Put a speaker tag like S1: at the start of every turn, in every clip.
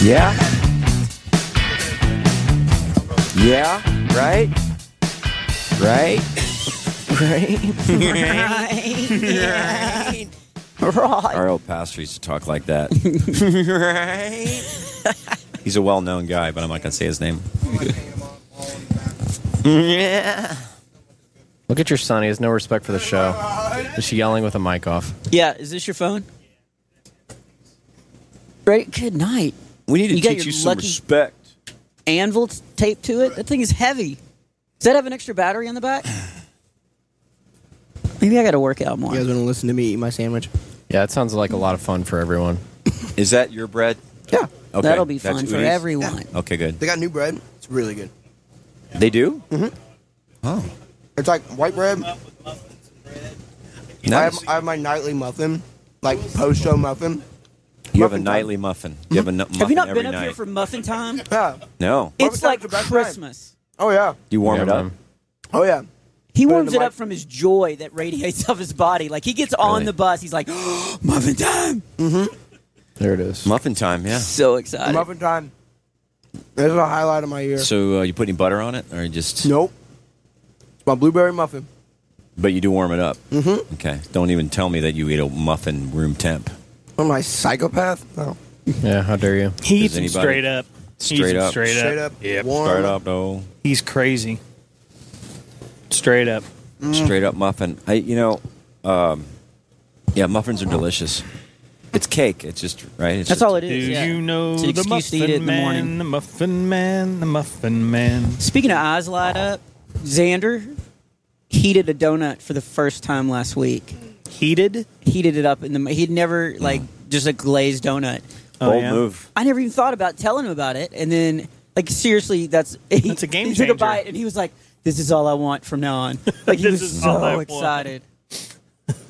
S1: Yeah? Yeah? Right? Right? Right? right.
S2: Our old pastor used to talk like that. He's a well known guy, but I'm not going to say his name.
S1: Yeah.
S3: Look at your son. He has no respect for the show. Is she yelling with a mic off?
S4: Yeah, is this your phone? Right. Good night.
S2: We need to
S4: You got
S2: teach
S4: your
S2: you some
S4: lucky-
S2: respect.
S4: Anvil t- taped to it. That thing is heavy. Does that have an extra battery on the back? Maybe I got to work out more.
S5: You guys want to listen to me eat my sandwich?
S3: Yeah, it sounds like a lot of fun for everyone.
S2: Is that your bread?
S5: Yeah.
S2: Okay.
S4: That'll be
S2: that's
S4: fun for
S2: Udi's?
S4: everyone.
S2: Okay, good.
S5: They got new bread. It's really good.
S2: They do?
S4: Mm-hmm.
S2: Oh.
S5: It's like white bread. I,
S2: Nice.
S5: have, I have my nightly muffin, like post show muffin.
S2: you have a
S5: muffin time.
S2: nightly muffin. You have a nu- muffin
S4: Have you not
S2: every
S4: been up
S2: night.
S4: here for muffin time?
S5: Yeah.
S2: no.
S4: It's like
S5: time's the best time.
S4: Christmas.
S5: Oh yeah.
S2: You warm
S3: Yeah,
S2: it up?
S3: man.
S5: Oh yeah.
S4: He
S5: Put it in
S4: warms
S5: the
S4: it
S5: mic.
S4: up from his joy that radiates off his body. Like he gets on
S2: Really?
S4: the bus, he's like, "Muffin time!" Mm-hmm.
S3: There it is.
S2: Muffin time, yeah.
S4: So excited.
S5: Muffin time. This is a highlight of my year.
S2: So uh, you put any butter on it, or you just
S5: nope. It's my blueberry muffin.
S2: But you do warm it up. Mm-hmm. Okay. Don't even tell me that you eat a muffin room temp.
S5: Am I psychopath? No.
S3: Yeah, how dare you?
S6: He eats
S2: Does
S6: them
S2: anybody-
S6: straight up. He eats
S2: Straight
S6: them
S2: up.
S6: Straight up.
S5: Straight up.
S6: Yep.
S5: Warm.
S2: Straight up, though.
S6: He's crazy. Straight up.
S2: Mm. Straight up muffin. I, you know, um, yeah, muffins are delicious. It's cake. It's just right. It's
S4: That's
S2: just-
S4: all it
S6: Do
S4: is. yeah.
S6: you know
S4: It's
S6: the
S4: an excuse to
S6: muffin
S4: eat it in the
S6: man?
S4: morning.
S6: The muffin man. The muffin man.
S4: Speaking of eyes light up, Xander heated a donut for the first time last week.
S6: Heated.
S4: Heated it up in the. He'd never like just a glazed donut.
S6: Oh,
S2: Bold
S6: yeah.
S2: move.
S4: I never even thought about telling him about it, and then like seriously, that's he,
S6: That's a game
S4: He took
S6: changer.
S4: a bite and he was like, "This is all I want from now on." Like he
S6: This
S4: was
S6: is
S4: so
S6: all I want.
S4: excited.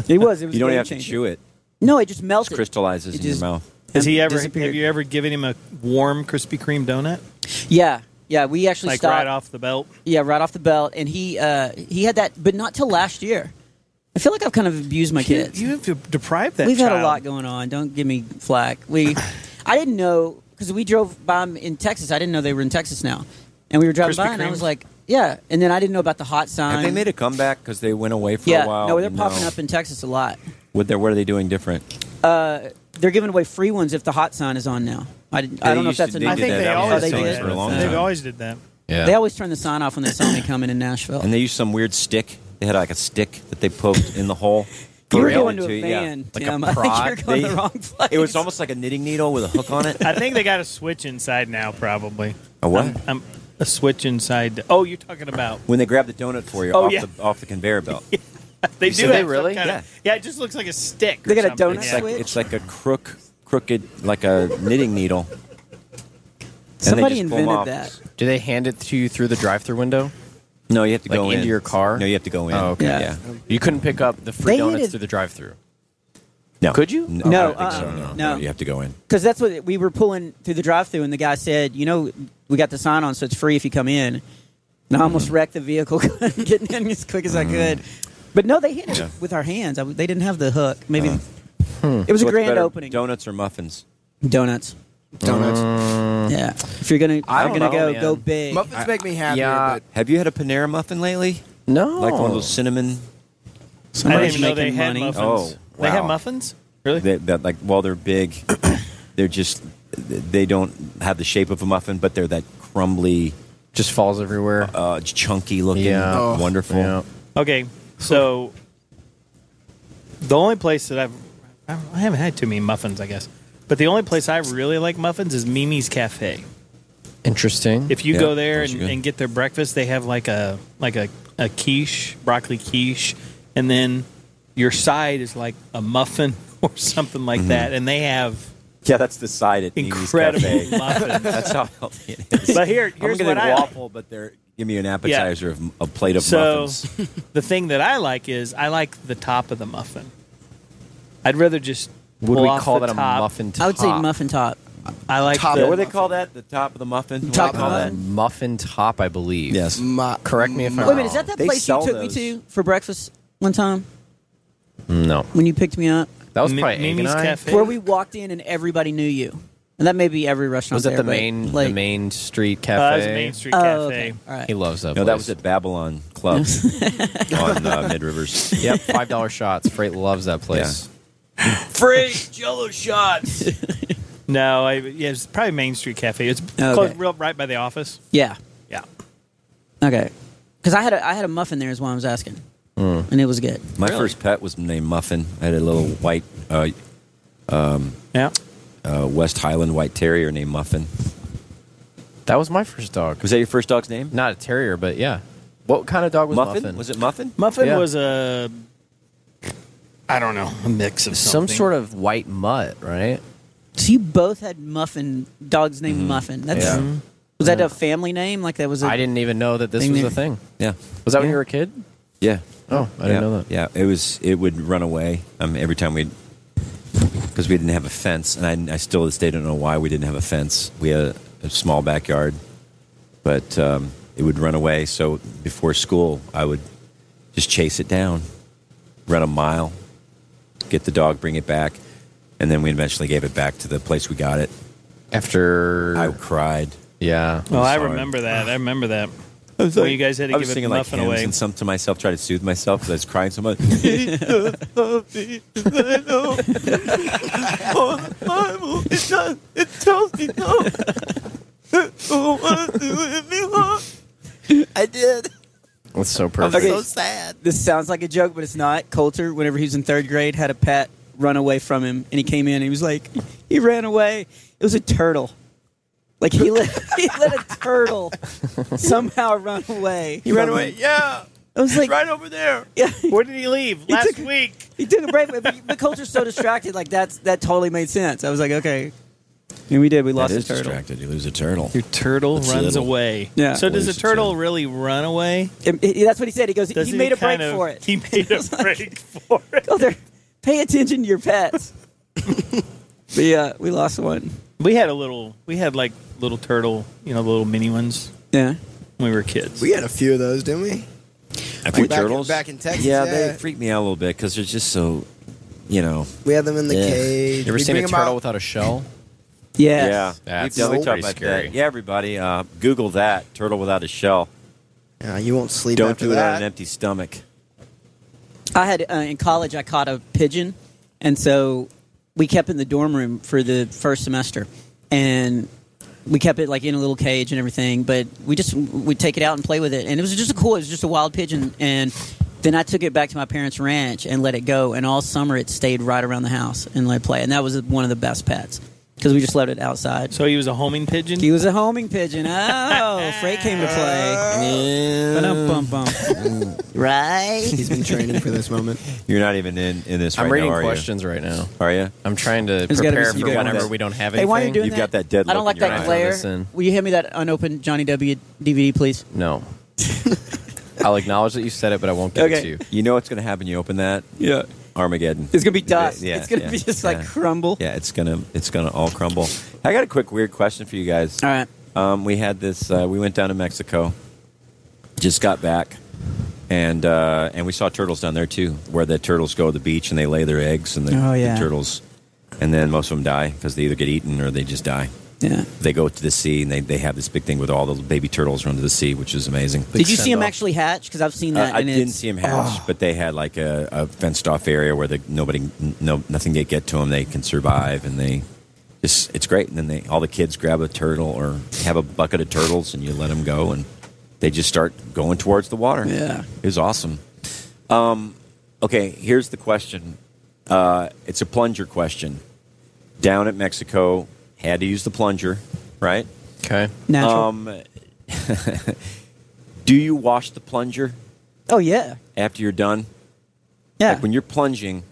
S4: It was. It was.
S2: You
S4: a
S2: don't
S4: game
S2: have to
S4: changer.
S2: chew it.
S4: No, it just melted.
S2: It crystallizes
S4: It
S2: in your
S4: just-
S2: mouth.
S6: Has he ever?
S4: disappeared.
S6: Have you ever given him a warm Krispy Kreme donut?
S4: Yeah, yeah. We actually
S6: Like
S4: stopped.
S6: right off the belt.
S4: Yeah, right off the belt, and he uh, he had that, but not till last year. I feel like I've kind of abused my
S6: You,
S4: kids.
S6: you have to deprive that.
S4: We've had a
S6: child.
S4: lot going on. Don't give me flack. We, I didn't know because we drove by 'em in Texas. I didn't know they were in Texas now, and we were driving
S6: Krispy
S4: by, and I was
S6: Kremes?
S4: like, yeah. And then I didn't know about the hot sign.
S2: Have they made a comeback because they went away for
S4: yeah,
S2: a while?
S4: no, they're popping up in Texas a lot. Uh,
S2: What, they're, what are they doing different?
S4: They're giving away free ones if the hot sign is on now. I, didn't, I
S2: They
S4: don't know if
S2: used to-
S4: that's a
S2: they
S4: new
S6: I
S2: did
S6: think
S2: that.
S6: they,
S2: That was
S6: always
S2: a
S6: did
S2: thing
S6: that.
S2: for a long
S6: They've
S2: time.
S6: always did that.
S3: Yeah.
S4: They always turn the sign off when they saw me coming in Nashville.
S2: And they used some weird stick. They had like a stick that they poked in the hole.
S4: you were
S2: Really?
S4: going to a
S2: Too,
S4: van,
S2: yeah. Like
S4: Tim.
S2: a
S4: I think
S2: prod.
S4: you're going to
S2: They-
S4: the wrong place.
S2: It was almost like a knitting needle with a hook on it.
S6: I think they got a switch inside now, probably.
S2: A what?
S6: I'm, I'm- a switch inside. Oh, you're talking about.
S2: when they grab the donut for you
S6: Oh,
S2: off,
S6: yeah.
S2: the, off the conveyor belt.
S6: They
S2: said
S6: do that
S2: they
S6: some
S3: really?
S6: kinda- yeah. it just looks like a stick. or
S4: They got a
S6: something.
S4: donut
S2: It's
S6: Yeah.
S2: like
S4: Switch?
S2: it's like a crook, crooked, like a knitting needle. And they
S4: Somebody
S2: just pull 'em
S4: invented
S2: off.
S4: that.
S3: Do they hand it to you through the drive-through window?
S2: No, you have to
S3: Like
S2: go
S3: into
S2: in.
S3: your car?
S2: No, you have to go in.
S3: Oh, okay.
S4: Yeah.
S2: Yeah.
S3: You couldn't pick up the free
S4: They
S3: donuts
S4: handed-
S3: through the drive-through.
S2: No.
S3: Could you?
S2: No,
S4: No,
S2: I don't think so.
S4: uh-uh.
S2: No,
S4: No.
S2: you have to go in.
S4: Because that's what we were pulling through the drive-through, and the guy said, "You know, we got the sign on, so it's free if you come in." And I almost wrecked the vehicle, getting in as quick as I
S3: Mm-hmm.
S4: could. But no, they hit it
S2: Yeah.
S4: with our hands. I, they didn't have the hook. Maybe
S3: Uh-huh. Hmm.
S4: it was a
S2: Hmm. What's
S4: grand
S2: better,
S4: opening.
S2: Donuts or muffins?
S4: Donuts.
S5: Donuts.
S2: Mm.
S4: Yeah. If you're gonna,
S3: I
S4: if you're
S3: don't
S4: gonna go,
S3: know, man.
S4: go big.
S5: Muffins make me happy.
S3: yeah.
S5: But
S2: Have you had a Panera muffin lately?
S3: No.
S2: Like one of those cinnamon
S6: I didn't
S4: Somebody's
S6: even know they
S4: making
S6: had
S4: money.
S6: muffins.
S2: Oh,
S6: They have
S2: wow.
S6: muffins? Really?
S2: that, that like while they're big, they're just they don't have the shape of a muffin, but they're that crumbly,
S3: Just falls everywhere.
S2: uh, chunky looking,
S3: Yeah.
S5: Oh.
S2: wonderful.
S3: yeah.
S6: okay, so the only place that I've I I haven't had too many muffins, I guess, but the only place I really like muffins is Mimi's Cafe.
S3: Interesting.
S6: If you
S2: Yeah,
S6: go there
S2: those are
S6: and,
S2: good.
S6: and get their breakfast, they have like a like a, a quiche, broccoli quiche, and then your side is like a muffin or something like that, and they have
S2: Mm-hmm. Yeah, that's the side at Mimi's
S6: incredible
S2: Cafe.
S6: muffins.
S2: That's how healthy it is.
S6: But here,
S2: I'm
S6: here's
S2: gonna
S6: what I like.
S2: waffle, but they're give me an appetizer of a plate of
S6: So
S2: muffins.
S6: the thing that I like is I like the top of the muffin. I'd rather just
S3: Would
S6: pull
S3: we
S6: off
S3: call
S6: the
S3: that a
S6: top.
S3: muffin top?
S4: I would say muffin top.
S6: I like
S5: Top
S6: the,
S2: Yeah, what do they call that? The top of the muffin?
S5: Top
S2: What do they call
S4: of
S2: that?
S3: Muffin top, I believe.
S2: Yes.
S5: my-
S3: Correct me if I'm
S4: Wait a minute, is that that
S2: They
S4: place you
S2: sell
S4: took
S2: those.
S4: me to for breakfast one time
S3: No.
S4: when you picked me up,
S3: That was
S6: Mi-
S3: probably Amy
S6: Mimi's
S3: and I.
S6: Cafe.
S4: where we walked in and everybody knew you? And that may be every restaurant.
S3: Was it
S4: there,
S3: the
S4: but,
S3: main
S4: like-
S3: the main street cafe?
S6: Uh, it was Main Street Cafe.
S4: Oh, okay. All right.
S3: He loves that.
S2: No, that was
S3: place.
S2: at Babylon Club on uh, Mid Rivers.
S3: Yep, five dollar shots. Freight loves that place.
S6: Free Jello shots. no, I, yeah, it's probably Main Street Cafe. It's
S4: Okay.
S6: close, real right by the office.
S4: Yeah.
S6: Yeah,
S4: Okay. Because I had a I had a muffin there is why I was asking, and it was good.
S2: My first pet was named Muffin. I had a little white uh, um,
S6: yeah.
S2: uh, West Highland White Terrier named Muffin.
S3: That was my first dog.
S2: Was that your first dog's name?
S3: Not a terrier, but yeah. What kind of dog was Muffin?
S2: Muffin? Was it Muffin?
S6: Muffin
S3: Yeah.
S6: was a, I don't know, a mix of
S3: some
S6: something.
S3: sort of white mutt, right? Mm-hmm.
S4: So you both had muffin dogs named Muffin. That's
S3: Yeah.
S4: was that a family name? Like that was a
S3: I didn't even know that this
S4: Thing
S3: was
S4: there.
S3: a thing.
S2: Yeah.
S3: Was that when you were a kid?
S2: Yeah.
S3: Oh, I didn't
S2: yeah.
S3: know that.
S2: Yeah, it was. It would run away um, every time we'd because we didn't have a fence, and I, I still to this day don't know why we didn't have a fence. We had a, a small backyard, but um, it would run away. So before school, I would just chase it down, run a mile, get the dog, bring it back, and then we eventually gave it back to the place we got it.
S3: After
S2: I cried.
S3: yeah,
S6: Oh, I
S2: Sorry.
S6: remember that. I remember that. When you guys had to
S2: I was
S6: give it
S2: singing like
S6: muffin
S2: hymns
S6: away.
S2: and some to myself, try to soothe myself because I was crying so much.
S1: I did.
S3: that's
S5: Oh,
S3: so perfect.
S1: So sad.
S4: this sounds like a joke, but it's not. Coulter, whenever he was in third grade, had a pet run away from him, and he came in and he was like, he ran away. It was a turtle. Like he let he let a turtle somehow run away. He ran away.
S5: Yeah,
S4: I was like,
S5: right over there.
S4: yeah.
S6: Where did he leave last
S4: took-
S6: week?
S4: He took a break, but the culture's so distracted. Like that's that totally made sense. I was like, okay. And we did. We
S2: That
S4: lost the
S2: is
S4: turtle.
S2: distracted. You lose a turtle.
S6: Your turtle
S2: It's
S6: runs
S2: little.
S6: away.
S4: Yeah.
S6: So does a
S2: Lose its
S6: turtle
S2: tail.
S6: really run away?
S4: And he- that's what he said. He goes,
S6: Does
S4: he made a break
S6: kind of-
S4: for it.
S6: He made a break for it.
S4: Coulter, pay attention to your pets. but yeah, we lost one.
S6: We had a little. We had like little turtle, you know, little mini ones
S4: Yeah.
S6: when we were kids.
S5: We had a few of those, didn't we?
S2: I think
S5: back in-
S2: turtles
S5: back in Texas,
S2: Yeah,
S5: yeah.
S2: they freak me out a little bit because they're just so, you know.
S5: We had them in the
S2: Yeah.
S5: cage.
S3: You ever
S5: We'd
S3: seen a
S5: bring 'em
S3: turtle
S5: out.
S3: without a shell?
S4: Yes.
S3: That's
S2: We've done- we've
S5: pretty
S2: talked about
S3: scary.
S2: that. Yeah, everybody, uh, Google that turtle without a shell.
S5: Yeah, you won't sleep
S2: Don't
S5: after
S2: do it
S5: that.
S2: on an empty stomach.
S4: I had uh, in college. I caught a pigeon, and so we kept it in the dorm room for the first semester, and we kept it like in a little cage and everything. But we just would take it out and play with it, and it was just a cool. It was just a wild pigeon, and then I took it back to my parents' ranch and let it go. And all summer it stayed right around the house and let it play, and that was one of the best pets because we just let it outside.
S6: so he was a homing pigeon.
S4: He was a homing pigeon. Oh, Freight came to play. Ba-dum-bum-bum. right?
S5: He's been training for this moment.
S2: You're not even in, in this
S3: I'm
S2: right
S3: reading
S2: now, are
S3: questions right now.
S2: you? Are you?
S3: I'm trying to
S4: There's gotta be
S3: prepare
S4: some
S3: for
S4: good
S3: whenever
S2: ones.
S3: we don't have anything.
S4: Hey, why are you doing
S2: You've got
S4: that?
S2: that dead
S4: I don't like
S2: look in your
S4: that
S2: eye.
S3: This
S4: glare.
S3: in.
S4: Will you hand me that unopened Johnny W. DVD, please?
S3: No. I'll acknowledge that you said it, but I won't give it
S4: Okay.
S3: to you.
S2: You know what's going to happen. You open that
S4: Yeah.
S2: Armageddon.
S4: It's gonna be dust.
S2: Yeah,
S4: it's gonna
S2: yeah,
S4: be just
S2: yeah.
S4: like crumble.
S2: Yeah, it's gonna it's gonna all crumble. I got a quick weird question for you guys.
S4: All right.
S2: Um, we had this. Uh, we went down to Mexico. Just got back, and uh, and we saw turtles down there too, where the turtles go to the beach and they lay their eggs, and the,
S4: Oh,
S2: the
S4: yeah.
S2: turtles, and then most of them die because they either get eaten or they just die.
S4: Yeah.
S2: They go to the sea and they, they have this big thing with all the baby turtles run to the sea, which is amazing.
S4: Did you see him
S5: send-off.
S4: actually hatch? Because I've seen
S2: Uh,
S4: that.
S2: I
S4: and
S2: didn't
S4: it's- Oh.
S2: see them hatch, but they had like a, a fenced off area where they, nobody, no, nothing they get to them. They can survive, and they just it's great. And then they all the kids grab a turtle or have a bucket of turtles, and you let them go, and they just start going towards the water.
S4: Yeah.
S2: it was awesome. Um, okay, here's the question. Uh, it's a plunger question. Down at Mexico, had to use the plunger, right?
S3: Okay.
S4: Natural.
S2: Um, do you wash the plunger
S4: oh yeah.
S2: after you're done?
S4: Yeah.
S2: Like when you're plunging,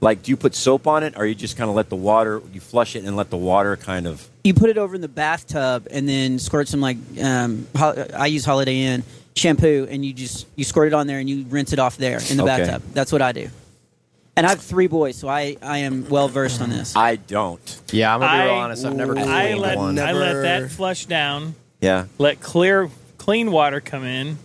S2: like do you put soap on it, or you just kind of let the water, you flush it and let the water kind of?
S4: you put it over in the bathtub and then squirt some like um, ho- I use Holiday Inn shampoo and you just you squirt it on there and you rinse it off there in the
S2: Okay.
S4: bathtub. That's what I do. And I have three boys, so I, I am well versed on this.
S2: I don't.
S3: Yeah, I'm gonna be
S6: I-
S3: real honest. I've never cleaned
S6: I let
S3: one.
S6: I let
S5: Never-
S6: that flush down.
S2: Yeah.
S6: Let clear clean water come in,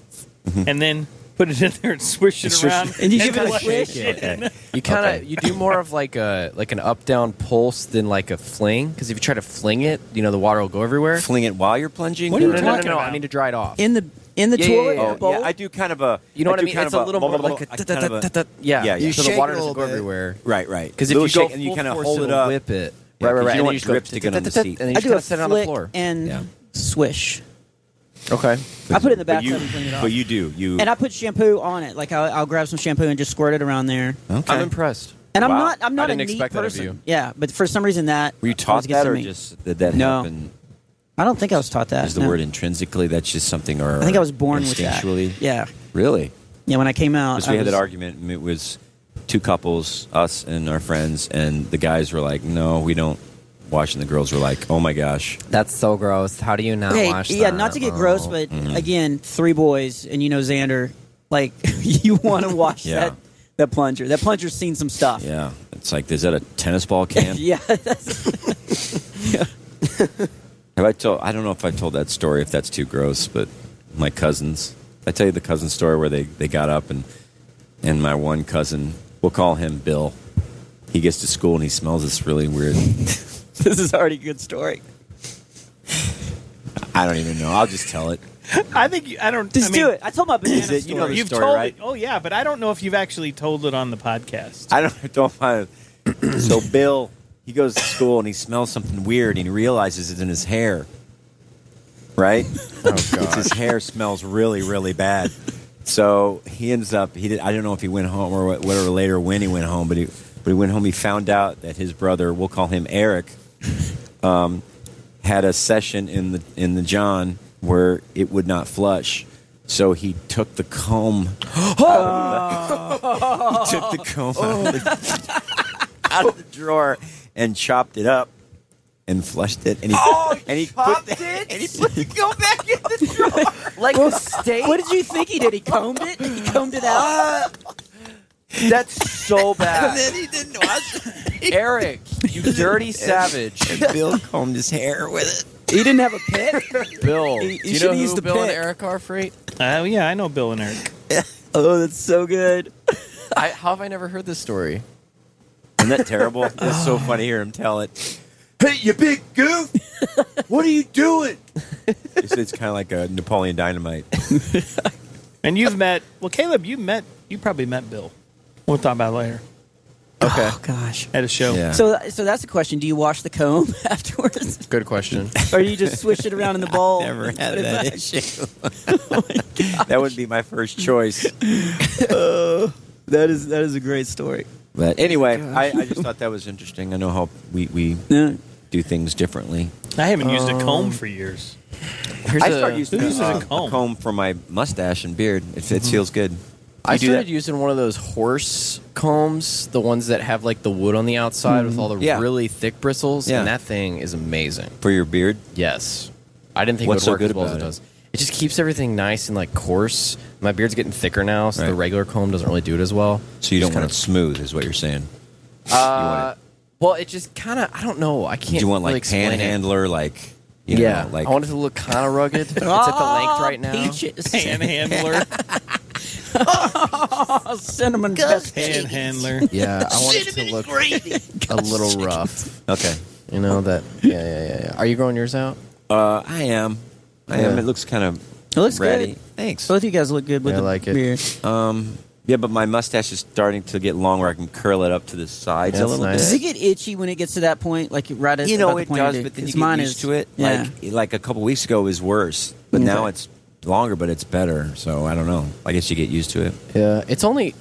S6: and then put it in there and swish it
S2: Swish-
S6: around.
S4: And you give it a
S6: like-
S4: swish?
S2: Okay.
S3: You kind of
S2: Okay.
S3: you do more of like a like an up down pulse than like a fling because if you try to fling it, you know the water will go everywhere.
S2: Fling it while you're plunging.
S6: What are
S3: no,
S6: you
S3: no, no, no,
S6: talking
S3: no,
S6: about?
S3: I need to dry it off.
S4: in the in the
S3: Yeah, yeah,
S4: toilet
S3: yeah, yeah.
S2: Oh,
S4: bowl.
S2: yeah, I do kind of a.
S3: you know what I
S2: do
S3: mean?
S2: kind
S3: It's
S2: of
S3: a little more like a
S2: I kind of
S3: da-da-da-da-da. yeah,
S2: Yeah, yeah.
S3: So
S5: You
S3: the water
S5: shake
S3: doesn't
S5: it a little
S3: go
S5: bit.
S3: everywhere.
S2: Right, right.
S3: Because if
S2: Little
S3: you go
S2: shake and you
S3: full
S2: kind of
S3: force,
S2: hold it
S3: it'll
S2: up,
S3: whip it.
S2: Yeah, 'cause you
S3: And
S2: don't
S3: then
S2: want
S3: just go
S2: grip to get on the
S3: da-da-da-da,
S2: seat.
S3: And then
S4: I
S3: you
S4: do a
S3: just set
S4: flick
S3: it on the floor.
S4: and
S2: Yeah.
S4: swish.
S3: Okay.
S4: I put it in the
S2: but
S4: bathtub
S2: you,
S4: and clean it off.
S2: but you do you.
S4: and I put shampoo on it. Like I'll, I'll grab some shampoo and just squirt it around there.
S2: okay.
S3: I'm impressed.
S4: And I'm
S2: Wow.
S4: not I'm
S3: I
S4: not a
S3: didn't
S4: neat
S3: expect that of
S4: person.
S3: you.
S4: Yeah, but for some reason that
S2: Were you
S4: always
S2: taught
S4: gets
S2: that,
S4: to
S2: or
S4: me.
S2: just did that
S4: No.
S2: happen?
S4: I don't think I was taught that.
S2: Is the
S4: no.
S2: word intrinsically? That's just something, or
S4: I think I was born with that.
S2: instinctually.
S4: Yeah,
S2: Really?
S4: yeah. When I came out,
S2: Because
S4: Uh, I
S2: we had
S4: was-
S2: that argument, and it was two couples, us and our friends, and the guys were like, "No, we don't wash," and the girls were like, "Oh my gosh."
S3: That's so gross. How do you not
S4: Hey,
S3: wash
S4: yeah,
S3: that?
S4: not to get gross,
S3: Oh.
S4: but
S2: Mm-hmm.
S4: again, three boys, and you know Xander, like you want to watch
S2: Yeah.
S4: that that plunger. That plunger's seen some stuff.
S2: Yeah, it's like, is that a tennis ball can?
S4: yeah. that's-
S2: Have I told? I don't know if I told that story. If that's too gross, but my cousins. I tell you the cousin story where they, they got up and and my one cousin, we'll call him Bill. He gets to school and he smells this really weird.
S4: this is already a good story.
S2: I don't even know. I'll just tell it.
S6: I think you, I don't.
S4: Just
S6: I mean,
S4: do it. I told my banana
S2: Is it- you know
S4: story.
S2: the
S6: You've
S2: story,
S6: told
S2: right?
S6: it. Oh yeah, but I don't know if you've actually told it on the podcast.
S2: I don't don't find it. So Bill, he goes to school and he smells something weird and he realizes it's in his hair. Right? Oh god. His hair smells really really bad. So he ends up he did I don't know if he went home or what- whatever later when he went home but he but he went home he found out that his brother, we'll call him Eric, um, had a session in the in the John where it would not flush. So he took the comb.
S4: Oh.
S2: out of the- he took the comb out, of the, out of the drawer and chopped it up and flushed it. And he, and Oh, he put the, it. And he put the comb back in the
S3: like the state.
S4: What did you think he did? He combed it. He combed it out.
S7: Uh,
S3: That's so bad,
S1: then he didn't watch it.
S3: Eric. You dirty savage,
S2: Bill combed his hair with it.
S4: He didn't have a pit.
S3: Bill.
S4: You- you
S3: do you know
S4: should've
S3: who
S4: used the
S3: Bill and
S4: pick.
S3: Eric are for eight?
S6: Oh yeah, I know Bill and Eric.
S4: oh, that's so good.
S3: I, how have I never heard this story?
S2: Isn't that terrible? It's so funny to hear him tell it. Hey, you big goof! What are you doing? It's, it's kind of like a Napoleon Dynamite.
S6: And you've met. Well, Caleb, you met. You probably met Bill. We'll talk about it later
S3: Okay,
S4: Oh gosh.
S6: at a show.
S2: Yeah.
S4: So, so that's the question. Do you wash the comb afterwards,
S3: good question.
S4: or do you just swish it around in the bowl?
S2: Never
S4: and
S2: had
S4: put it
S2: that
S4: back?
S2: issue. Oh that would be my first choice. Uh,
S4: That is that is a great story.
S2: But
S7: Oh
S2: anyway, I, I just thought that was interesting. I know how we, we
S4: No,
S2: do things differently.
S6: I haven't used
S3: Um,
S6: a
S2: Um,
S6: comb for years.
S3: Here's
S2: I
S3: a-
S2: start using
S6: Who uses
S2: uh,
S6: a comb?
S2: a comb for my mustache and beard. It, it feels good.
S3: I
S2: You do
S3: started
S2: that?
S3: using one of those horse combs, the ones that have like the wood on the outside with all the
S2: Hmm. Yeah.
S3: really thick bristles,
S2: Yeah.
S3: and that thing is amazing.
S2: for your beard.
S3: Yes, I didn't think
S2: What's
S3: it
S2: so
S3: would work
S2: good
S3: as well as it,
S2: about it?
S3: does. It just keeps everything nice and like coarse. My beard's getting thicker now, so the
S2: Right.
S3: regular comb doesn't really do it as well.
S2: So you
S3: Just
S2: don't want
S3: kinda-
S2: it smooth, is what you're saying.
S3: Uh, well, it just kind of I don't know. I
S2: Do
S3: can't.
S2: you want
S3: really
S2: like
S3: explain it.
S2: panhandler, like you
S3: Yeah,
S2: know, like
S3: I want it to look kind of rugged. it's at the
S2: Ah,
S3: length right now.
S4: Peaches,
S6: Panhandler.
S4: oh, cinnamon,
S6: Panhandler.
S3: Yeah, I want it to look a little rough.
S2: okay.
S3: You know that? Yeah, yeah, yeah. yeah. Are you growing yours out?
S2: Uh, I am, I am.
S3: Yeah.
S2: It looks kind of
S4: It looks
S2: ratty.
S4: good.
S2: Thanks.
S4: Both of you guys look good with
S3: Yeah, I
S4: the
S3: like it.
S4: beard.
S2: Yeah, but my mustache is starting to get long where I can curl it up to the sides
S3: That's
S2: a little
S3: nice.
S2: bit.
S4: Does it get itchy when it gets to that point? Like right at
S2: you
S4: about
S2: know
S4: the
S2: it
S4: point
S2: does,
S4: it
S2: but then you
S4: 'Cause
S2: get
S4: mine
S2: used
S4: is-
S2: to it.
S4: Yeah.
S2: Like like a couple weeks ago was worse, but now
S4: Okay.
S2: it's longer, but it's better. So I don't know. I guess you get used to it.
S3: Yeah, it's only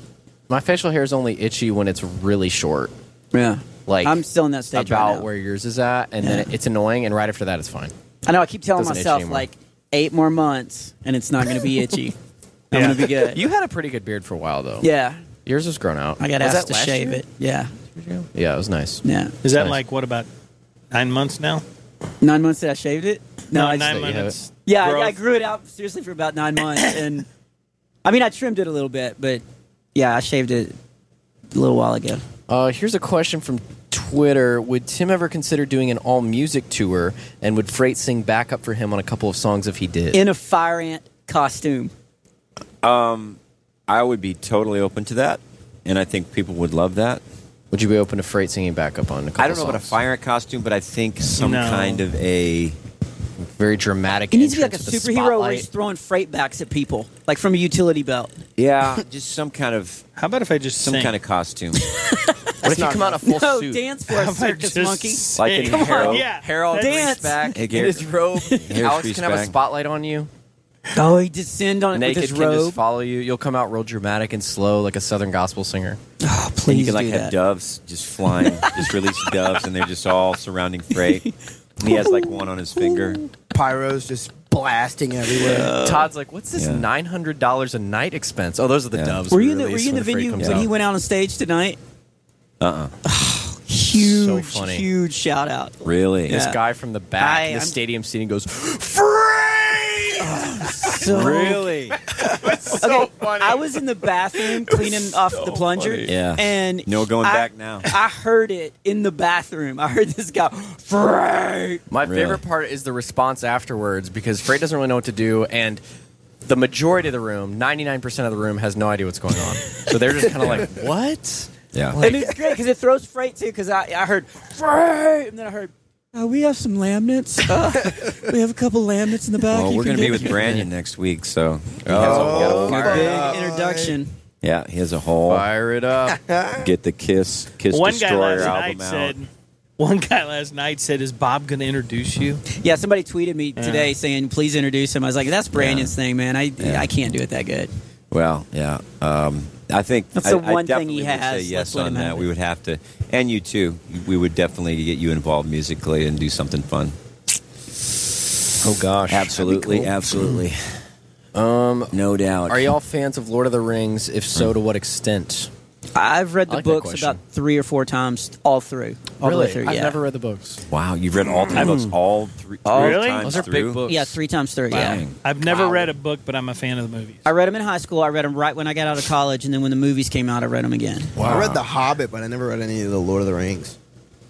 S3: my facial hair is only itchy when it's really short,
S4: yeah.
S3: like
S4: I'm still in that stage
S3: about
S4: right now.
S3: where yours is at, and then
S4: Yeah.
S3: it's annoying, and right after that, it's fine.
S4: I know. I keep telling
S3: doesn't itch
S4: myself
S3: anymore.
S4: like eight more months, and it's not going to be itchy. I'm
S6: Yeah.
S4: going to be good.
S3: You had a pretty good beard for a while, though.
S4: yeah.
S3: yours was grown out.
S4: I got
S3: was
S4: asked to
S3: that last
S4: shave
S3: year?
S4: it. Yeah.
S3: Yeah, it was nice.
S4: Yeah.
S6: Is that
S3: Nice.
S6: like what about nine months now?
S4: Nine months that I shaved it. No, I just,
S6: nine
S3: that you have
S6: months.
S4: Yeah, I, I
S6: growth.
S4: grew it out seriously for about nine months, and I mean, I trimmed it a little bit, but yeah, I shaved it a little while ago.
S3: Uh, here's a question from Twitter: Would Tim ever consider doing an all music tour, and would Freight sing backup for him on a couple of songs if he did?
S4: In a fire ant costume.
S2: Um, I would be totally open to that, and I think people would love that.
S3: Would you be open to Freight singing back up on a couple
S2: I don't know about a
S3: songs?
S2: fire ant costume, but I think some
S6: No.
S2: kind of a
S3: Very dramatic.
S4: It needs to be like a
S3: entrance with
S4: superhero where
S3: spotlight.
S4: he's throwing freight backs at people, like from a utility belt.
S2: yeah, just some kind of
S6: How about if I just
S2: some
S6: sing?
S2: kind of costume,
S3: What if you come out in a full
S4: No,
S3: suit?
S4: dance for
S6: How
S4: a
S6: about
S4: circus
S6: just
S4: monkey.
S6: sing?
S2: like in
S6: Come on,
S2: Harold.
S6: yeah.
S3: Harold
S6: That's-
S3: dance back
S2: Hey,
S3: in
S2: Garrett.
S3: his robe. Alex
S2: Hairspray
S3: can have a
S2: back.
S3: spotlight on you.
S4: Oh, he descend on it with
S3: Naked
S4: his
S3: can
S4: robe.
S3: just follow you. You'll come out real dramatic and slow, like a Southern gospel singer.
S4: Oh, please
S2: and you can like
S4: do
S2: have
S4: that.
S2: doves just flying, just release doves, and they're just all surrounding Frey. And he has like one on his finger.
S5: Pyros just blasting everywhere.
S3: Todd's like, "What's this
S2: yeah.
S3: nine hundred dollars a night expense?" Oh, those are the
S2: Yeah.
S3: doves.
S4: Were
S3: we
S4: you in the, were
S3: release
S4: you in the
S3: when freight
S4: venue
S3: comes
S4: when
S3: out.
S4: he went out on stage tonight?
S2: Uh-uh.
S4: Huge,
S3: funny.
S4: huge shout out.
S2: Really?
S3: This
S4: Yeah.
S3: guy from the back,
S4: Hi,
S3: of the
S4: I'm-
S3: stadium seating, goes,
S4: So
S2: Really?
S4: okay, I was in the bathroom cleaning off the plunger.
S2: Yeah.
S4: And
S2: No going
S4: I-
S2: back now.
S4: I heard it in the bathroom. I heard this guy, Frank.
S3: My
S2: Really?
S3: favorite part is the response afterwards because Freight doesn't really know what to do, and the majority of the room, ninety nine percent of the room, has no idea what's going on. so they're just kind of like, "What?"
S2: Yeah.
S4: and it's great because it throws freight too. Because I, I heard freight, and then I heard uh, we have some laminates. Uh, we have a couple laminates in the back.
S2: Well,
S4: You
S2: we're
S4: can
S2: going to be
S4: get-
S2: with Brandon next week, so
S5: Oh,
S4: Big
S5: fire it up.
S4: introduction.
S2: yeah, he has a whole
S3: Fire it up!
S2: get the Kiss Kiss
S6: One guy
S2: Destroyer
S6: last
S2: album
S6: night
S2: out.
S6: said. One guy last night said, "Is Bob going to introduce you?"
S4: Yeah, somebody tweeted me today saying, "Please introduce him." I was like, "That's Brandon's thing, man. I
S2: Yeah.
S4: I can't do it that good."
S2: Well, yeah, um, I think
S4: That's
S2: I,
S4: the
S2: I
S4: one thing he
S2: definitely would
S4: has.
S2: Say yes
S4: Let's let
S2: on
S4: him
S2: that.
S4: have it.
S2: We would have to, and you too. We would definitely get you involved musically and do something fun.
S3: oh gosh,
S2: Absolutely, absolutely. Um, no doubt.
S3: Are y'all fans of Lord of the Rings? If so, to what extent?
S4: I've read
S3: I
S4: the
S3: like that
S4: books
S3: question.
S4: about three or four times, all through, all the way through.
S3: I've
S4: yeah.
S3: never read the books.
S2: Wow, you've read all three books, all three, Mm. all
S6: Really?
S2: times
S3: Those are
S2: through?
S3: big books.
S4: yeah, three times through. Yeah.
S2: Dang.
S6: I've never
S3: Wow.
S6: read a book, but I'm a fan of the movies.
S4: I read them in high school. I read them right when I got out of college, and then when the movies came out, I read them again.
S5: I read The Hobbit, but I never read any of the Lord of the Rings.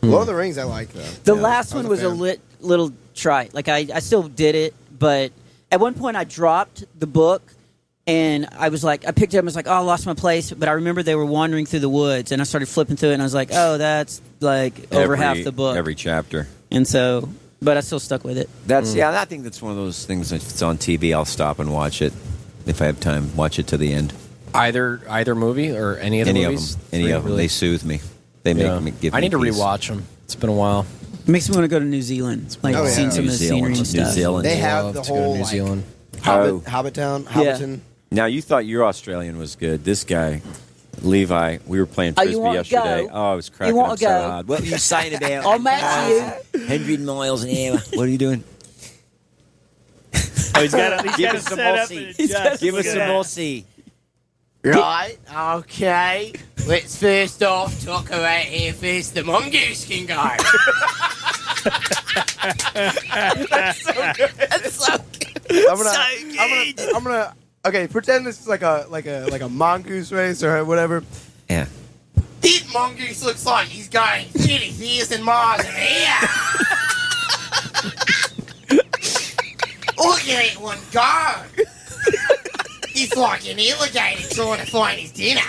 S2: Hmm.
S5: Lord of the Rings, I like though.
S4: The
S5: Yeah,
S4: last
S5: I
S4: one was a
S5: fan.
S4: lit, little trite. Like I, I still did it, but at one point I dropped the book and I was like, I picked it up and was like, oh, I lost my place. But I remember they were wandering through the woods and I started flipping through it and I was like, oh, that's like over
S2: Every-
S4: half the book.
S2: every chapter. Mm.
S4: and so, but I still stuck with it.
S2: That's yeah. I think that's one of those things. If it's on TV, I'll stop and watch it if I have time. Watch it to the end.
S3: Either either movie or any of the
S2: any
S3: movies.
S2: of them, any
S3: Three,
S2: of them.
S3: really?
S2: They soothe me. They make
S3: Yeah.
S2: me give.
S3: I
S2: me
S3: need to
S2: peace.
S3: rewatch them. It's been a while.
S4: It makes me want to go to New Zealand, like
S5: Oh, yeah.
S4: seeing some
S2: New
S4: of the
S2: Zealand.
S4: scenery
S2: New
S4: and stuff.
S2: Zealand. Oh.
S5: They have
S3: Love
S5: the
S3: to go to
S5: whole,
S3: New
S5: like-
S3: Zealand.
S5: Hobbit, Hobbitown,
S4: Yeah.
S5: Hobbiton.
S2: Now you thought your Australian was good. This guy, Levi, we were playing
S4: Oh, you
S2: frisbee
S4: won't
S2: yesterday.
S4: go.
S2: Oh, I was cracking
S4: You won't
S2: up so
S4: go. Oh,
S2: hard. What were you saying about?
S4: I'll match you.
S2: 100 miles an hour. What are you doing?
S6: Oh, he's got to
S2: Give
S6: got
S2: us some
S6: set up
S2: Aussie.
S6: and
S4: He's got-
S6: adjust.
S2: Give us
S6: Look at
S2: some
S6: that.
S2: more sea.
S7: Right, okay. Let's first off talk about here first the mongoose can go.
S5: I'm gonna, I'm gonna, I'm gonna. Okay, pretend this is like a like a like a mongoose race or whatever.
S2: Yeah.
S7: This mongoose looks like he's going 30,000 miles an hour. Look at it one go. He's like an alligator trying to find his dinner.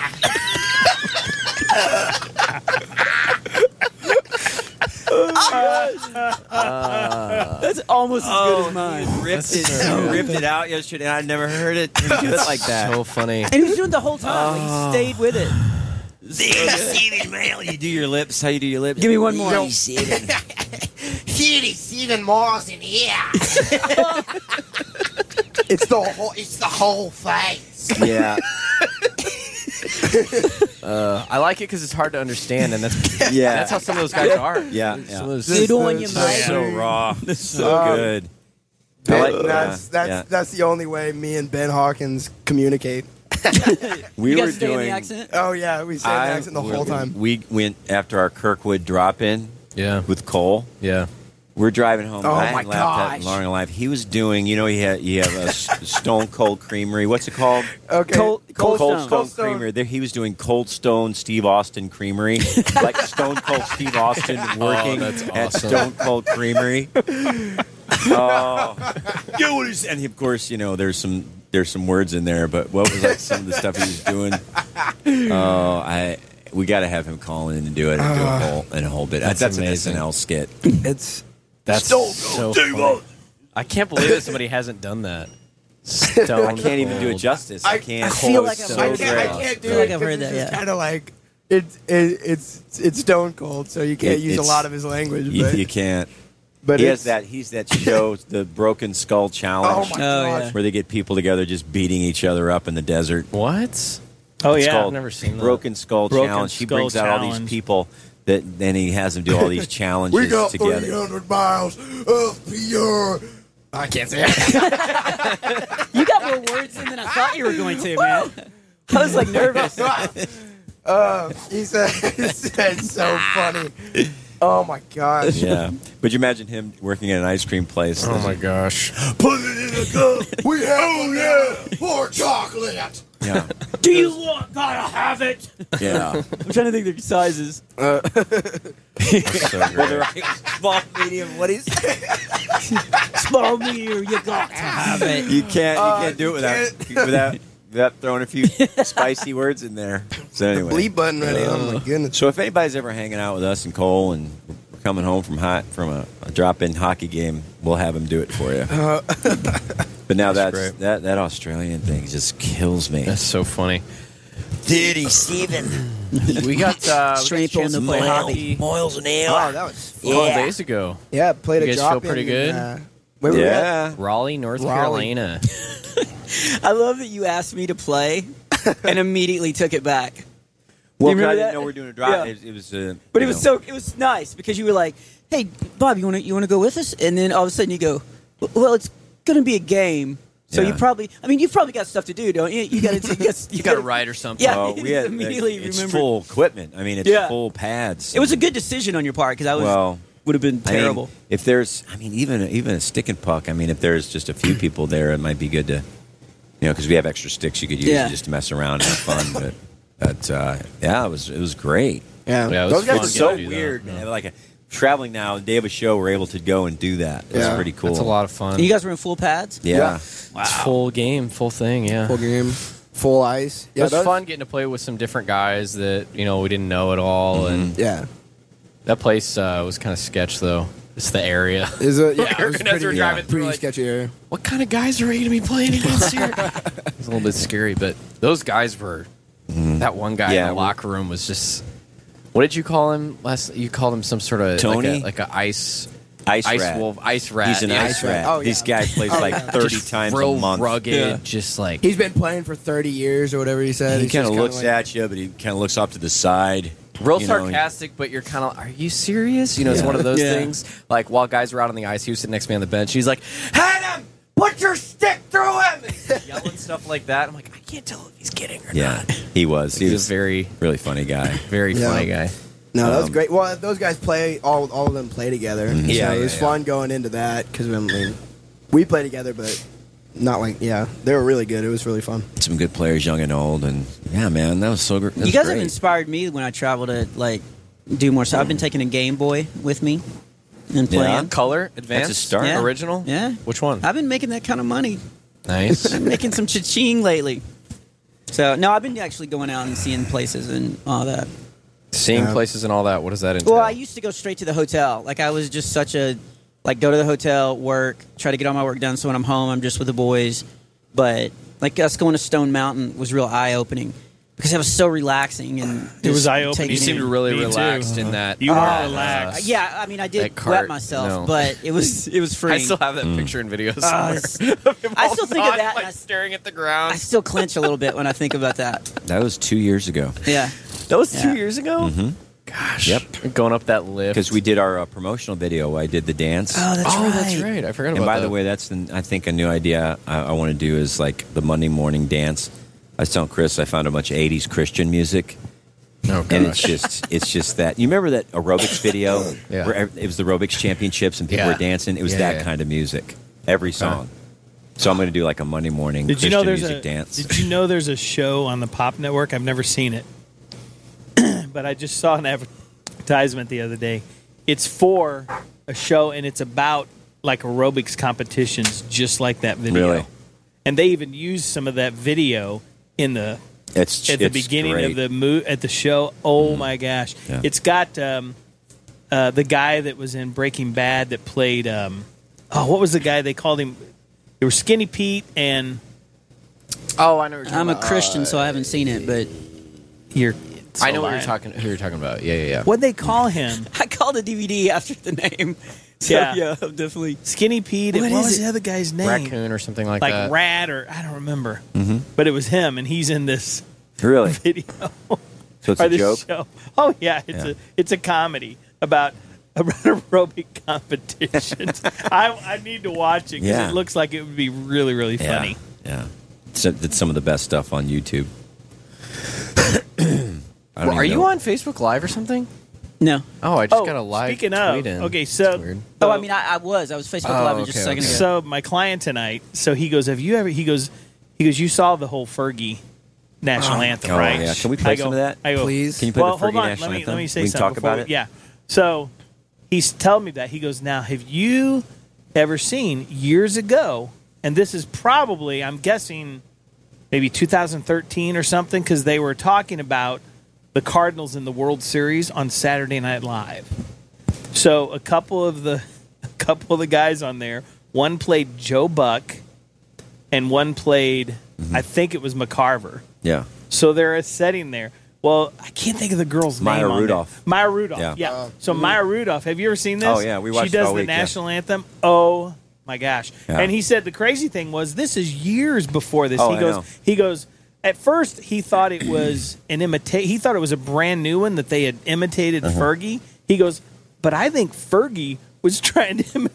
S4: That's almost as good as mine.
S2: Uh, oh, Ripped it, ripped it out yesterday, and I never heard it do it like that.
S3: So funny.
S4: And he was doing the whole time.
S2: Oh.
S4: like, he stayed with it.
S2: Seven mile. You do your lips. How you do your lips?
S4: Give me one more.
S7: 37 miles an hour.
S5: It's the whole.
S7: It's the whole face.
S2: Yeah.
S3: Uh, I like it because it's hard to understand, and that's
S2: Yeah.
S3: that's how some of those guys are.
S2: Yeah. yeah.
S3: Some of those-
S4: Dude on your
S5: So
S4: mouth.
S2: So raw. So
S5: Um,
S2: good. I like-
S5: Ben, that's
S2: yeah,
S5: that's
S2: yeah.
S5: that's the only way me and Ben Hawkins communicate.
S2: We
S4: You
S2: were
S4: guys stay in
S2: doing.
S4: the accent.
S5: Oh yeah, we say
S2: I-
S5: an accent the whole time.
S2: We went after our Kirkwood drop in
S3: yeah,
S2: with Cole.
S3: yeah.
S2: We're driving home.
S5: Oh,
S2: I hadn't
S5: my
S2: laughed at it in
S5: gosh.
S2: long life. He was doing, you know, he had you have a s- Stone Cold Creamery. What's it called?
S5: Okay.
S4: Cold- Cold Stone.
S2: Stone,
S5: Cold Stone.
S2: Creamery. There, he was doing Cold Stone Steve Austin Creamery, like Stone Cold Steve Austin
S4: Oh,
S2: working
S3: that's
S2: at
S3: awesome.
S2: Stone Cold Creamery. oh, Yo, what is- and he- of course, you know, there's some there's some words in there, but what was like some of the stuff he was doing? Oh, I we got to have him call in and do it and do a whole and a whole bit. That's,
S3: That's amazing.
S2: an SNL skit.
S5: Uh. It's
S3: That's so funny. I can't believe that somebody hasn't done that. Stone
S2: I can't even do it justice. I,
S5: I-
S2: can't.
S4: I feel
S2: Oh,
S4: like
S2: it's
S4: I'm-
S2: so
S5: I can't. I
S2: great.
S5: can't do
S4: feel like
S5: it.
S4: I've heard that, yeah.
S5: Kind of like it, it. It's it's stone cold, so you can't
S2: It-
S5: use a
S2: it's-
S5: lot of his language.
S2: You,
S5: But,
S2: you can't.
S5: but
S2: he
S5: it's
S2: has that. He's that show, the Broken Skull
S5: Oh
S2: Challenge,
S5: my
S4: yeah.
S5: gosh!
S2: where they get people together just beating each other up in the desert.
S3: What?
S6: Oh
S2: It's
S6: yeah,
S2: called
S3: I've never seen that.
S2: Broken Skull
S6: Broken
S2: Challenge. he
S6: Skull
S2: brings out all these
S6: Challenge.
S2: people that then he has them do all these challenges
S5: We got three
S2: together.
S5: hundred miles of pure. I can't say. it.
S4: You got more words in than I thought you were going to, man. I was like nervous.
S5: Uh, he said, "That's so funny." Oh my gosh!
S2: Yeah, but you imagine him working at an ice cream place.
S3: Oh my gosh.
S5: Put it in a cup. We have oh, yeah. more chocolate.
S2: Yeah,
S4: Do you want? Gotta have it.
S2: yeah.
S4: I'm trying to think of their sizes.
S5: Uh,
S2: So great.
S1: Small, medium, what is
S4: Small meter, you got to have it.
S2: You can't. You can't do it
S5: Uh,
S2: without without without throwing a few spicy words in there. So anyway, Uh,
S5: Bleep button ready. oh my goodness!
S2: So if anybody's ever hanging out with us and Cole and we're coming home from hot from a, a drop-in hockey game, we'll have him do it for you. but now that's,
S3: great.
S2: that that Australian thing just kills me.
S3: That's so funny.
S1: Dirty Steven.
S3: We got uh, we got a
S4: Straight on
S3: chance
S4: the
S3: to play
S4: ball.
S3: hockey a
S1: Miles an
S5: Oh,
S1: hour.
S5: that was
S1: Yeah.
S3: couple of days ago.
S5: yeah. Played
S3: You
S5: a
S3: guys
S5: drop.
S3: feel pretty
S5: in,
S3: good?
S5: Uh, where were we at?
S2: yeah.
S3: Raleigh, North
S5: Raleigh.
S3: Carolina.
S4: I love that you asked me to play and immediately took it back.
S2: Well,
S4: You remember
S2: I didn't
S4: that?
S2: know we were doing a drop.
S4: Yeah.
S2: It, it was, uh,
S4: But it
S2: you
S4: was
S2: know.
S4: so it was nice because you were like, "Hey, Bob, you want to you want to go with us?" And then all of a sudden you go, "W- "Well, it's going to be a game, so
S2: Yeah.
S4: you probably I mean you've probably got stuff to do, don't you? You got to yes,
S3: You got a ride or something.
S4: Yeah.
S2: Well, we had, uh,
S4: Immediately
S2: it's
S4: remembered.
S2: full equipment. I mean, it's
S4: Yeah.
S2: full pads.
S4: It was a good decision on your part because I was
S2: Well,
S4: would have been
S2: I mean,
S4: terrible.
S2: if there's, I mean, even even a stick and puck. I mean, if there's just a few people there, it might be good to, you know, because we have extra sticks you could use
S4: Yeah.
S2: just to mess around and have fun. but but uh, yeah, it was it was great.
S5: Yeah.
S3: Yeah, it was
S5: Those guys
S3: fun
S5: were
S3: getting
S5: so
S3: to do that.
S2: weird, man. Like a, traveling now, the day of a show, we're able to go and do that. It's
S5: Yeah.
S2: pretty cool.
S3: That's a lot of fun.
S4: And you guys were in full pads.
S2: Yeah.
S5: Yeah.
S3: It's full game, full thing, yeah.
S5: full game, full ice.
S3: It was
S5: those-
S3: fun getting to play with some different guys that, you know, we didn't know at all. And
S5: Yeah.
S3: that place uh, was kind of sketch, though. It's the area.
S5: Is it? Yeah,
S3: We
S5: it
S3: were
S5: was
S3: gonna- as we were
S5: pretty,
S3: driving through,
S5: pretty
S3: like-
S5: sketchy area.
S3: what kind of guys are we going to be playing against here? it's a little bit scary, but those guys were. That one guy
S2: Yeah,
S3: in the
S2: we-
S3: locker room was just. What did you call him last? You called him some sort of
S2: Tony?
S3: like a, like a ice
S2: Ice,
S3: ice
S2: rat.
S3: wolf, ice rat.
S2: He's an
S3: yeah.
S2: ice rat.
S5: Oh,
S2: This
S5: yeah.
S2: guy plays like thirty
S3: Just
S2: times
S3: real
S2: a month.
S3: rugged,
S6: Yeah.
S3: just like
S5: He's been playing for 30 years or whatever he said.
S2: He
S5: He's
S2: kind of
S5: just kinda
S2: looks
S5: like-
S2: at you, but he kind of looks off to the side.
S3: real
S2: you know, he-
S3: sarcastic, but you're kind of, are you serious? You know, it's
S2: Yeah.
S3: one of those
S4: Yeah.
S3: things. Like while guys were out on the ice, he was sitting next to me on the bench. He's like, "Had him, put your stick through him," and yelling stuff like that. I'm like, I can't tell if he's kidding or
S2: Yeah,
S3: not.
S2: he was. He
S3: He's
S2: was
S3: a very,
S2: really funny guy.
S3: very
S5: Yeah.
S3: funny guy.
S5: No, that was
S2: Um, Mm-hmm.
S5: great. Well, those guys play all all of them play
S2: Yeah,
S5: together. so it
S2: yeah,
S5: was
S2: yeah.
S5: fun going into that because I mean, we play together, but not like yeah, they were really good. It was really fun.
S2: Some good players, young and old, and yeah, man, that was so gr- that was great.
S4: you guys have inspired me when I travel to like do more. So I've been taking a Game Boy with me and
S2: Yeah.
S4: playing.
S3: Color, advanced,
S2: start. Yeah.
S3: original.
S4: Yeah.
S3: which one?
S4: I've been making that kind of money.
S3: nice.
S4: making some cha-ching lately. So no, I've been actually going out and seeing places and all that.
S3: Seeing
S5: Yeah.
S3: places and all that. What does that entail?
S4: Well, I used to go straight to the hotel. Like I was just such a like go to the hotel, work, try to get all my work done. So when I'm home, I'm just with the boys. But like us going to Stone Mountain was real eye opening because it was so relaxing and
S6: It was
S4: just
S6: eye-opening.
S4: taking
S3: you seemed
S4: in-
S3: really
S6: Me too. Uh-huh.
S3: relaxed in that.
S6: You are
S3: that, uh,
S6: relaxed.
S4: Yeah, I mean, I
S3: That
S4: did
S3: cart,
S4: wet myself,
S3: no.
S4: but it was it was free.
S3: I still have that picture and video somewhere.
S4: I still think of that. and
S3: Like
S4: I,
S3: staring at the ground.
S4: I still clench a little bit when I think about that.
S2: That was two years ago
S4: Yeah.
S3: that was
S4: Yeah.
S3: two years ago. Mm-hmm. Gosh. Yep. Going up that lift.
S2: because we did our uh, promotional video. I did the dance.
S4: Oh, that's
S3: oh,
S4: right.
S3: that's right. I forgot about
S2: and by
S3: that.
S2: the way, that's an, I think a new idea I, I want to do is like the Monday morning dance. I was telling Chris I found a bunch of '80s Christian music,
S3: oh,
S2: and it's just it's just that. You remember that aerobics video
S3: Yeah.
S2: where ev- it was the aerobics championships and people
S3: Yeah.
S2: were dancing? It was
S3: Yeah,
S2: that
S3: yeah.
S2: kind of music, every song. So I'm going to do like a Monday morning
S6: Did you
S2: Christian
S6: know there's
S2: music
S6: a
S2: dance.
S6: Did you know there's a show on the Pop Network? I've never seen it, but I just saw an advertisement the other day. It's for a show and it's about like aerobics competitions, just like that video.
S2: Really?
S6: and they even used some of that video in the
S2: It's
S6: at the
S2: it's
S6: beginning
S2: great.
S6: of the mo- at the show. Oh
S4: Mm-hmm.
S6: my gosh,
S2: Yeah.
S6: it's got um, uh, the guy that was in Breaking Bad that played. Um, oh, what was the guy they called him? They were Skinny Pete, and
S3: Oh, I know. What you're talking
S4: I'm a
S3: about.
S4: Christian, so I haven't seen it, but
S6: you're.
S3: I know what you're
S6: lying.
S3: talking. Who you're talking about? Yeah, yeah, yeah.
S6: What they Uh, call him?
S4: I called the DVD after the name. So,
S6: Yeah.
S4: yeah, I'm definitely.
S6: Skinny Pete. and
S4: What
S6: what
S4: is
S6: was
S4: it?
S6: the other guy's name?
S3: Raccoon or something like,
S6: Like
S3: that.
S6: Rat or I don't remember. But it was him, and he's in this
S2: Mm-hmm. really.
S6: video.
S2: So it's
S6: or
S2: a
S6: this
S2: joke.
S6: show. Oh yeah, it's
S2: Yeah.
S6: a it's a comedy about about aerobic competitions. I I need to watch it because
S2: Yeah.
S6: it looks like it would be really really
S2: Yeah,
S6: funny.
S2: Yeah, So it's some of the best stuff on YouTube. I don't
S3: Well,
S2: even
S3: are you
S2: know.
S3: on Facebook Live or something?
S4: No.
S3: Oh, I just got a live
S6: speaking
S3: tweet
S6: of,
S3: in.
S6: okay, so
S3: That's weird.
S4: Oh, I mean, I, I was. I was Facebook
S3: Oh,
S4: Live just a
S3: okay,
S4: second
S3: okay.
S6: so
S4: ago.
S6: my client tonight. So he goes, "Have you ever?" He goes, "He goes, you saw the whole Fergie national anthem,
S2: oh,
S6: right?"
S2: yeah. Can we play
S6: I go-
S2: some of that,
S6: I go,
S5: please?
S2: Can you play
S6: well,
S2: the Fergie
S6: hold on.
S2: National
S6: let me
S2: Anthem?
S6: let me say
S2: we can
S6: something.
S2: talk
S6: before
S2: about
S6: we-
S2: it.
S6: Yeah. So he's telling me that he goes now. Have you ever seen years ago? And this is probably I'm guessing maybe 2013 or something because they were talking about the Cardinals in the World Series on Saturday Night Live. So a couple of the a couple of the guys on there, one played Joe Buck, and one played
S2: Mm-hmm.
S6: I think it was McCarver.
S2: Yeah.
S6: So they're sitting there. Well, I can't think of the girl's
S2: Maya
S6: name. on there.
S2: Rudolph.
S6: Maya Rudolph. Yeah.
S2: Yeah.
S6: so Maya Rudolph. Have you ever seen this?
S2: Oh, yeah, we watched
S6: She
S2: it
S6: does
S2: all
S6: the
S2: week, yeah.
S6: national anthem. Oh my gosh!
S2: Yeah.
S6: And he said the crazy thing was this is years before this.
S2: Oh,
S6: he
S2: I
S6: goes.
S2: know.
S6: He goes. At first, he thought it was an imitate. He thought it was a brand new one that they had imitated
S2: Uh-huh.
S6: Fergie. He goes, but I think Fergie was trying to imitate.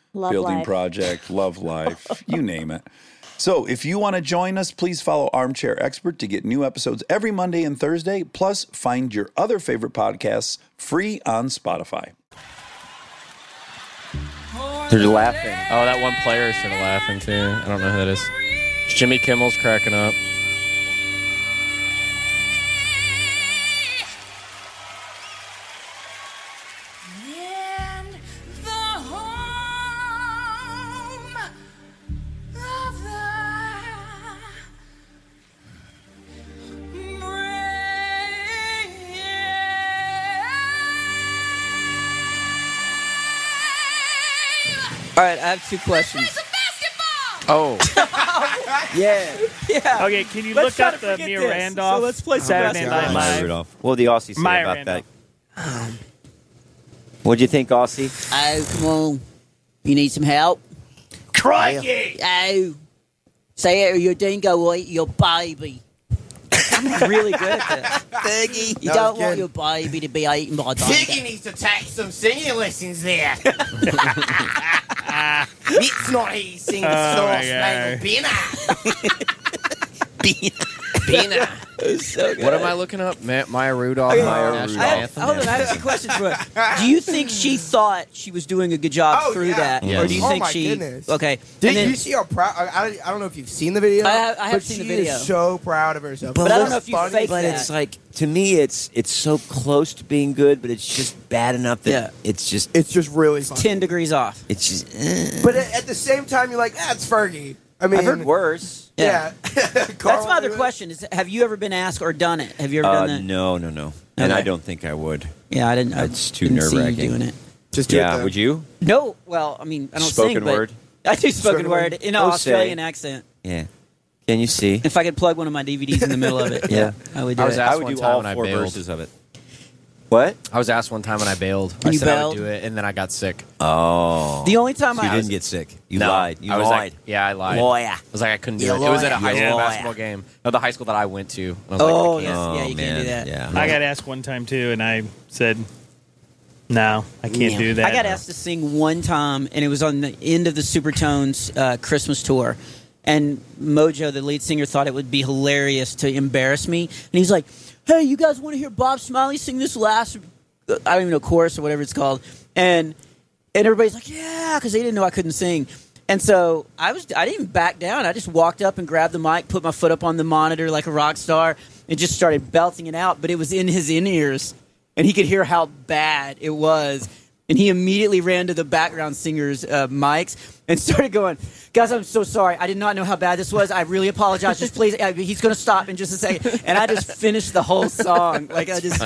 S8: Love
S9: building
S8: life.
S9: project, love life, you name it. So, if you want to join us, please follow Armchair Expert to get new episodes every Monday and Thursday. Plus, find your other favorite podcasts free on Spotify.
S2: They're laughing.
S3: Oh, that one player started laughing too. I don't know who that is. Jimmy Kimmel's cracking up.
S10: And the horn
S4: All right, I have two questions.
S3: Oh,
S1: Yeah.
S4: Yeah.
S6: Okay, can you
S4: Let's
S6: look
S4: try
S6: up
S4: to
S6: the
S4: forget
S6: Mia
S4: this.
S6: Randolph?
S4: So let's play some
S6: Saturday
S4: basketball.
S6: Night
S4: Maya
S2: Maya
S6: Live.
S2: Rudolph. Well, the Aussie said
S6: Maya
S2: about
S6: Randolph.
S2: that. What'd you think, Aussie?
S4: Oh, come on. You need some help?
S6: Crikey!
S4: Oh. Say it or your dingo will eat your baby. I'm really good at this. You
S5: That
S4: don't
S5: was
S4: want
S5: good.
S4: your baby to be eaten by a
S7: Tiggy
S4: dingo.
S7: needs to take some singing lessons there. it's not he sings
S6: Oh,
S7: oh Star
S6: my God.
S7: Spangled Banner.
S3: Bina. what am I looking up? Ma- Maya Rudolph. Maya
S2: I
S3: National
S4: I have,
S3: Anthem?
S2: Oh,
S4: hold on, I have two questions for her. Do you think she thought she was doing a good job
S5: Oh,
S4: through
S5: yeah.
S4: that,
S3: Yes.
S4: or do you
S5: Oh,
S4: think
S5: my
S4: she?
S5: goodness.
S4: Okay,
S5: Did
S4: and then-
S5: you see how proud? I, I- I don't know if you've seen the video.
S4: I have- I have
S5: but
S4: seen
S5: she
S4: the video.
S5: Is so proud of herself.
S4: But I don't know if you
S5: Funny-
S4: faked
S2: But
S4: that.
S2: it's like to me, it's it's so close to being good, but it's just bad enough that
S4: Yeah.
S2: it's just
S5: It's just really funny. uh.
S4: ten degrees off.
S2: it's just. eh.
S5: But at, at the same time, you're like, that's Fergie. I mean,
S2: I've heard worse.
S5: Yeah.
S4: That's my other question: Is have you ever been asked or done it? Have you ever
S2: Uh,
S4: done that?
S2: no, no, no. And
S4: Okay.
S2: I don't think I would.
S4: Yeah, I didn't.
S2: That's
S4: I
S2: too
S4: didn't see you
S2: nerve-wracking.
S4: doing it.
S5: Just do it
S2: Yeah,
S5: though.
S2: would you?
S4: No, well, I mean, I don't
S2: Spoken
S4: sing, but
S2: word?
S4: I do spoken,
S5: Spoken
S4: word
S5: word?
S4: in an
S2: Oh, say.
S4: Australian accent.
S2: Yeah. Can you see?
S4: If I could plug one of my DVDs in the middle of it,
S2: Yeah.
S4: I would do
S3: I was
S4: it.
S3: asked
S2: I would
S3: one
S2: do
S3: time
S2: all
S3: when I
S2: four
S3: bailed.
S2: verses of it. What?
S3: I was asked one time and I bailed. I
S4: You
S3: said I
S4: bailed?
S3: would do it, and then I got sick.
S2: Oh.
S4: the only time
S2: So
S4: I
S2: you didn't get sick. You
S3: No,
S2: lied. You
S3: I was Like,
S2: lied.
S3: yeah, I lied.
S2: Lawyer.
S3: I was like, I couldn't do
S2: You
S3: it. It was at a
S2: liar.
S3: high
S2: You
S3: school
S2: liar.
S3: basketball game. No, the high school that I went to. And I was
S4: Oh,
S3: like, I
S4: yes.
S3: can't.
S4: Yeah, you can't do
S2: man.
S4: that.
S2: Yeah.
S6: I got asked one time too, and I said, "No, I can't do that."
S4: I got asked to sing one time, and it was on the end of the Supertones uh, Christmas tour. And Mojo, the lead singer, thought it would be hilarious to embarrass me, and he's like, "Hey, you guys want to hear Bob Smiley sing this last? uh, I don't even know chorus or whatever it's called." And and everybody's like, "Yeah," because they didn't know I couldn't sing. And so I was, I didn't back down. I just walked up and grabbed the mic, put my foot up on the monitor like a rock star, and just started belting it out. But it was in his in ears, and he could hear how bad it was. And he immediately ran to the background singers' uh, mics and started going, "Guys, I'm so sorry. I did not know how bad this was. I really apologize. Just please, uh, he's going to stop in just a second. And I just finished the whole song. Like I just,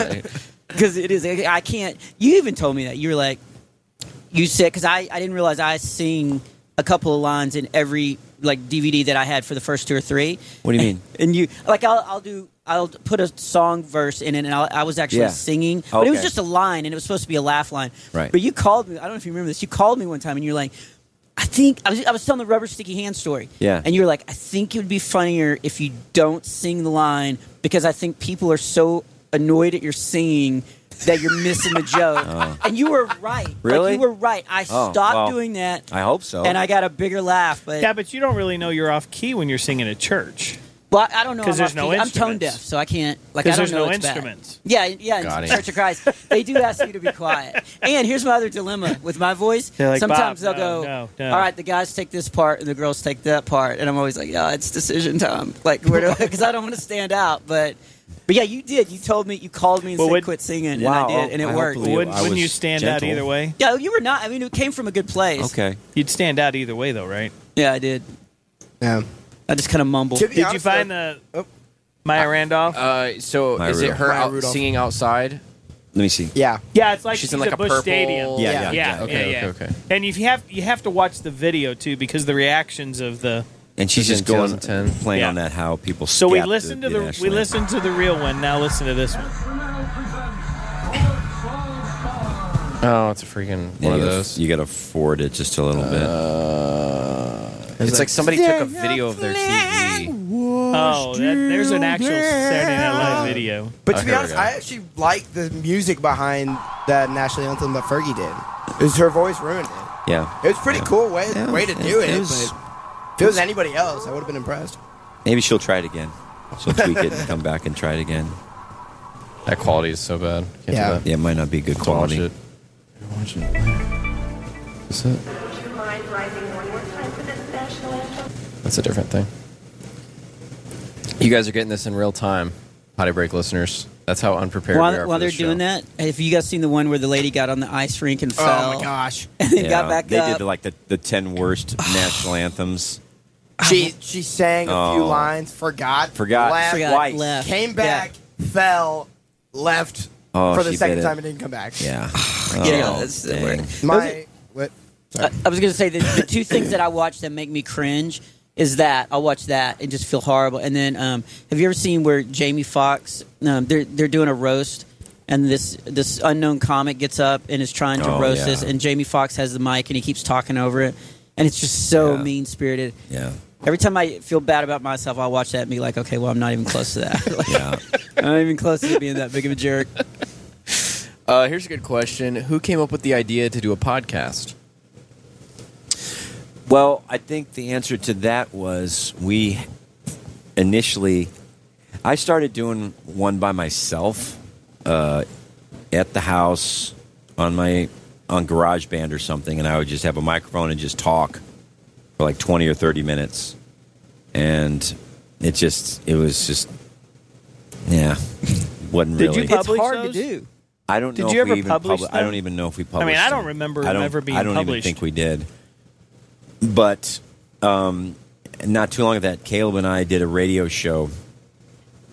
S4: because it is. I can't. You even told me that you were like, you said because I, I didn't realize I sing a couple of lines in every like DVD that I had for the first two or three.
S2: What do you mean?
S4: And you like I'll, I'll do I'll put a song verse in it, and I'll, I was actually
S2: Yeah.
S4: singing, but it was
S2: Okay.
S4: just a line, and it was supposed to be a laugh line.
S2: Right.
S4: But you called me. I don't know if you remember this. You called me one time, and you're like. I think I was, I was telling the rubber sticky hand story.
S2: Yeah.
S4: And you were like, I think it would be funnier if you don't sing the line because I think people are so annoyed at your singing that you're missing the joke.
S2: Oh.
S4: And you were right. Like,
S2: Really?
S4: you were right. I
S2: Oh,
S4: stopped
S2: well,
S4: doing that
S2: I hope so.
S4: and I got a bigger laugh. But
S6: Yeah, but you don't really know you're off key when you're singing at church
S4: well, I I don't know.
S6: 'Cause
S4: I'm
S6: there's
S4: off
S6: no
S4: key. I'm tone
S6: instruments.
S4: deaf, so I can't. Like I
S6: because
S4: don't
S6: there's
S4: know
S6: no
S4: it's bad.
S6: instruments.
S4: Yeah, yeah.
S3: Got
S4: In
S3: it.
S4: Church of Christ, they do ask you to be quiet. And here's my other dilemma with my voice.
S6: They're like,
S4: Sometimes
S6: "Bob,
S4: they'll
S6: no,
S4: go,
S6: no, no."
S4: "All right, the guys take this part and the girls take that part," and I'm always like, "Yeah, it's decision time." Like, where do because I don't want to stand out, but. But yeah, you did. You told me. You called me and
S6: Well,
S4: said,
S6: would-
S4: "Quit singing,"
S2: Wow,
S4: and I did, and it
S2: I hope
S4: worked.
S2: believe
S6: Wouldn't,
S2: I
S6: wouldn't
S2: was
S6: you stand
S2: gentle.
S6: out either way?
S4: Yeah, you were not. I mean, it came from a good place.
S2: okay.
S6: You'd stand out either way, though, right?
S4: Yeah, I did.
S5: Yeah.
S4: I just kind of mumbled.
S5: To be
S6: Did you
S5: honest,
S6: find
S5: though,
S6: the
S5: Oh.
S6: Maya Randolph?
S3: Uh, so
S2: Maya
S3: is it
S2: Rudolph.
S3: her
S5: Maya
S3: out
S5: Rudolph.
S3: singing outside?
S2: Let me see.
S5: Yeah.
S6: yeah, it's like
S3: she's
S6: she's,
S3: in like
S6: at
S3: a
S6: Bush
S3: purple-
S6: Stadium.
S3: Yeah,
S5: yeah,
S6: yeah,
S3: okay,
S6: yeah, yeah.
S3: okay, okay.
S6: And if you have you have to watch the video too because the reactions of the
S2: And she's
S3: This is
S2: just going
S3: 2010.
S2: playing
S6: Yeah.
S2: on that how people.
S6: So we
S2: scalp
S6: listened to
S2: the
S6: the we
S2: national anthem.
S6: listened to the real one. Now listen to this one.
S3: Oh, it's a freaking
S2: Yeah,
S3: one of
S2: you gotta-
S3: those.
S2: You got to forward it just a little
S5: Uh,
S3: It's like somebody took a video of their TV.
S6: Oh, that, there's an actual Saturday Night Live video.
S5: uh, But
S3: Oh,
S5: to be
S3: here we
S5: honest,
S3: go.
S5: I actually like the music behind the national anthem that Fergie did. It was her voice ruined it.
S2: bit. Yeah.
S5: It was a pretty cool way,
S2: Yeah,
S5: way to
S2: it-
S5: do it.
S2: it was-
S5: but if it was anybody else, I would have been impressed.
S2: Maybe she'll try it again. She'll tweak it and come back and try it again.
S3: That quality is so bad. Can't do
S5: Yeah.
S3: that.
S2: Yeah, it might not be good
S3: Don't watch
S2: quality.
S3: it. Watch it. Is that? That's a different thing. You guys are getting this in real time, potty break listeners. That's how unprepared we are.
S4: While,
S3: for
S4: while they're
S3: this show.
S4: doing that, have you guys seen the one where the lady got on the ice rink and fell?
S5: Oh my gosh.
S4: And then
S2: Yeah,
S4: got back
S2: they
S4: up.
S2: did like the, the 10 worst national anthems.
S5: She she sang a few
S2: Oh.
S5: lines, forgot,
S2: Forgot.
S5: left,
S4: Forgot,
S2: twice.
S4: left.
S5: came back, fell, left
S2: Oh,
S5: for the
S2: she
S5: second
S2: bit it.
S5: time and didn't come back.
S2: Yeah.
S4: Yeah,
S2: Oh,
S4: that's the
S2: dang.
S4: word.
S5: My what?
S4: I, I was going to say the, the two things that I watch that make me cringe is that I'll watch that and just feel horrible. And then, um, have you ever seen where Jamie Foxx um, they're they're doing a roast, and this this unknown comic gets up and is trying to
S2: Oh,
S4: roast
S2: yeah.
S4: this, and Jamie Foxx has the mic and he keeps talking over it, and it's just so
S2: Yeah.
S4: mean spirited.
S2: Yeah.
S4: Every time I feel bad about myself, I'll watch that and be like, okay, well, I'm not even close to that. Like,
S2: Yeah.
S4: I'm not even close to being that big of a jerk.
S3: Uh, here's a good question. Who came up with the idea to do a podcast?
S2: Well, I think the answer to that was we initially, I started doing one by myself uh, at the house on my on GarageBand or something, and I would just have a microphone and just talk for like twenty or thirty minutes, and it just it was just yeah, wasn't
S6: Did
S2: really.
S6: you publish
S4: it's hard
S6: those?
S4: to do.
S2: I don't
S6: Did
S2: know
S6: you
S2: if
S6: ever
S2: we even
S6: publish
S2: publi- I
S6: them?
S2: don't even know if we
S6: I
S2: published.
S6: mean, I don't
S2: them.
S6: remember
S2: I
S6: them
S2: don't,
S6: ever being
S2: I don't even
S6: published.
S2: think we did. But um, not too long of that, Caleb and I did a radio show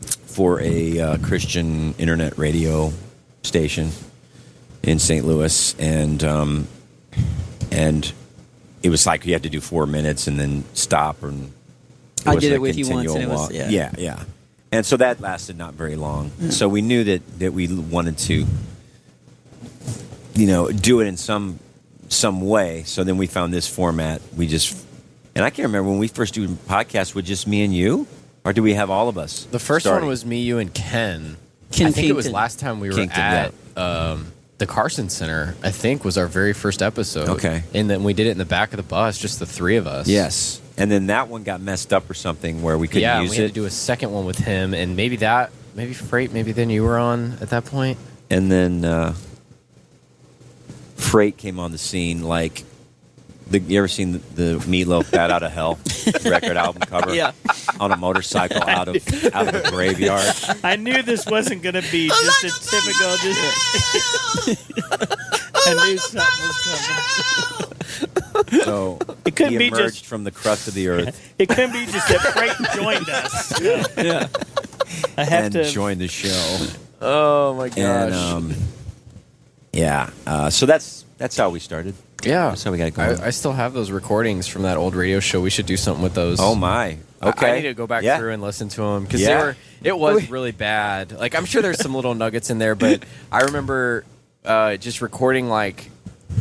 S2: for a uh, Christian internet radio station in St. Louis, and um, and it was like you had to do four minutes and then stop and
S4: I
S2: was
S4: did
S2: a
S4: it with you once,
S2: continual
S4: and it was-
S2: walk.
S4: yeah.
S2: yeah, yeah. And so that lasted not very long. So we knew that that we wanted to, you know, do it in some some way. So then we found this format. We just and I can't remember when we first did podcasts. Was just me and you, or do we have all of us?
S3: The first
S2: starting?
S3: one was me, you, and Ken.
S4: Ken
S3: I think it was
S4: Kington.
S3: last time we were
S2: Kington,
S3: at um, the Carson Center. I think was our very first episode.
S2: Okay.
S3: and then we did it in the back of the bus, just the three of us.
S2: yes, and then that one got messed up or something where we couldn't
S3: yeah. and
S2: use
S3: we
S2: it.
S3: had to do a second one with him, and maybe that, maybe Freight, maybe then you were on at that point.
S2: and then uh, Freight came on the scene. Like, the, you ever seen the, the Meatloaf "Bad Out of Hell" record album cover?
S4: Yeah.
S2: on a motorcycle out of out of a graveyard.
S6: I knew this wasn't going to be just a typical. Just I knew something was coming.
S2: So
S6: It couldn't
S2: he
S6: be
S2: emerged
S6: just-
S2: from the crust of the earth
S6: It couldn't be just that Freight joined us. Yeah. I have
S2: and
S6: to.
S2: joined the show.
S3: Oh my gosh!
S2: And um, yeah, uh, so that's that's how we started.
S3: yeah,
S2: That's how we got it going.
S3: I, I still have those recordings from that old radio show. We should do something with those.
S2: oh my.
S3: I-
S2: Okay.
S3: I need to go back
S2: yeah.
S3: through and listen to them because
S2: Yeah.
S3: they were. It was really bad. Like I'm sure there's some little nuggets in there, but I remember uh, just recording like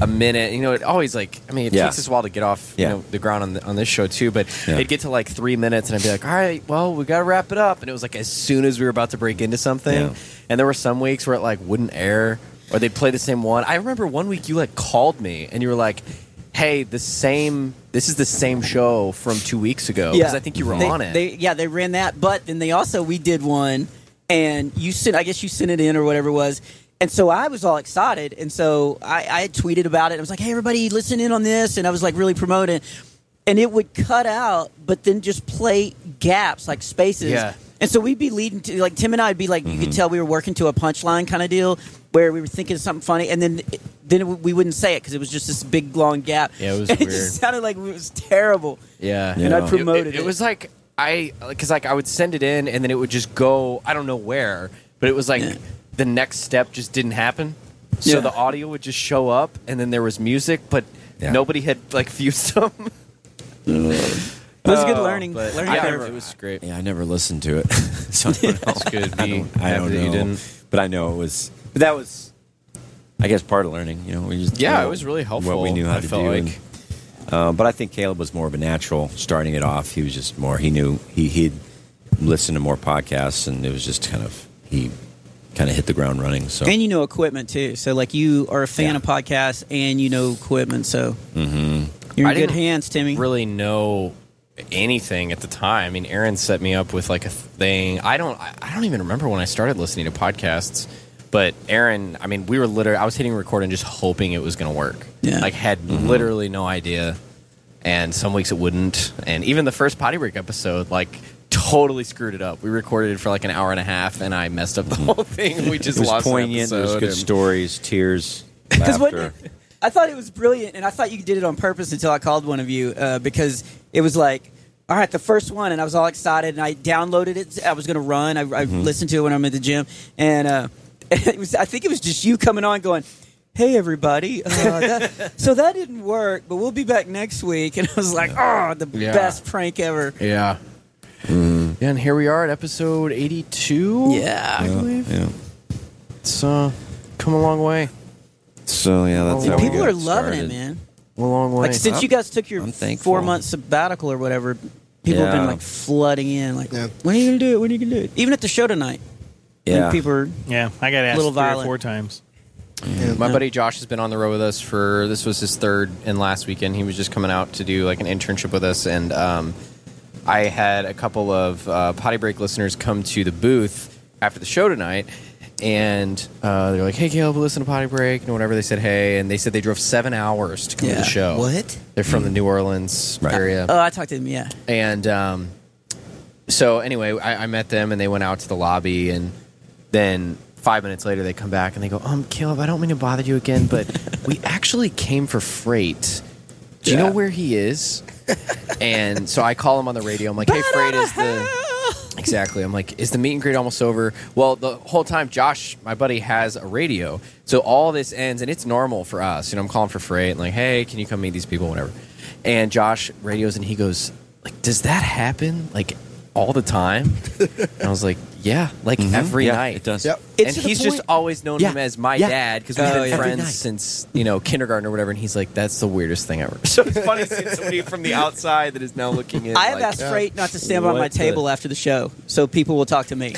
S3: a minute. You know, it always like I mean, it
S2: Yeah.
S3: takes us a while to get off
S2: Yeah.
S3: you know, the ground on the, on this show too. But
S2: Yeah.
S3: it'd get to like three minutes, and I'd be like, all right, well, we got to wrap it up. And it was like as soon as we were about to break into something,
S2: Yeah.
S3: and there were some weeks where it like wouldn't air or they'd play the same one. I remember one week you like called me and you were like. Hey, the same. This is the same show from two weeks ago because I think you were
S4: They-
S3: on it.
S4: They, yeah, they ran that, but then they also we did one, and you sent. I guess you sent it in or whatever it was. And so I was all excited, and so I, I had tweeted about it. I was like, "Hey, everybody, listen in on this," and I was like, really promoting. And it would cut out, but then just play gaps like spaces.
S3: Yeah. Mm-hmm.
S4: And so we'd be leading to like Tim and I'd be like, you could tell we were working to a punchline kind of deal where we were thinking of something funny, and then then we wouldn't say it because it was just this big long gap.
S3: Yeah, it was
S4: And it
S3: weird.
S4: just sounded like it was terrible.
S3: Yeah,
S2: And I Yeah.
S4: promoted
S3: it.
S4: it.
S3: was like I because like I would send it in and then it would just go. I don't know where, but it was like the next step just didn't happen. So
S4: Yeah.
S3: the audio would just show up and then there was music, but
S2: Yeah. Uh,
S3: nobody had like fused them. Uh,
S4: It was good learning.
S3: Oh, But
S4: learning
S3: I
S4: curve.
S3: remember it was great.
S2: Yeah, I never listened to it. so I don't know.
S3: It's good.
S2: I don't, I don't
S3: Happy that
S2: know,
S3: You didn't.
S2: but I know it was. But that was, I guess, part of learning. You know, we just
S3: Yeah,
S2: know
S3: it was really helpful,
S2: What we knew how
S3: I
S2: to
S3: felt
S2: do.
S3: like.
S2: and- uh, but I think Caleb was more of a natural starting it off. He was just more. He knew he he'd listened to more podcasts, and it was just kind of he kind of hit the ground running. So
S4: And you know equipment too. So like you are a fan
S2: Yeah.
S4: of podcasts and you know equipment. So
S2: Mm-hmm.
S4: you're
S3: I
S4: in good
S3: didn't
S4: hands, Timmy.
S3: Really know anything at the time. I mean, Aaron set me up with like a thing. I don't. I I don't even remember when I started listening to podcasts. But Aaron, I mean, we were literally. I was hitting record and just hoping it was going to work.
S4: Yeah.
S3: Like had
S2: Mm-hmm.
S3: literally no idea. And some weeks it wouldn't. And even the first potty break episode, like. Totally screwed it up. We recorded it for like an hour and a half, and I messed up the whole thing. We just
S2: Mm-hmm. it was
S3: lost an
S2: poignant. There was
S3: episode
S2: good
S3: and-
S2: stories, tears,
S4: what-
S2: laughter.
S4: I thought it was brilliant, and I thought you did it on purpose until I called one of you uh, because it was like, all right, the first one, and I was all excited, and I downloaded it. I was going to run. I, I listened to it when I'm at the gym, and uh, it was. I think it was just you coming on going. hey everybody, uh, that, so that didn't work, but we'll be back next week. And I was like, oh, the
S3: Yeah.
S4: best prank ever.
S3: Yeah. Yeah, and here we are at episode 82.
S4: Mm-hmm. Yeah.
S3: I believe.
S2: Yeah.
S3: It's uh, come a long way.
S2: So yeah, that's
S3: Yeah,
S2: how we
S4: People
S2: got
S4: are loving
S2: started.
S4: it, man.
S3: A long way.
S4: Like since you guys took your
S2: I'm thankful.
S4: four month sabbatical or whatever, people have been
S2: Yeah.
S4: like flooding in. Like,
S5: Yeah.
S4: when are you gonna do it? When are you gonna do it? Even at the show tonight, I think
S2: Yeah,
S4: people are.
S6: Yeah, I got asked
S4: Little
S6: three or
S4: violent.
S6: four times.
S3: My buddy Josh has been on the road with us for this was his third and last weekend. He was just coming out to do like an internship with us, and um, I had a couple of uh, potty break listeners come to the booth after the show tonight, and uh, they're like, "Hey, Caleb, listen to potty break," and whatever. They said, "Hey," and they said they drove seven hours to come to
S4: Yeah.
S3: the show.
S4: What?
S3: They're from the New Orleans
S2: Right.
S3: area.
S4: Oh, I talked to them. Yeah.
S3: And um, so anyway, I, I met them and they went out to the lobby and then five minutes later they come back and they go, um, Caleb, I don't mean to bother you again, but we actually came for freight. Do you know where he is? and so I call him on the radio. I'm like, hey, freight is the exactly. I'm like, is the meet and greet almost over? Well, the whole time, Josh, my buddy, has a radio, so all this ends, and it's normal for us. You know, I'm calling for freight and like, hey, can you come meet these people, whatever. And Josh radios and he goes, like, does that happen like all the time? and I was like, yeah, like every
S2: Mm-hmm. yeah,
S3: night
S2: it does.
S5: Yep.
S4: It's to
S3: and
S4: the
S3: he's just
S4: point-
S3: always known
S2: Yeah.
S3: him as my
S2: Yeah.
S3: dad because we've
S4: Oh,
S3: been
S4: yeah.
S2: Every night.
S3: friends since you know kindergarten or whatever. And he's like, "That's the weirdest thing ever." So it's funny seeing somebody from the outside that is now looking in.
S4: I have
S3: like,
S4: asked Freight not to
S2: uh,
S4: stand by
S3: what
S4: my
S3: the-
S4: table after the show, so people will talk to me.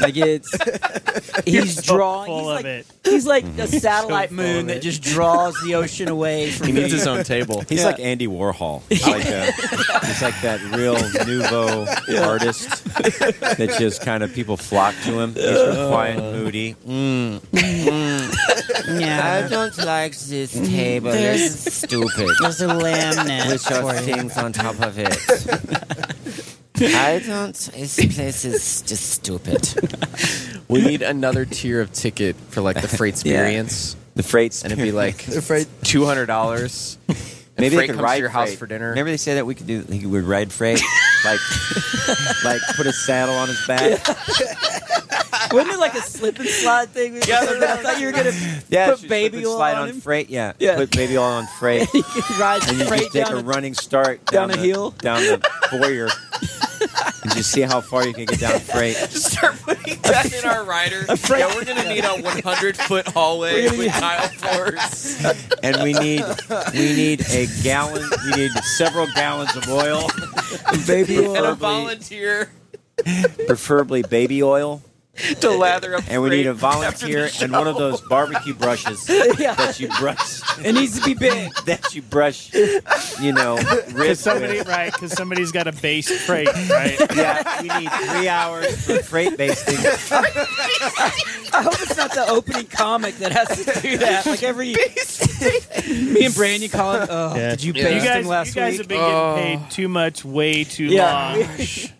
S4: like it's he's
S6: so
S4: drawing.
S6: full
S4: he's
S6: of
S4: like,
S6: it.
S4: He's like
S2: Mm-hmm.
S4: a satellite
S6: full
S4: moon
S6: of
S4: that
S6: it.
S4: just draws the ocean away from
S3: He needs
S4: me.
S3: his own table.
S2: He's
S4: Yeah.
S2: like Andy Warhol. I like that. He's like that real nouveau artist that just kind of people flock to him. He's real quiet, and moody. Mm.
S4: Yeah,
S2: don't like this table.
S4: This
S2: is stupid.
S4: there's a laminate
S2: things on top of it. I don't. This place is just stupid.
S3: We need another tier of ticket for like the freight experience,
S2: The freight's
S3: and it'd be like
S5: Freight.
S3: two hundred dollars.
S2: Maybe
S3: freight
S2: they could
S3: comes
S2: ride
S3: to your house
S2: freight.
S3: for dinner.
S2: Remember they said that we could do. He would ride freight, like, like put a saddle on his back.
S4: Wasn't it like a slip and slide thing? or something? I thought you were gonna
S2: Yeah,
S4: Put
S2: she-
S4: baby
S2: put
S4: oil
S2: slide
S4: on
S2: on
S4: him?
S2: freight. Yeah.
S4: Yeah.
S2: put baby oil on freight.
S4: ride
S2: and you
S4: Freight
S2: just take
S4: down
S2: a
S4: a
S2: running start
S4: down a
S2: the-
S4: hill?
S2: down the foyer, and just see how far you can get down freight.
S3: Start putting that in our rider. Yeah, we're gonna need a one hundred foot hallway with tile floors.
S2: And we need we need a gallon. We need several gallons of oil,
S4: baby oil.
S3: and a
S2: Preferably-
S3: volunteer
S2: preferably baby oil.
S3: to lather up.
S2: And we need a
S3: freight after
S2: volunteer
S3: the show.
S2: and one of those barbecue brushes
S4: Yeah.
S2: that you brush
S4: It needs to be big.
S2: that you brush. You know,
S6: Because
S2: ribs
S6: somebody,
S2: with.
S6: right? Because somebody's got a base freight, right?
S2: Yeah, we need three hours for freight basting.
S4: I hope it's not the opening comic that has to do that. Like every me and Brandy calling. Oh,
S6: Yeah.
S4: did you
S3: Yeah. Oh.
S4: baste
S6: You guys,
S4: him last
S6: you guys
S4: week?
S6: have been getting paid too much, way too
S4: Yeah.
S6: long.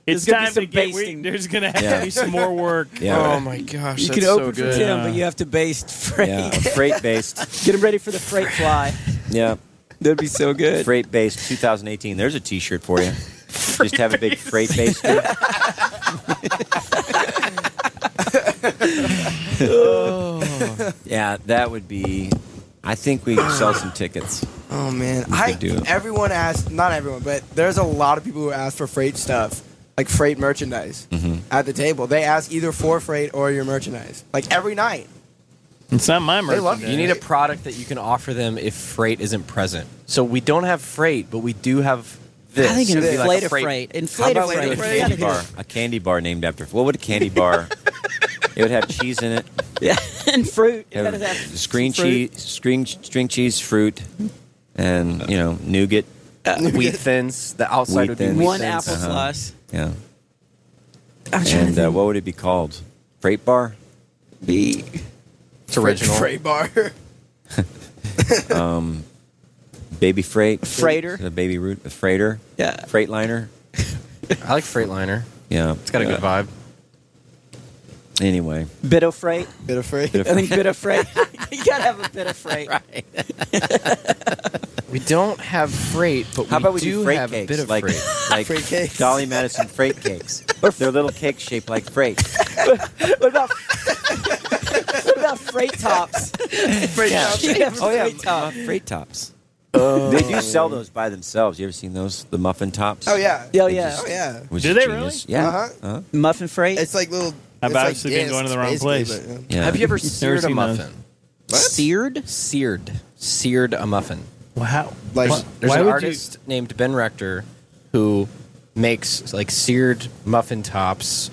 S6: It's
S4: gonna be
S6: time to
S4: some
S6: get. We,
S4: basting.
S6: there's gonna have
S2: Yeah.
S6: to be some more work.
S2: Yeah.
S3: Oh my gosh,
S4: You
S3: that's
S4: can
S3: so
S4: open
S3: good.
S4: for Tim,
S6: Yeah.
S4: but you have to baste Freight.
S2: Yeah, freight based.
S4: Get him ready for the Freight fly.
S2: Yeah.
S4: That'd be so good.
S2: Freight based 2018. There's a T-shirt for you. Just have a big freight based. yeah, that would be. I think we could sell some tickets.
S5: Oh man, I
S2: do it.
S5: everyone asked not everyone, but there's a lot of people who ask for freight stuff, like freight merchandise
S2: Mm-hmm.
S5: at the table. They ask either for freight or your merchandise, like every night.
S6: It's not my
S5: They love
S6: merchandise.
S5: you.
S3: You need a product that you can offer them if freight isn't present. So we don't have freight, but we do have this.
S4: I think
S3: It'd be
S4: inflate
S3: like a
S4: a Freight.
S2: How
S4: Inflate a
S2: about we do a
S4: Freight.
S2: candy bar? A candy bar named after. What would a candy bar? it would have cheese in it.
S4: Yeah, and fruit. You
S2: Have
S4: gotta have
S2: Screen
S4: some fruit.
S2: cheese, string, string cheese, fruit, and you know nougat.
S3: Wheat thins. The outside
S2: Wheat
S3: would be
S2: thins.
S3: Uh.
S2: Uh-huh.
S3: wheat
S4: One
S3: thins.
S4: apple slice.
S2: Yeah.
S4: I'm trying
S2: And
S4: to
S2: uh, what would it be called? Freight bar.
S4: be.
S3: It's original.
S5: Freight bar.
S2: Um, Baby freight.
S4: Freighter.
S2: The baby root. The freighter.
S4: Yeah.
S2: Freightliner.
S3: I like Freightliner.
S2: Yeah.
S3: It's got a good vibe.
S2: Anyway.
S4: Bit of Freight.
S5: Bit of freight.
S2: Bit of-
S4: I think bit of Freight. you gotta have a bit of Freight.
S3: We don't have freight, but
S2: How
S3: we
S2: about we
S3: do
S2: do freight
S3: have
S2: cakes?
S3: a bit of
S2: like,
S3: freight.
S2: like
S5: Freight cakes.
S2: Dolly Madison freight cakes. They're little cakes shaped like freight.
S4: What about what about freight tops?
S5: Freight tops.
S4: You have
S2: Oh yeah,
S4: freight top.
S2: mu- freight tops. They do sell those by themselves. You ever seen those? The muffin tops.
S5: Oh yeah.
S4: Yeah,
S2: They
S4: yeah.
S2: just-
S5: Oh yeah.
S2: Which
S6: Do
S2: is
S6: they
S2: genius.
S6: really?
S2: Yeah.
S5: Uh-huh.
S2: Uh-huh.
S4: Muffin freight.
S5: It's like little.
S6: I've
S5: it's like
S6: actually been going to the wrong
S5: discs, basically,
S6: place.
S5: but, yeah.
S2: Yeah.
S3: Have you ever
S6: Never
S3: seared a
S6: seen those.
S3: muffin?
S4: Seared.
S3: Seared, seared a muffin.
S6: Wow.
S5: Like-
S6: What?
S3: There's
S6: Why
S3: an
S6: would
S3: artist named Ben Rector who makes like seared muffin tops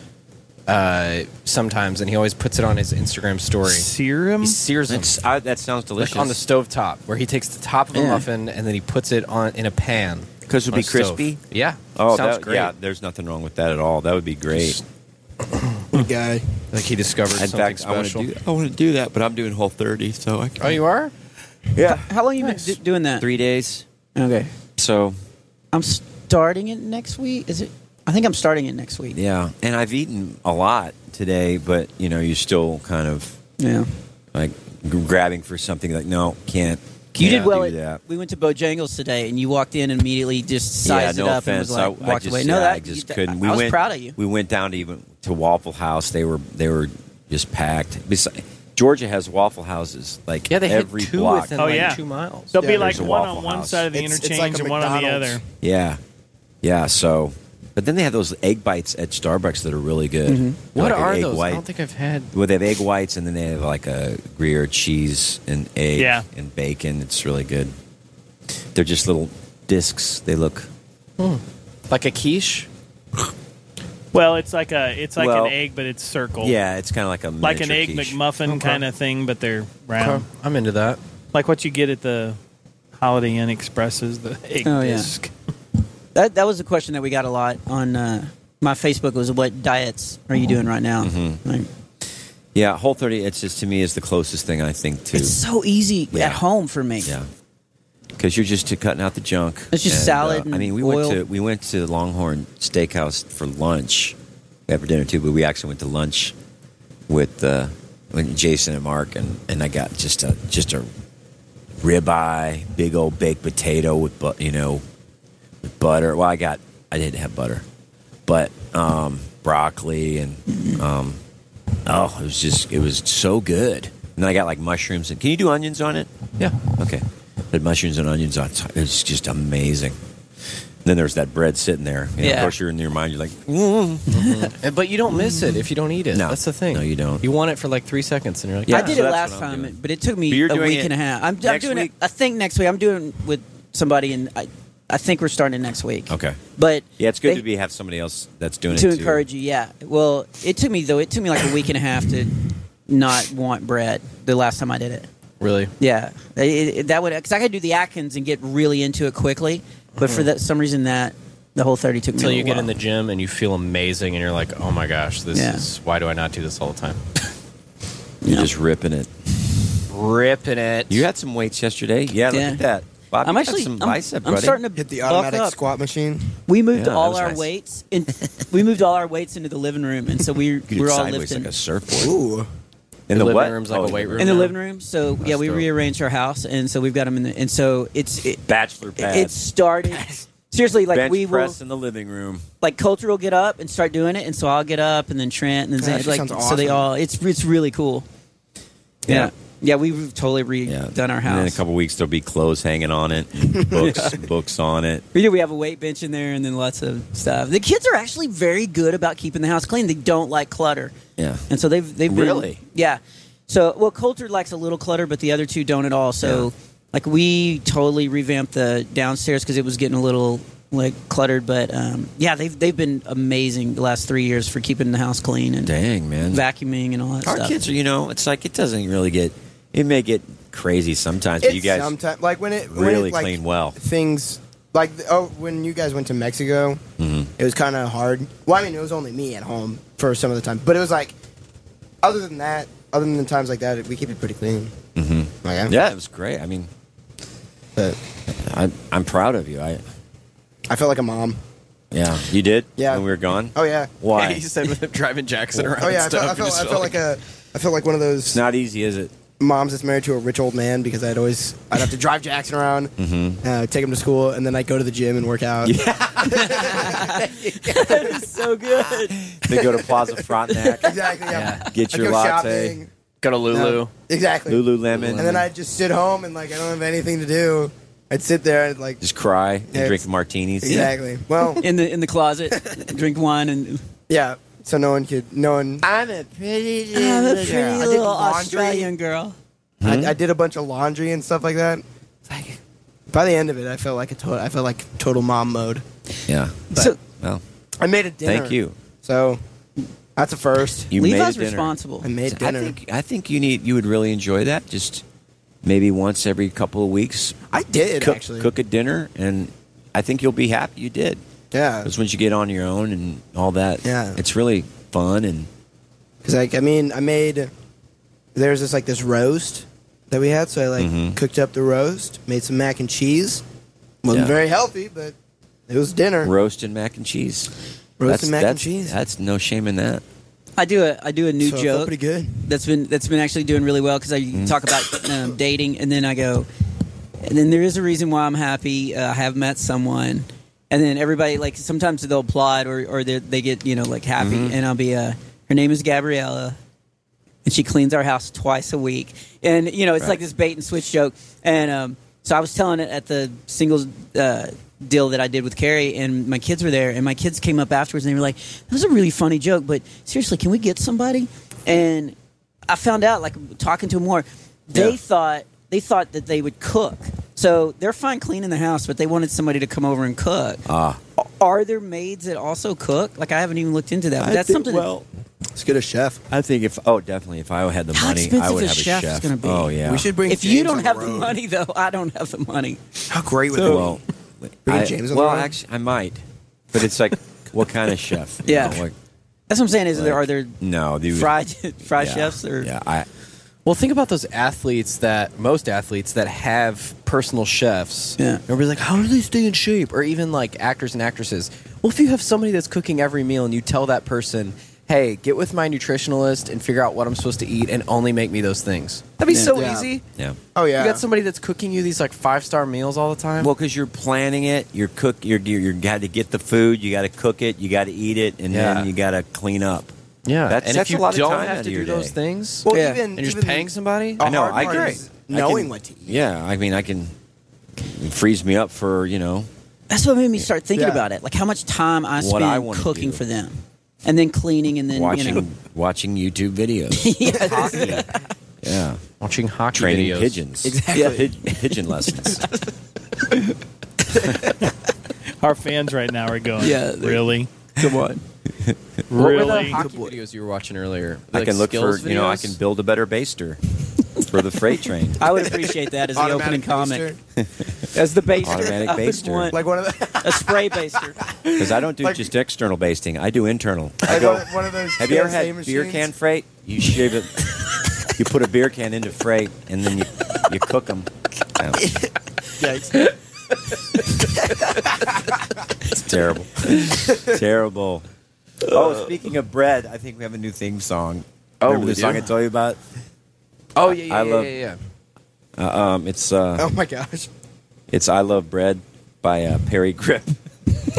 S3: uh, sometimes, and he always puts it on his Instagram
S6: you
S3: story.
S6: sear 'em?
S3: He sears them
S2: It's- I- Uh, that sounds
S3: like
S2: delicious.
S3: on the stove top, where he takes the top of a
S2: Yeah.
S3: muffin and then he puts it on in a pan
S2: 'Cause it'll
S3: on
S2: be
S3: a stove.
S2: crispy?
S3: Yeah.
S2: Oh,
S3: sounds
S2: that,
S3: great.
S2: yeah. There's nothing wrong with that at all. That would be great.
S5: Good guy.
S3: Like he discovered
S2: In
S3: something
S2: fact, I want
S3: special.
S2: to do. I want to do that, but I'm doing Whole 30, so I
S3: Oh,
S2: can.
S3: you are?
S5: Yeah.
S4: How long you been do- doing that?
S2: Three days.
S4: Okay.
S2: So
S4: I'm starting it next week. Is it? I think I'm starting it next week.
S2: yeah, and I've eaten a lot today, but you know, you're still kind of
S4: Yeah.
S2: like g- grabbing for something. Like, no, can't.
S4: You
S2: can't
S4: did well.
S2: Do
S4: At,
S2: that.
S4: we went to Bojangles today, and you walked in and immediately just sized
S2: yeah, no
S4: it up and was
S2: offense.
S4: like,
S2: I, I
S4: walked
S2: just,
S4: away. No,
S2: yeah,
S4: that
S2: I just
S4: you-
S2: couldn't.
S4: I
S2: We
S4: was
S2: went,
S4: proud of you.
S2: We went down to even to Waffle House. They were they were just packed. Besi- Georgia has Waffle Houses like
S3: Yeah, they hit
S2: every
S3: two
S2: block.
S3: within
S6: Oh,
S3: like
S6: yeah.
S3: two miles.
S6: They'll be
S5: Yeah,
S6: like
S2: there's a
S6: one
S2: Waffle
S6: on one
S2: House.
S6: side of the
S5: It's- it's
S6: interchange
S5: like a
S6: and one on the
S5: McDonald's.
S6: other.
S2: Yeah, yeah. So, but then they have those egg bites at Starbucks that are really good.
S4: Mm-hmm.
S2: They're
S3: Mm-hmm. What
S2: like an
S3: are
S2: egg
S3: those?
S2: White.
S3: I don't think I've had.
S2: well, they have egg whites, and then they have like a Gruyere cheese and egg
S6: Yeah.
S2: and bacon. It's really good. They're just little discs. They look
S3: Like a quiche?
S6: Well, it's like a it's like
S2: Well,
S6: an egg, but it's circle.
S2: yeah. It's kind of like a
S6: like an
S2: miniature
S6: egg
S2: quiche.
S6: McMuffin kind of thing, but they're round,
S3: I'm into that.
S6: like what you get at the Holiday Inn Expresses, the egg
S4: Oh, yeah.
S6: disc.
S4: That that was a question that we got a lot on uh, my Facebook. Was what diets are you doing right now?
S2: Mm-hmm.
S4: Like,
S2: Yeah, Whole 30. It's just to me is the closest thing I think to
S4: it's so easy
S2: Yeah.
S4: at home for me.
S2: yeah, because you're just cutting out the junk. uh,
S4: It's just salad
S2: I
S4: and
S2: mean, we
S4: oil.
S2: went to we went to Longhorn Steakhouse for lunch after dinner too, but we actually went to lunch with uh, with Jason and Mark, and, and I got just a just a ribeye, big old baked potato with but you know with butter. Well, I got I didn't have butter, but um, broccoli and um, oh, it was just it was so good. And then I got like mushrooms and can you do onions on it?
S3: Yeah.
S2: Okay. Had mushrooms and onions on top. It's just amazing. And then there's that bread sitting there. You know,
S4: Yeah.
S2: Of course, you're in your mind. You're like,
S3: And- But you don't miss it if you don't eat it.
S2: No.
S3: That's the thing.
S2: No, you don't.
S3: You want it for like three seconds, and you're like, "Ah."
S2: Yeah.
S4: I did
S2: so
S4: it
S2: that's
S4: last
S2: what I'm
S4: time,
S2: doing.
S4: but it took me
S2: But you're
S4: a
S2: doing
S4: week
S2: it
S4: and a half. I'm, I'm
S2: next
S4: doing
S2: week?
S4: it. I think next week I'm doing it with somebody, and I I think we're starting next week.
S2: okay.
S4: but
S2: Yeah, it's good
S4: they-
S2: to be have somebody else that's doing
S4: to
S2: it
S4: encourage
S2: Too.
S4: you. Yeah. Well, it took me though. It took me like a week and a half to not want bread the last time I did it.
S3: really?
S4: Yeah, It- it- that would because I could do the Atkins and get really into it quickly, but
S2: Hmm.
S4: for that some reason that the whole thirty took me.
S3: Until
S4: a
S3: you
S4: little
S3: get in the
S4: while.
S3: gym and you feel amazing, and you're like, oh my gosh, this
S4: Yeah.
S3: is why do I not do this all the time?
S2: You're just ripping it.
S3: Ripping it.
S2: You had some weights yesterday. Yeah, look
S4: Yeah.
S2: at that. Bob,
S4: I'm
S2: you got
S4: actually.
S2: some
S4: I'm,
S2: bicep,
S4: I'm
S2: buddy.
S4: starting to
S5: Hit the
S4: buff
S5: automatic
S4: up.
S5: squat machine.
S4: We moved
S2: Yeah,
S4: all
S2: that was
S4: our
S2: nice.
S4: weights in. we moved all our weights into the living room, and so we
S2: You could
S4: we're
S2: do
S4: all
S2: sideways
S4: lifting
S2: like a surfboard.
S5: Ooh.
S2: In
S3: The
S2: the,
S3: living
S2: what?
S3: room's like a weight room.
S4: Oh, in the
S3: now.
S4: living room.
S2: Oh,
S4: So yeah, we
S3: dope.
S4: rearranged our house, and so we've got them in the. And so it's it,
S2: Bachelor pad.
S4: it started. Seriously, like
S2: bench
S4: we will.
S2: press in the living room.
S4: like Coulter will get up and start doing it, and so I'll get up, and then Trent, and then
S5: Gosh,
S4: Zane,
S5: that
S4: like
S5: sounds
S4: so they
S5: awesome.
S4: all. It's it's really cool. Yeah, yeah,
S2: Yeah.
S4: we've totally
S2: Yeah.
S4: redone our
S2: And in a
S4: house.
S2: couple weeks, there'll be clothes hanging on it, and books, books on it.
S4: We do. We have a weight bench in there, and then lots of stuff. The kids are actually very good about keeping the house clean. They don't like clutter,
S2: Yeah.
S4: and so they've they've been-
S2: Really?
S4: yeah. So well, Coulter likes a little clutter, but the other two don't at all. So
S2: Yeah.
S4: like we totally revamped the downstairs because it was getting a little like cluttered. But um, yeah, they've they've been amazing the last three years for keeping the house clean and
S2: Dang, man.
S4: vacuuming and all that
S2: Our
S4: stuff.
S2: kids are, you know, it's like it doesn't really get. It may get crazy sometimes, but you guys
S5: sometimes like when it when
S2: really
S5: it, like,
S2: clean well.
S5: things like oh when you guys went to Mexico,
S2: Mm-hmm.
S5: it was kind of hard. Well, I mean it was only me at home for some of the time, but it was like other than that, other than times like that, we keep it pretty clean. Mm-hmm. Like,
S2: Yeah, it was great. I mean,
S5: but
S2: I, I'm proud of you. I
S5: I felt like a mom.
S2: yeah, you did.
S5: Yeah.
S2: when we were gone.
S5: Oh yeah.
S2: Why?
S3: Yeah, you said with him driving Jackson around.
S5: Oh yeah. I
S3: and stuff,
S5: felt, I
S3: you
S5: felt,
S3: just
S5: I felt like a I felt like one of those
S2: it's not easy, is it?
S5: moms that's married to a rich old man because I'd always I'd have to drive Jackson around, uh, take him to school, and then I'd go to the gym and work out.
S4: that is so good.
S2: They go to Plaza Frontenac,
S5: Exactly. Yeah.
S2: get
S5: I'd
S2: your
S5: go
S2: latte.
S5: shopping.
S3: Go to Lulu.
S5: Exactly.
S2: Lululemon.
S5: And then I'd just sit home and like I don't have anything to do. I'd sit there and like
S2: Just cry and
S5: Yeah,
S2: drink
S5: it's-
S2: martinis.
S5: exactly. Well,
S4: in the in the closet, drink wine, and
S5: yeah. So no one could. No one.
S7: I'm a pretty little girl. I did laundry.
S4: girl.
S5: I, I did a bunch of laundry and stuff like that. It's like, by the end of it, I felt like a total. I felt like total mom mode.
S2: Yeah.
S4: so
S2: Well,
S5: I made a dinner.
S2: thank you.
S5: So that's a first.
S2: You
S4: leave
S2: made
S4: us
S2: dinner.
S4: responsible.
S5: I made
S2: I
S5: dinner.
S2: think I think you need you would really enjoy that. Just maybe once every couple of weeks,
S5: I did
S2: cook,
S5: actually.
S2: cook a dinner, and I think you'll be happy you did.
S5: Yeah.
S2: Because once you get on your own and all that,
S5: Yeah.
S2: it's really fun and
S5: Because like I mean, I made there's this like this roast that we had, so I like
S2: Mm-hmm.
S5: cooked up the roast, made some mac and cheese. wasn't
S2: Yeah.
S5: very healthy, but it was dinner.
S2: roast and mac and cheese.
S5: Roast
S2: That's-
S5: and mac
S2: that's-
S5: and cheese.
S2: That's no shame in that.
S4: I do a I do a new
S5: So I felt
S4: joke
S5: pretty good.
S4: that's been that's been actually doing really well because I talk about um, dating and then I go, and then there is a reason why I'm happy. Uh, I have met someone, and then everybody like sometimes they'll applaud or or they, they get you know like happy, and I'll be uh, her name is Gabriella, and she cleans our house twice a week, and you know it's like this bait and switch joke, and um, so I was telling it at the singles. Uh, deal that I did with Carrie and my kids were there and my kids came up afterwards and they were like that was a really funny joke but seriously can we get somebody and I found out, like talking to them more, they
S2: Yeah.
S4: thought they thought that they would cook. So they're fine cleaning the house, but they wanted somebody to come over and cook.
S2: Ah.
S4: A- Are there maids that also cook? Like I haven't even looked into that. But that's something.
S2: Well,
S5: Let's get a chef.
S2: I think if oh definitely if I had the
S4: How
S2: money, I
S4: expensive
S2: would
S4: a
S2: have
S4: chef
S2: a
S4: is
S2: chef.
S4: gonna be?
S2: Oh yeah.
S5: We should bring.
S4: if you
S5: James
S4: don't
S5: on
S4: have
S5: the,
S4: the
S5: road.
S4: money, though, I don't have the money.
S5: how great would that
S2: well,
S5: Bring
S2: I-
S5: James on the
S2: well,
S5: road?
S2: actually, I might, but it's like, what kind of chef? You
S4: Yeah.
S2: know, like-
S4: That's what I'm saying. Is there are
S2: like-
S4: there
S2: no the
S4: fried fried
S2: yeah,
S4: chefs or
S2: yeah? I
S3: Well, think about those athletes that most athletes that have personal chefs.
S4: Yeah.
S3: Everybody's like, how do they stay in shape? Or even like actors and actresses. Well, if you have somebody that's cooking every meal and you tell that person, hey, get with my nutritionalist and figure out what I'm supposed to eat and only make me those things. That'd be so
S5: Yeah.
S3: easy.
S2: yeah.
S5: Oh yeah.
S3: You got somebody that's cooking you these like five star meals all the time.
S2: Well, because you're planning it, you're cook, you're you you got to get the food, you got to cook it, you got to eat it, and
S3: Yeah.
S2: then you got to clean up.
S3: yeah.
S2: that's-
S3: and
S2: that's
S3: if you
S2: a lot of
S3: don't
S2: time out
S3: have
S2: of
S3: to do
S2: your
S3: those
S2: day.
S3: things
S5: Well,
S4: Yeah.
S5: even
S3: and you're
S5: even
S3: just paying somebody,
S5: a
S2: I know,
S5: hard
S2: I
S5: part
S2: agree.
S5: is Knowing what to eat.
S2: Yeah, I mean, I can it frees me up for you know.
S4: That's what made me start thinking
S5: Yeah.
S4: about it. Like how much time I
S2: What
S4: spend
S2: I wanna
S4: cooking
S2: do.
S4: for them, and then cleaning, and then
S2: watching
S4: you know,
S2: watching YouTube videos. yeah,
S3: watching hockey
S2: training
S3: videos.
S2: pigeons.
S4: Exactly.
S2: Pid- pigeon lessons.
S6: Our fans right now are going,
S4: Yeah, they're-
S6: really?
S2: Come on,
S3: What were the
S6: really?
S3: hockey videos you were watching earlier?
S2: I can look for
S3: skills
S2: you know. I
S3: videos?
S2: can build a better baster for the freight train.
S4: I would appreciate that as the opening
S5: Automatic
S4: comment
S5: baster.
S4: as the baster.
S2: Automatic
S4: I would
S2: baster.
S4: want
S5: Like one of the.
S4: a spray baster.
S2: Because I don't do
S5: Like-
S2: just external basting. I do internal. I
S5: Like
S2: go.
S5: one of- one of those.
S2: Have you ever
S5: TSA
S2: had beer
S5: machines?
S2: can freight? You shave it. you put a beer can into freight, and then you you cook them.
S5: Yikes.
S2: It's terrible. terrible. Oh, speaking of bread, I think we have a new theme song.
S3: Oh,
S2: Remember
S3: we
S2: the song
S3: do?
S2: I told you about?
S3: Oh yeah, yeah,
S2: I
S3: yeah,
S2: love-
S3: yeah, yeah.
S2: Um, it's uh,
S5: Oh my gosh.
S2: it's "I Love Bread" by uh, Perry Grip.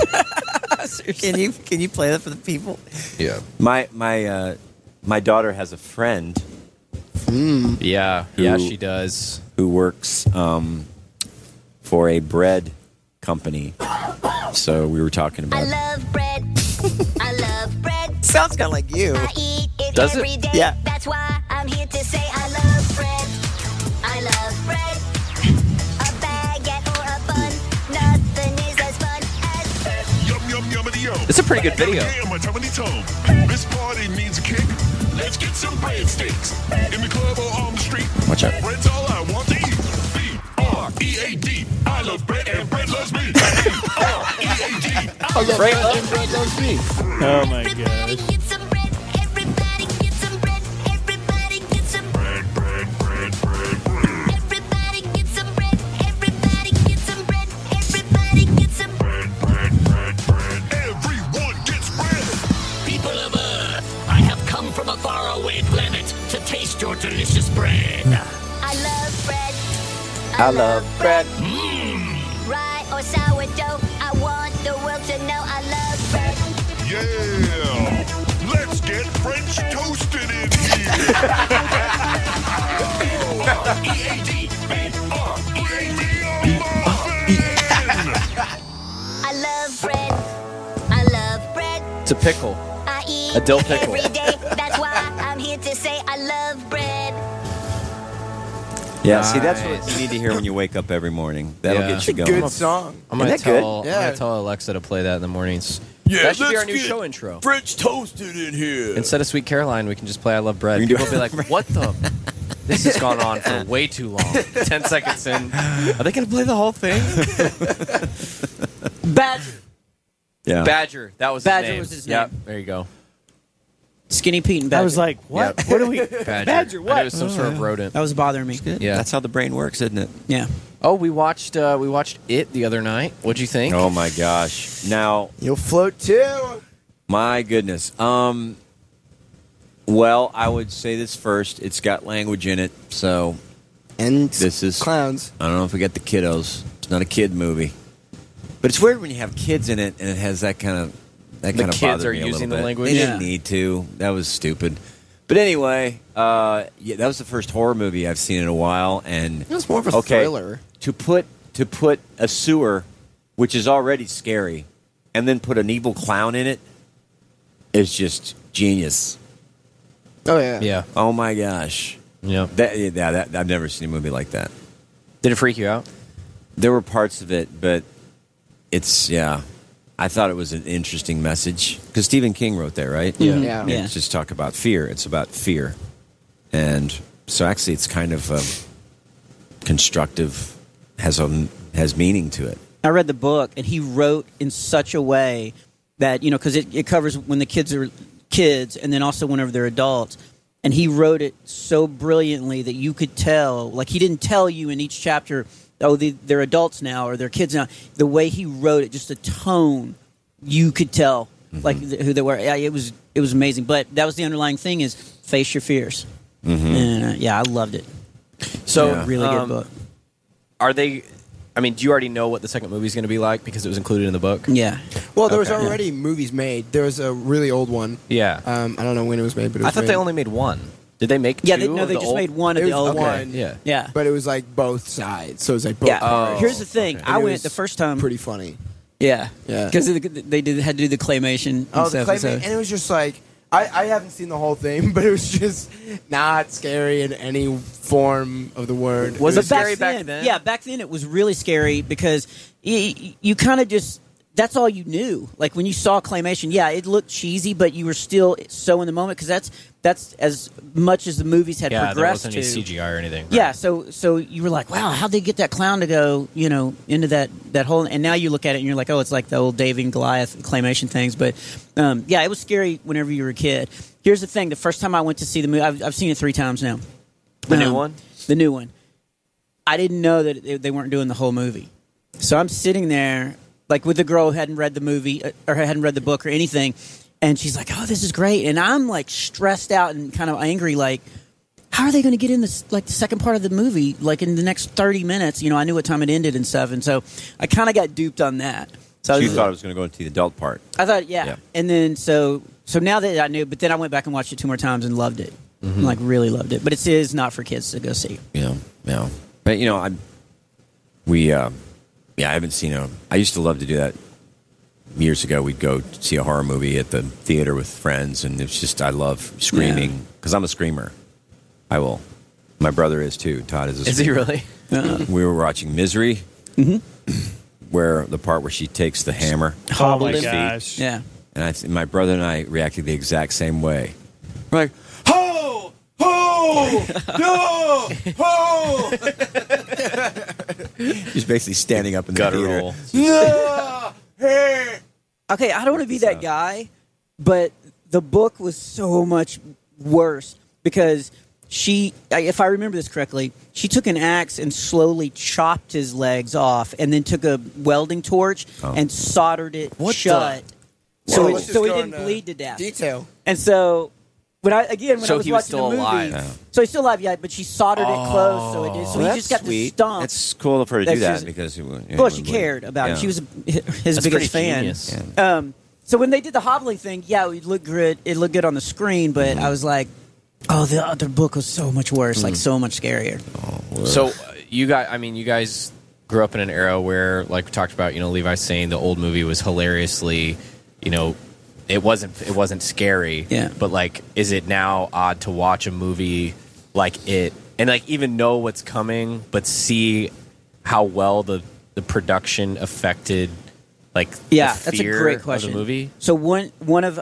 S4: Can you can you play that for the people?
S3: Yeah.
S2: My my uh, my daughter has a friend Hmm.
S3: Yeah, yeah,
S2: Who-
S3: she does.
S2: who works um, for a bread company. So we were talking
S10: I
S2: about
S10: love bread. I love bread.
S5: Sounds kind of like you.
S10: I eat it
S3: Does it?
S10: every day.
S5: Yeah.
S10: That's why I'm here to say I love bread. I love bread. A baguette or a bun. Nothing is as fun as bread.
S8: Yum, yum, yummity, yum.
S3: It's a pretty good video.
S8: Yum, yum, yummity, tum. This party needs a kick. Let's get some breadsticks. In the club or on the street.
S2: Watch out.
S8: Bread's all I want to eat. B-R-E-A-D. E I love bread and bread loves me. B-R-E-A-D. I love bread and bread loves me.
S6: Oh my
S10: Everybody
S6: gosh.
S10: get some bread. Everybody get some bread. Everybody get some bread.
S8: Bread, bread, bread, bread, bread.
S10: Everybody get some bread. Everybody get some bread. Everybody get some bread.
S8: Bread, bread, bread, bread. Everyone gets bread.
S11: People of Earth, I have come from a faraway planet to taste your delicious bread.
S10: I love bread.
S2: I love
S10: bread. Rye Mm. or sourdough, I want the world to know I love bread.
S8: Yeah. Let's get French toasted in here.
S3: pickle.
S10: I eat
S3: A dill pickle.
S10: every day. That's why I'm here to say I love bread.
S2: Yeah, see, that's what
S3: Nice.
S2: you need to hear when you wake up every morning. That'll
S3: Yeah.
S2: get you going.
S3: I'm gonna,
S2: Isn't that
S3: tell,
S2: good?
S3: I'm gonna tell Alexa to play that in the mornings. that should be our new show intro.
S12: French toasted in here.
S3: Instead of Sweet Caroline, we can just play I Love Bread.
S12: We can do
S3: People will be
S12: I
S3: like, what the? This has gone on for way too long. Ten seconds in. Are they going to play the whole thing?
S4: Badger.
S2: Yeah.
S3: Badger. That was
S4: Badger
S3: his name.
S4: was his
S3: Yep,
S4: name.
S3: there you go.
S4: Skinny Pete and Badger.
S3: was like, what? What are we-
S4: Badger.
S3: Badger. Badger, what? Mm. I knew it was some sort of rodent.
S4: That was bothering me.
S3: Yeah.
S2: That's how the brain works, isn't it?
S4: Yeah.
S3: Oh, we watched uh, we watched it the other night. What'd you think?
S2: Oh my gosh! Now
S5: you'll float too.
S2: My goodness. Um. Well, I would say this first. It's got language in it, so
S5: and
S2: this is
S5: clowns.
S2: I don't know if we got the kiddos. It's not a kid movie, but it's weird when you have kids in it and it has that kind of that
S3: The
S2: kind
S3: kids
S2: of bothered
S3: are
S2: me a
S3: using
S2: little
S3: the
S2: bit.
S3: language?
S2: They didn't
S3: Yeah.
S2: need to. That was stupid. But anyway, uh, yeah, that was the first horror movie I've seen in a while, and it
S5: was more of a
S2: okay,
S5: thriller.
S2: To put to put a sewer, which is already scary, and then put an evil clown in it is just genius.
S5: Oh yeah.
S3: Yeah.
S2: Oh my gosh.
S3: Yeah.
S2: That, yeah. That I've never seen a movie like that.
S3: Did it freak you out?
S2: There were parts of it, but it's yeah. I thought it was an interesting message because Stephen King wrote that, right?
S3: Yeah. Yeah.
S2: And
S3: Yeah.
S2: It's just talk about fear. It's about fear, and so actually, it's kind of um, constructive. Has a has meaning to it.
S4: I read the book, and he wrote in such a way that you know, because it, it covers when the kids are kids, and then also whenever they're adults. And he wrote it so brilliantly that you could tell, like he didn't tell you in each chapter, oh, they, they're adults now or they're kids now. The way he wrote it, just the tone, you could tell, like th- who they were. Yeah, it was it was amazing. But that was the underlying thing: is face your fears.
S2: Mm-hmm.
S4: And, uh, yeah, I loved it.
S3: So
S4: really good
S3: um,
S4: book.
S3: Are they? I mean, do you already know what the second movie is going to be like because it was included in the book?
S4: Yeah.
S5: Well, there was
S3: Okay.
S5: already movies made. There was a really old one.
S3: Yeah.
S5: Um, I don't know when it was made, but it
S3: I
S5: was
S3: thought
S5: made.
S3: they only made one. Did they make?
S4: Yeah,
S3: two
S4: they, no,
S3: of
S4: they
S3: the
S4: just
S3: old-
S4: made one of
S5: It
S4: the
S5: was
S4: old
S5: one.
S3: Yeah.
S4: Yeah.
S5: But it was like both sides, so it was like both.
S4: Yeah.
S5: parts.
S4: Here's the thing:
S5: And
S4: I
S5: it
S4: went
S5: was
S4: the first time.
S5: Pretty funny.
S4: Yeah,
S5: Yeah.
S4: because they did had to do the claymation. And
S5: Oh, the
S4: stuff,
S5: clay
S4: so-
S5: and it was just like I, I haven't seen the whole thing, but it was just not scary in any form of the word.
S4: But
S5: was
S4: Yeah, back then it was really scary because y- y- you kind of just that's all you knew. Like when you saw claymation, yeah, it looked cheesy, but you were still so in the moment because that's that's as much as the movies had
S3: Yeah, there
S4: progressed
S3: wasn't
S4: to.
S3: any CGI or anything.
S4: Yeah, so so you were like, wow, how'd they get that clown to go, you know, into that that hole? And now you look at it and you're like, oh, it's like the old David and Goliath claymation things. But um, yeah, it was scary whenever you were a kid. Here's the thing: the first time I went to see the movie, I've, I've seen it three times now. Um,
S3: The new one?
S4: The new one. I didn't know that they- they weren't doing the whole movie, so I'm sitting there like with the girl who hadn't read the movie uh, or hadn't read the book or anything, and she's like, oh, this is great, and I'm like stressed out and kind of angry, like how are they going to get in this like the second part of the movie like in the next 30 minutes you know i knew what time it ended and stuff and so i kind of got duped on that so
S2: So
S4: I
S2: you
S4: was-
S2: thought it was going to go into the adult part.
S4: i thought yeah.
S2: Yeah.
S4: and then so so now that i knew but then i went back and watched it two more times and loved it
S2: Mm-hmm.
S4: like really loved it but it is not for kids to go see
S2: Yeah, yeah. But you know, I we uh, yeah, I haven't seen a. I used to love to do that years ago. We'd go see a horror movie at the theater with friends, and it's just I love screaming because I'm a screamer. I will. My brother is too. Todd is. A
S3: Is he
S2: screamer.
S3: really?
S2: we were watching Misery,
S4: Mhm.
S2: where the part where she takes the hammer.
S6: Oh my
S2: Feet.
S6: gosh.
S4: Yeah.
S2: And I, my brother and I reacted the exact same way. We're like,
S8: Ho! Ho! No! Ho!
S2: just basically standing up in the theater.
S8: No! Hey!
S4: okay i don't want to be that guy but the book was so much worse because she I- if i remember this correctly she took an axe and slowly chopped his legs off and then took a welding torch
S5: Oh.
S4: and soldered it
S5: What the-
S4: shut so
S5: Whoa.
S4: it,
S5: Let's just
S4: so it
S5: go
S4: didn't
S5: into
S4: bleed to death
S5: detail.
S4: and so when i again when
S3: So
S4: i was
S3: he
S4: watching
S3: was still
S4: the movie
S3: alive.
S4: so he's still alive yeah but she soldered it close so it did so
S5: Oh,
S2: Well,
S4: he just
S2: Oh,
S4: got
S2: that's sweet.
S4: the stump
S2: That's cool of her to
S4: that
S2: do
S4: she
S2: that
S4: was-
S2: because it, would- it
S4: well,
S2: would
S4: she
S2: bleed.
S4: cared about
S2: Yeah.
S4: it. She was his
S3: That's pretty
S4: biggest fan.
S3: genius.
S4: Um, so when they did the hobbling thing, yeah, it looked good. It looked good on the screen, but
S3: Mm-hmm.
S4: I was like, oh, the other book was so much worse, like so much scarier.
S3: Mm. So uh, you guys, I mean, you guys grew up in an era where, like we talked about, you know, Levi saying the old movie was hilariously, you know, it wasn't it wasn't scary.
S4: Yeah.
S3: But like, is it now odd to watch a movie like it and like even know what's coming, but see how well the the production affected like
S4: Yeah,
S3: the
S4: that's a
S3: fear
S4: great
S3: of
S4: question.
S3: the movie.
S4: So one one of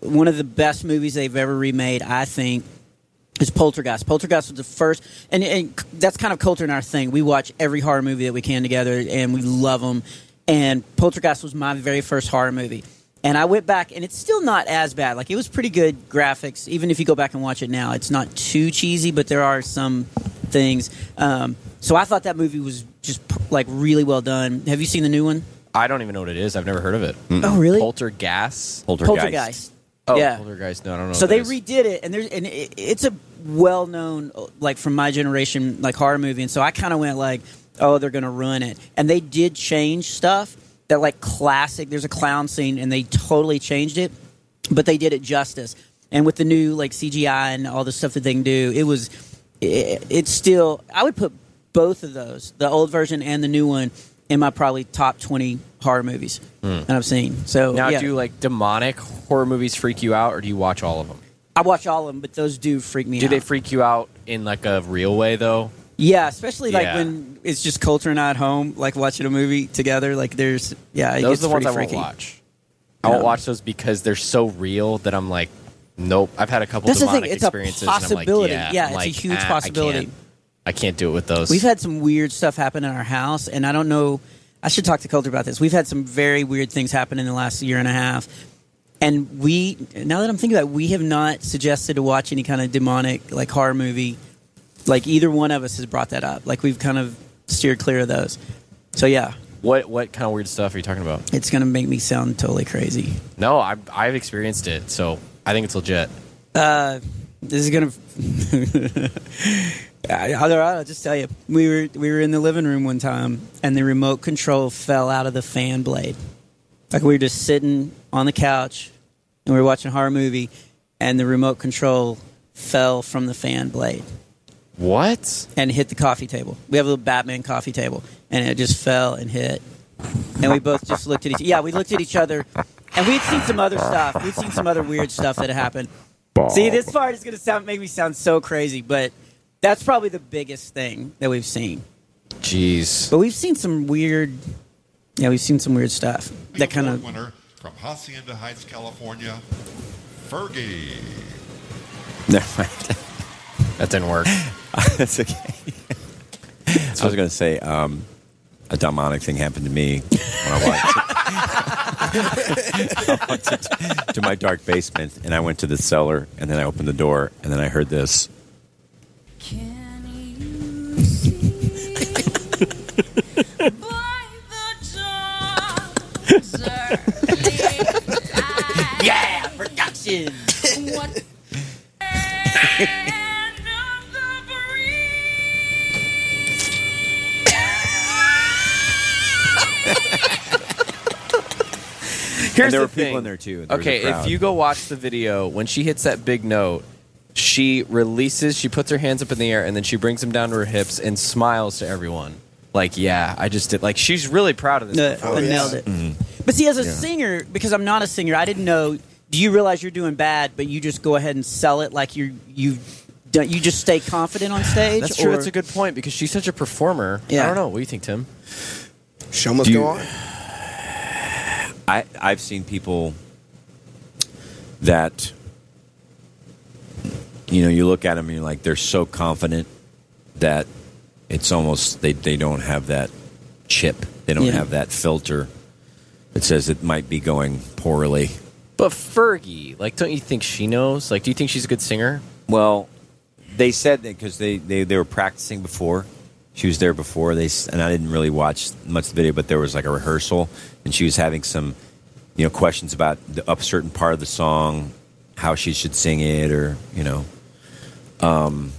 S4: one of the best movies they've ever remade, I think, is Poltergeist. Poltergeist was the first, and, and that's kind of Coulter and our thing. We watch every horror movie that we can together, and we love them. And Poltergeist was my very first horror movie, and I went back, and it's still not as bad. Like it was pretty good graphics, even if you go back and watch it now. It's not too cheesy, but there are some things. Um, so I thought that movie was just like really well done. Have you seen the new one?
S3: I don't even know what it is. I've never heard of it.
S4: Oh, really?
S3: Poltergeist.
S4: Poltergeist.
S3: Oh,
S4: yeah.
S3: Poltergeist. No, I don't know.
S4: So
S3: what that
S4: they
S3: is.
S4: redid it, and there's and it, it's a well-known like from my generation like horror movie, and so I kind of went like, oh, they're gonna ruin it, and they did change stuff that like classic. There's a clown scene, and they totally changed it, but they did it justice. And with the new like CGI and all the stuff that they can do, it was it, it's still I would put both of those, the old version and the new one, in my probably top twenty horror movies
S3: Hmm.
S4: that I've seen. So
S3: now,
S4: yeah.
S3: do like demonic horror movies freak you out, or do you watch all of them?
S4: I watch all of them, but those do freak me
S3: Do
S4: out.
S3: they freak you out in like a real way though?
S4: Yeah, especially like
S3: Yeah.
S4: when it's just Coulter and I at home, like watching a movie together. Like there's yeah, it
S3: those
S4: gets
S3: are the ones
S4: pretty
S3: I won't
S4: freaky.
S3: watch. I won't
S4: Yeah.
S3: watch those because they're so real that I'm like, nope. I've had a couple
S4: That's the
S3: demonic
S4: thing; it's a
S3: experiences.
S4: possibility.
S3: And I'm like,
S4: Yeah,
S3: I'm
S4: it's a
S3: like,
S4: huge
S3: "Ah, I
S4: possibility."
S3: can't- I can't, do it with those.
S4: We've had some weird stuff happen in our house, and I don't know. I should talk to Coulter about this. We've had some very weird things happen in the last year and a half, and we now that I'm thinking about, it, we have not suggested to watch any kind of demonic like horror movie. Like either one of us has brought that up. Like we've kind of steered clear of those. So yeah,
S3: what what kind of weird stuff are you talking about?
S4: it's gonna make me sound totally crazy.
S3: No, I've I've experienced it, so I think it's legit.
S4: Uh, this is gonna. I- I'll, I'll just tell you, we were we were in the living room one time, and the remote control fell out of the fan blade. Like we were just sitting on the couch, and we were watching a horror movie, and the remote control fell from the fan blade.
S3: What?
S4: And hit the coffee table. We have a little Batman coffee table, and it just fell and hit. And we both just looked at each. Yeah, we looked at each other, and we'd seen some other stuff. We'd seen some other weird stuff that had happened. See, this part is going to sound make me sound so crazy, but that's probably the biggest thing that we've seen.
S3: Jeez.
S4: But we've seen some weird. Yeah, we've seen some weird stuff. That kind of.
S13: winner from Hacienda Heights, California, Fergie.
S2: Never mind.
S3: That didn't work.
S2: That's okay. I was going to say um, a demonic thing happened to me when I walked, I walked to, to my dark basement, and I went to the cellar, and then I opened the door, and then I heard this.
S7: yeah, production. what?
S3: Here's
S2: and there
S3: the
S2: were people
S3: thing.
S2: in there too. There was a
S3: Okay, if
S2: crowd.
S3: you go watch the video, when she hits that big note, she releases, she puts her hands up in the air, and then she brings them down to her hips and smiles to everyone. Like, yeah, I just did. Like, she's really proud of this.
S4: Yeah,
S3: performance.
S4: I Uh, nailed it.
S2: Mm-hmm.
S4: Mm-hmm. But see, as a
S3: Yeah.
S4: singer, because I'm not a singer, I didn't know. Do you realize you're doing bad, but you just go ahead and sell it like you you don't you just stay confident on stage?
S3: That's true.
S4: or-
S3: That's a good point because she's such a performer.
S4: Yeah.
S3: I don't know. What do you think, Tim?
S5: Show must
S2: Do
S5: go
S2: you-
S5: on.
S2: I, I've seen people that, you know, you look at them and you're like, they're so confident that it's almost, they, they don't have that chip. They don't
S3: Yeah.
S2: have that filter that says it might be going poorly.
S3: But Fergie, like, don't you think she knows? Like, do you think she's a good singer?
S2: Well, they said that because they, they, they were practicing before. She was there before they, s- and I didn't really watch much of the video, but there was like a rehearsal, and she was having some, you know, questions about the up certain part of the song, how she should sing it, or you know, um,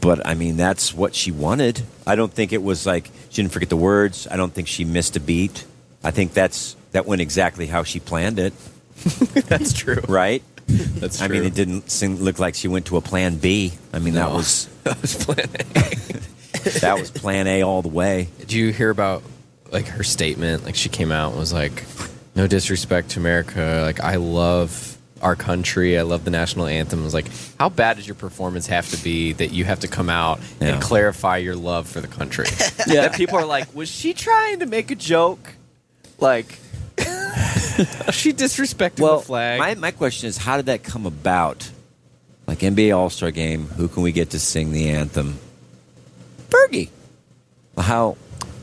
S2: but I mean that's what she wanted. I don't think it was like she didn't forget the words. I don't think she missed a beat. I think that's that went exactly how she planned it.
S3: That's true.
S2: Right?
S3: That's
S2: I mean,
S3: true.
S2: it didn't seem, look like she went to a plan B. I mean, that was
S3: that was plan
S2: A. that was plan A all the way.
S3: Did you hear about like her statement? Like she came out and was like, no disrespect to America. Like I love our country. I love the national anthem. I was like, how bad does your performance have to be that you have to come out
S2: Yeah.
S3: and clarify your love for the country?
S2: Yeah.
S3: That people are like, was she trying to make a joke? Like she disrespected
S2: well,
S3: the flag.
S2: My, my question is, how did that come about? Like NBA All Star Game, who can we get to sing the anthem? Fergie. How?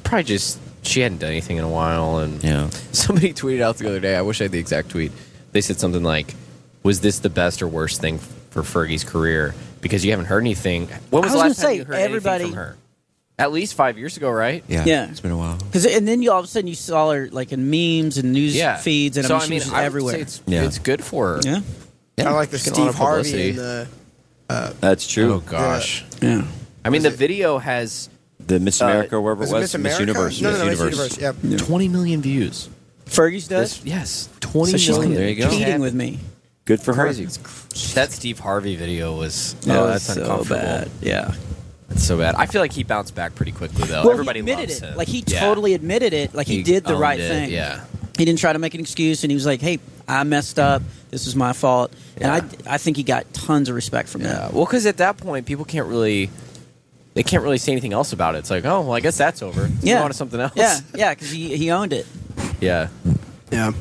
S3: Probably just she hadn't done anything in a while, and
S2: yeah.
S3: Somebody tweeted out the other day. I wish I had the exact tweet. They said something like, "Was this the best or worst thing for Fergie's career? Because you haven't heard anything. When
S4: I was
S3: was, the last
S4: gonna
S3: time
S4: say,
S3: you heard anything
S4: everybody-
S3: from her? At least five years ago, right?
S2: Yeah,
S4: Yeah.
S2: it's been a while.
S4: Because and then you all of a sudden you saw her like in memes and news
S3: Yeah.
S4: feeds and
S3: So,
S4: I mean,
S3: I
S4: she
S3: mean,
S4: was just
S3: I would say
S4: everywhere.
S3: it's- Yeah. it's good for her.
S4: Yeah,
S5: Kind of like the
S3: Just getting a lot
S5: Steve
S3: of
S5: Harvey and
S3: publicity.
S5: the
S2: That's true.
S3: Oh gosh.
S4: Yeah.
S3: I mean, the video has uh,
S2: The Miss America, wherever
S3: was
S2: it was,
S3: it Miss
S2: Miss
S3: America?
S2: Universe.
S3: No, no,
S2: Miss
S3: no, Miss
S2: Universe.
S5: Universe,
S2: yeah.
S3: twenty million views.
S4: Fergie's does.
S3: This- yes, twenty
S4: So she's
S3: million.
S4: com-
S3: There you go.
S4: competing with me.
S2: Good for her.
S3: Crazy. That Steve Harvey video was
S4: That
S3: oh,
S4: was
S3: that's
S4: so
S3: uncomfortable.
S4: bad. Yeah,
S3: that's so bad. I feel like he bounced back pretty quickly though.
S4: well,
S3: Everybody
S4: he admitted
S3: loves
S4: it.
S3: him.
S4: Like he
S3: Yeah.
S4: totally admitted it. Like he,
S3: He
S4: did the
S3: owned
S4: right
S3: it,
S4: thing.
S3: yeah.
S4: He didn't try to make an excuse, and he was like, "Hey, I messed up. This was my fault." And I, I think he got tons of respect from that.
S3: Well, because at that point, people can't really they can't really say anything else about it. It's like, oh, well, I guess that's over. Let's move
S4: Yeah.
S3: on to something else.
S4: Yeah, yeah, because he, he owned it.
S3: yeah.
S5: Yeah.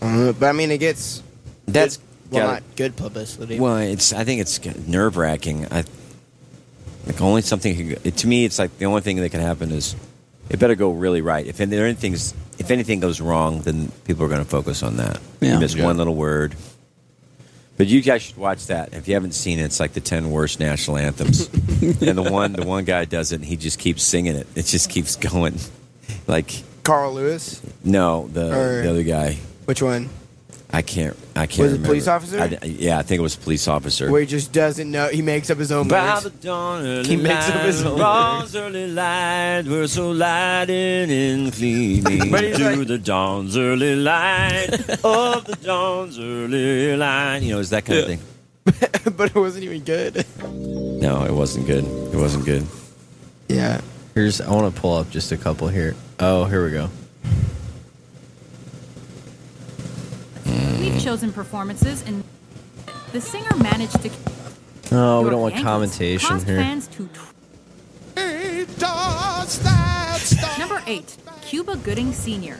S5: Uh, but I mean, it gets
S2: That's
S5: good, well,
S2: gotta-
S5: not good publicity.
S2: Well, it's. I think it's nerve wracking. I like only something. could- It, to me, it's like the only thing that can happen is it better go really right. If any- there anything's, if anything goes wrong, then people are going to focus on that. You miss one little word. But you guys should watch that. If you haven't seen it, it's like the ten worst national anthems. and the one, the one guy does it. and He just keeps singing it. It just keeps going. Like
S5: Carl Lewis,
S2: no, the
S5: Or-
S2: the other guy.
S5: which one?
S2: I can't. I can't.
S5: Was it
S2: remember.
S5: police officer?
S2: I d- yeah, I think it was police officer.
S5: Where he just doesn't know. He makes up his own
S2: By
S5: words.
S2: the dawn early
S5: He makes up his
S2: light,
S5: own
S2: dawn's early light, we're so lighted and gleaming
S5: But he's
S2: through
S5: like-
S2: the dawn's early light of the dawn's early light. You know, it's that kind of thing.
S5: but it wasn't even good.
S2: No, it wasn't good. It wasn't good.
S5: Yeah.
S3: Here's I want to pull up just a couple here. Oh, here we go.
S14: We've chosen performances, and the singer managed to
S3: No, Oh, we don't want
S14: Yankees
S3: commentation
S14: caused
S3: here.
S14: fans to. Number eight, Cuba Gooding Sr.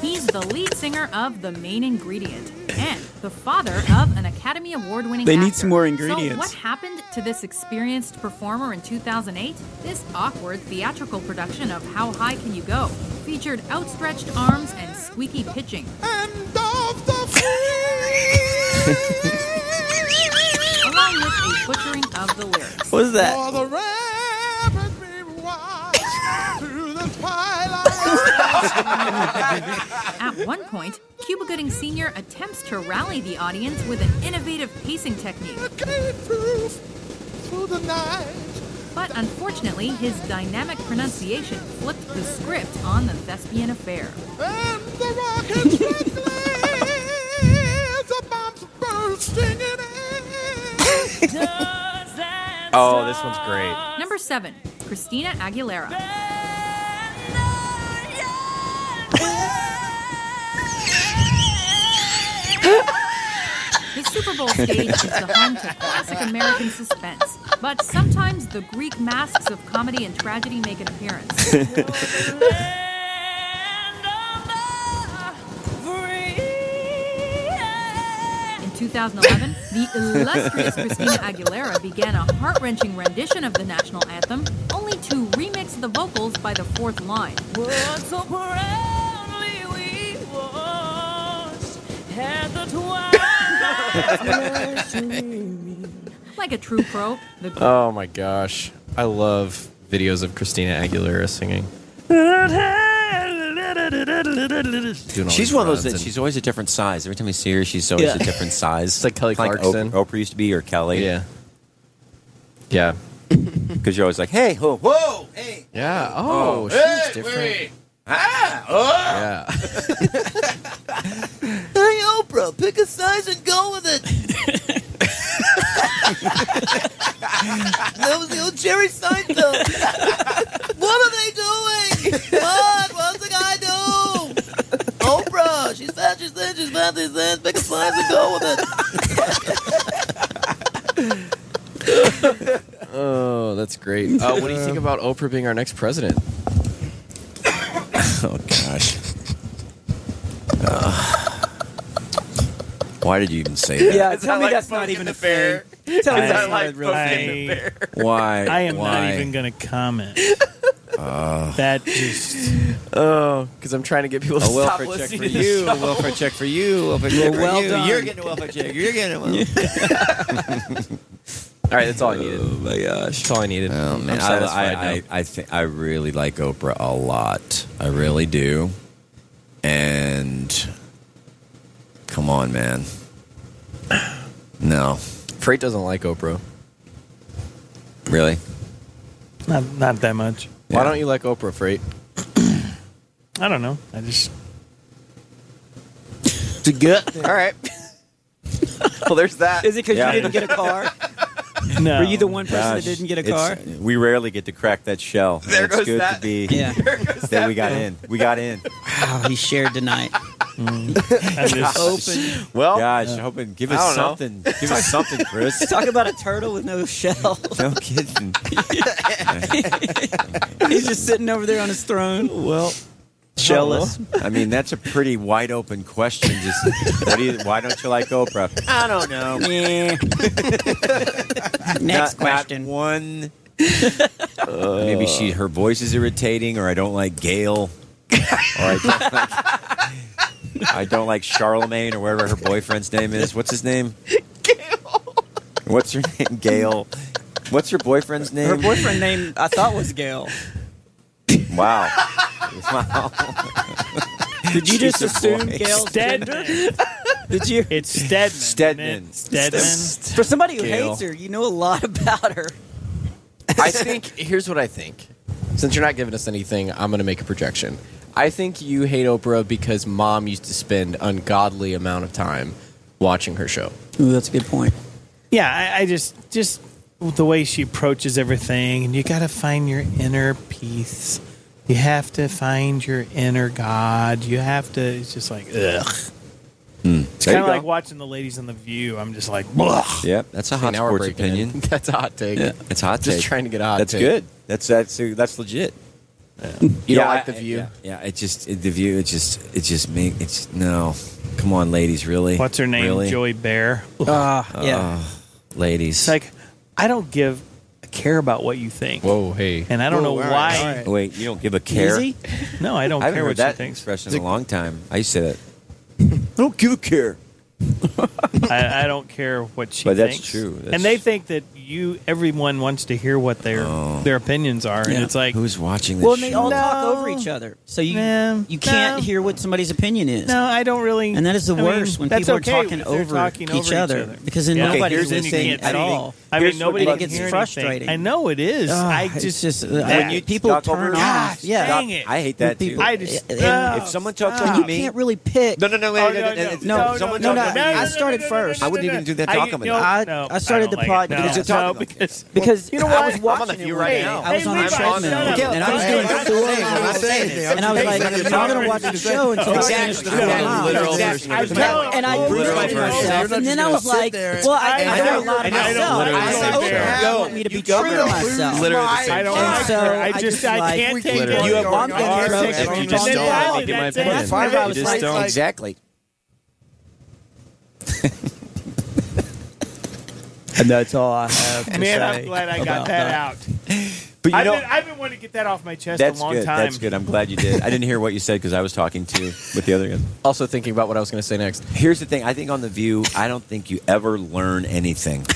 S14: He's the lead singer of The Main Ingredient and the father of an Academy Award winning
S4: They need
S14: actor.
S4: some more
S14: So,
S4: ingredients.
S14: what happened to this experienced performer in 2008? This awkward theatrical production of How High Can You Go featured outstretched arms and squeaky pitching. along with a butchering of the lyrics.
S4: What is that?
S8: For the rapid rewatch through the
S14: At one point, Cuba Gooding Sr. attempts to rally the audience with an innovative pacing technique. But unfortunately, his dynamic pronunciation flipped the script on the thespian affair.
S3: Oh, this one's great.
S14: Number seven, Christina Aguilera. The Super Bowl stage is the home to classic American suspense, but sometimes the Greek masks of comedy and tragedy make an appearance. In 2011, the illustrious Christina Aguilera began a heart wrenching rendition of the national anthem, only to remix the vocals by the fourth line. Like a true pro, the
S3: Oh my gosh, I love videos of Christina Aguilera singing. Doing all
S2: She's
S3: these
S2: one of those
S3: runs
S2: that
S3: and-
S2: she's always a different size. Every time you see her, she's always
S3: Yeah.
S2: a different size. It's like
S3: Kelly Clarkson.
S2: Oprah, Oprah used to be, or Kelly.
S3: Yeah. Yeah.
S2: Because you're always like, hey, ho, whoa, hey.
S3: Yeah.
S2: Oh,
S3: Oh, she
S2: hey,
S3: was different.
S2: wait.
S3: Ah,
S7: oh. hey, Oprah, pick a size and go with it. that was the old Jerry Seinfeld.
S15: not your sins, just not your sins. Make a slice and go with it.
S3: Oh, that's great. Uh, what do you think about Oprah being our next president?
S2: oh gosh. Ugh. why did you even say that?
S4: Yeah, tell me that's not even a thing. Tell me
S6: I-
S4: that's not
S6: I-
S4: a real thing.
S2: Why?
S6: I am
S2: why?
S6: not even going to comment.
S3: Uh.
S2: Ugh.
S6: That just
S3: oh, because I'm trying to get people to
S2: A
S3: stop
S2: welfare check
S3: listening
S2: for
S3: to the
S2: you. A
S3: show.
S2: welfare check for you. A welfare check for
S15: well
S2: you.
S15: done.
S2: You're getting a welfare check. You're getting a welfare.
S3: all right, that's all I needed.
S2: Oh my gosh,
S3: that's all I needed.
S2: Oh man,
S3: I'm
S2: I,
S3: satisfied
S2: I,
S3: now.
S2: I, I think I really like Oprah a lot. I really do. And come on, man. No,
S3: Freight doesn't like Oprah.
S2: really.
S6: not, not that much.
S3: Why don't you like Oprah, Freight?
S6: I don't know. I just
S2: It's a good.
S3: All right. well, there's that.
S4: Is it because
S2: Yeah.
S4: you didn't get a car?
S6: no.
S4: Were you the one person
S2: Gosh,
S4: that didn't get a
S2: it's-
S4: car?
S2: We rarely get to crack that shell. and
S3: There
S2: it's
S3: goes
S2: good
S3: that.
S2: to be
S4: Yeah.
S2: that, we got in. We got in.
S4: Wow, he shared tonight.
S6: I Mm. just-
S4: Open.
S3: Well,
S2: Gosh, hoping give
S3: I
S2: us
S3: don't know.
S2: something. Give us something, Chris.
S4: Talk about a turtle with no shell.
S2: No kidding.
S4: He's just sitting over there on his throne.
S2: Well,
S4: Jealous.
S2: I mean, that's a pretty wide open question. Just what do you, why don't you like Oprah? I don't know.
S4: Yeah. Next
S2: Not- not
S4: question.
S2: one. maybe she her voice is irritating, or I don't like Gail, or I don't like, I don't like Charlemagne, or whatever her boyfriend's name is. What's his name? Gail. What's her name? Gail. What's your boyfriend's name?
S4: Her boyfriend name I thought was Gail.
S2: Wow. Wow.
S4: Did you just
S2: She's a
S4: assume
S2: boy.
S4: Gail's gender?
S6: Stedman.
S4: Did you?
S6: It's Stedman.
S2: Stedman.
S6: man. Stedman.
S4: For somebody who
S2: Gail.
S4: hates her, you know a lot about her.
S3: I think here's what I think. Since you're not giving us anything, I'm going to make a projection. I think you hate Oprah because mom used to spend ungodly amount of time watching her show.
S4: Ooh, that's a good point.
S6: Yeah, I, I just just the way she approaches everything, and you got to find your inner peace. You have to find your inner God. You have to. It's just like ugh.
S5: Hmm.
S6: It's
S2: There you
S6: kind of
S2: go.
S6: like watching the ladies on the View. I'm just like, ugh.
S2: Yep, that's a
S3: Okay,
S2: hot
S3: now we're
S2: sports
S3: breaking in.
S2: opinion.
S3: That's a hot take.
S2: Yeah, it's a hot
S3: Just
S2: take.
S3: trying to get a hot
S2: That's
S3: take.
S2: good. That's that's that's legit.
S3: You don't
S2: Yeah,
S3: like
S2: I-
S3: the view.
S2: Yeah, yeah, it just it, the view. It just it just make it's no. Come on, ladies, really.
S6: What's her name?
S2: Really?
S6: Joy Bear. Ugh.
S4: Ah, yeah.
S2: Oh, ladies.
S6: It's like I don't give a care about what you think,
S3: Whoa, hey.
S6: and I don't
S5: Whoa,
S6: know
S5: all right, all
S6: why.
S5: right.
S2: Wait, you don't give a care.
S4: Easy?
S6: No, I don't
S2: I haven't
S6: care
S2: heard
S6: what
S2: that
S6: she thinks.
S2: expression in a long time. I used to say that. I don't give a care.
S6: I, I don't care what she
S2: But that's
S6: thinks.
S2: true. That's-
S6: and they think that you, everyone wants to hear what their
S2: Oh.
S6: their opinions are, and
S4: Yeah.
S6: it's like,
S2: Who's watching this
S4: Well, and
S2: show?
S4: they all talk
S6: No.
S4: over each other, so you
S6: No,
S4: you can't
S6: no.
S4: hear what somebody's opinion is.
S6: no, I don't really.
S4: And that is the
S6: I mean,
S4: worst when
S6: that's
S4: people
S6: okay
S4: are talking
S6: if they're
S4: over,
S6: talking
S4: each,
S6: over
S4: other, because then
S6: Yeah.
S2: Okay,
S4: nobody's
S2: here's when you
S4: listening
S2: can't
S4: at
S2: see.
S4: all.
S6: I
S2: Here's
S6: mean,
S2: what
S6: nobody
S4: it
S6: can
S4: gets
S6: hear
S4: frustrating.
S6: Anything. I know it is.
S4: Ah,
S6: I
S4: it's
S6: just,
S4: just-
S6: that-
S4: when you- people
S2: talk
S4: turn
S2: over-
S4: off.
S2: Gosh,
S4: Yeah.
S6: dang it.
S2: I hate that too.
S4: People-
S6: I just
S4: and-
S6: oh,
S2: if someone talks
S6: stop.
S2: over
S4: You
S2: me-
S4: can't really pick.
S2: no, no, no,
S6: Oh, no,
S2: no, no,
S4: no,
S2: no. Someone
S4: no,
S2: talking
S4: no,
S2: to me.
S4: I started first.
S2: I wouldn't even do that
S6: I-
S2: talking about
S6: no,
S4: that.
S6: no,
S4: I started
S6: don't
S4: the
S6: like it.
S4: podcast- Because
S2: it's
S6: No,
S2: talking-
S6: because
S4: Because
S6: You know
S4: I
S6: what?
S4: was
S6: I'm
S4: watching
S3: on the
S4: it
S3: view
S4: one
S3: right
S4: day.
S3: now.
S4: I was
S6: Hey,
S4: on my
S6: Levi,
S4: treadmill,
S6: shut up.
S4: and I was
S5: Hey,
S4: doing
S5: I'm
S4: four
S5: saying, I'm
S4: miles,
S5: saying anything. I'm
S4: and I was
S5: saying
S4: like,
S5: something.
S4: I'm not going to watch the show until I finish the
S2: Exactly.
S4: four
S2: Exactly.
S4: miles.
S2: Exactly.
S6: I
S4: And I- and I
S6: Literal
S4: grew
S2: verse.
S4: to myself,
S5: You're
S4: and then I
S5: not
S4: was
S5: just gonna
S4: like,
S5: sit there and-
S4: "Well, I, I,
S6: I
S4: know a
S6: know.
S4: lot of
S6: And I don't
S4: myself.
S6: literally
S4: I
S6: say
S4: Oprah
S6: that.
S4: want me to be true to myself."
S3: Literally the
S6: I
S3: same
S6: don't
S4: And
S6: like
S4: so
S6: her. I
S4: I
S6: just
S4: just
S6: I
S4: like-
S6: can't take
S3: Literally.
S6: it.
S3: You
S4: have one
S6: You're
S4: thing
S6: wrong.
S4: to
S6: And
S4: say.
S6: then
S4: You just don't.
S6: finally,
S4: I'll
S3: give my
S6: that's
S3: opinion.
S6: it.
S4: That's why I
S3: You
S4: was
S3: just
S4: like,
S3: don't.
S2: Exactly. and that's all I have to
S6: Man, I'm glad I got that out.
S2: But you
S6: I've
S2: know,
S6: been, I've been wanting to get that off my chest
S2: that's
S6: a long
S2: good.
S6: time.
S2: That's good. I'm glad you did. I didn't hear what you said because I was talking to with the other guy.
S3: Also thinking about what I was going to say next.
S2: Here's the thing. I think on the View, I don't think you ever learn anything.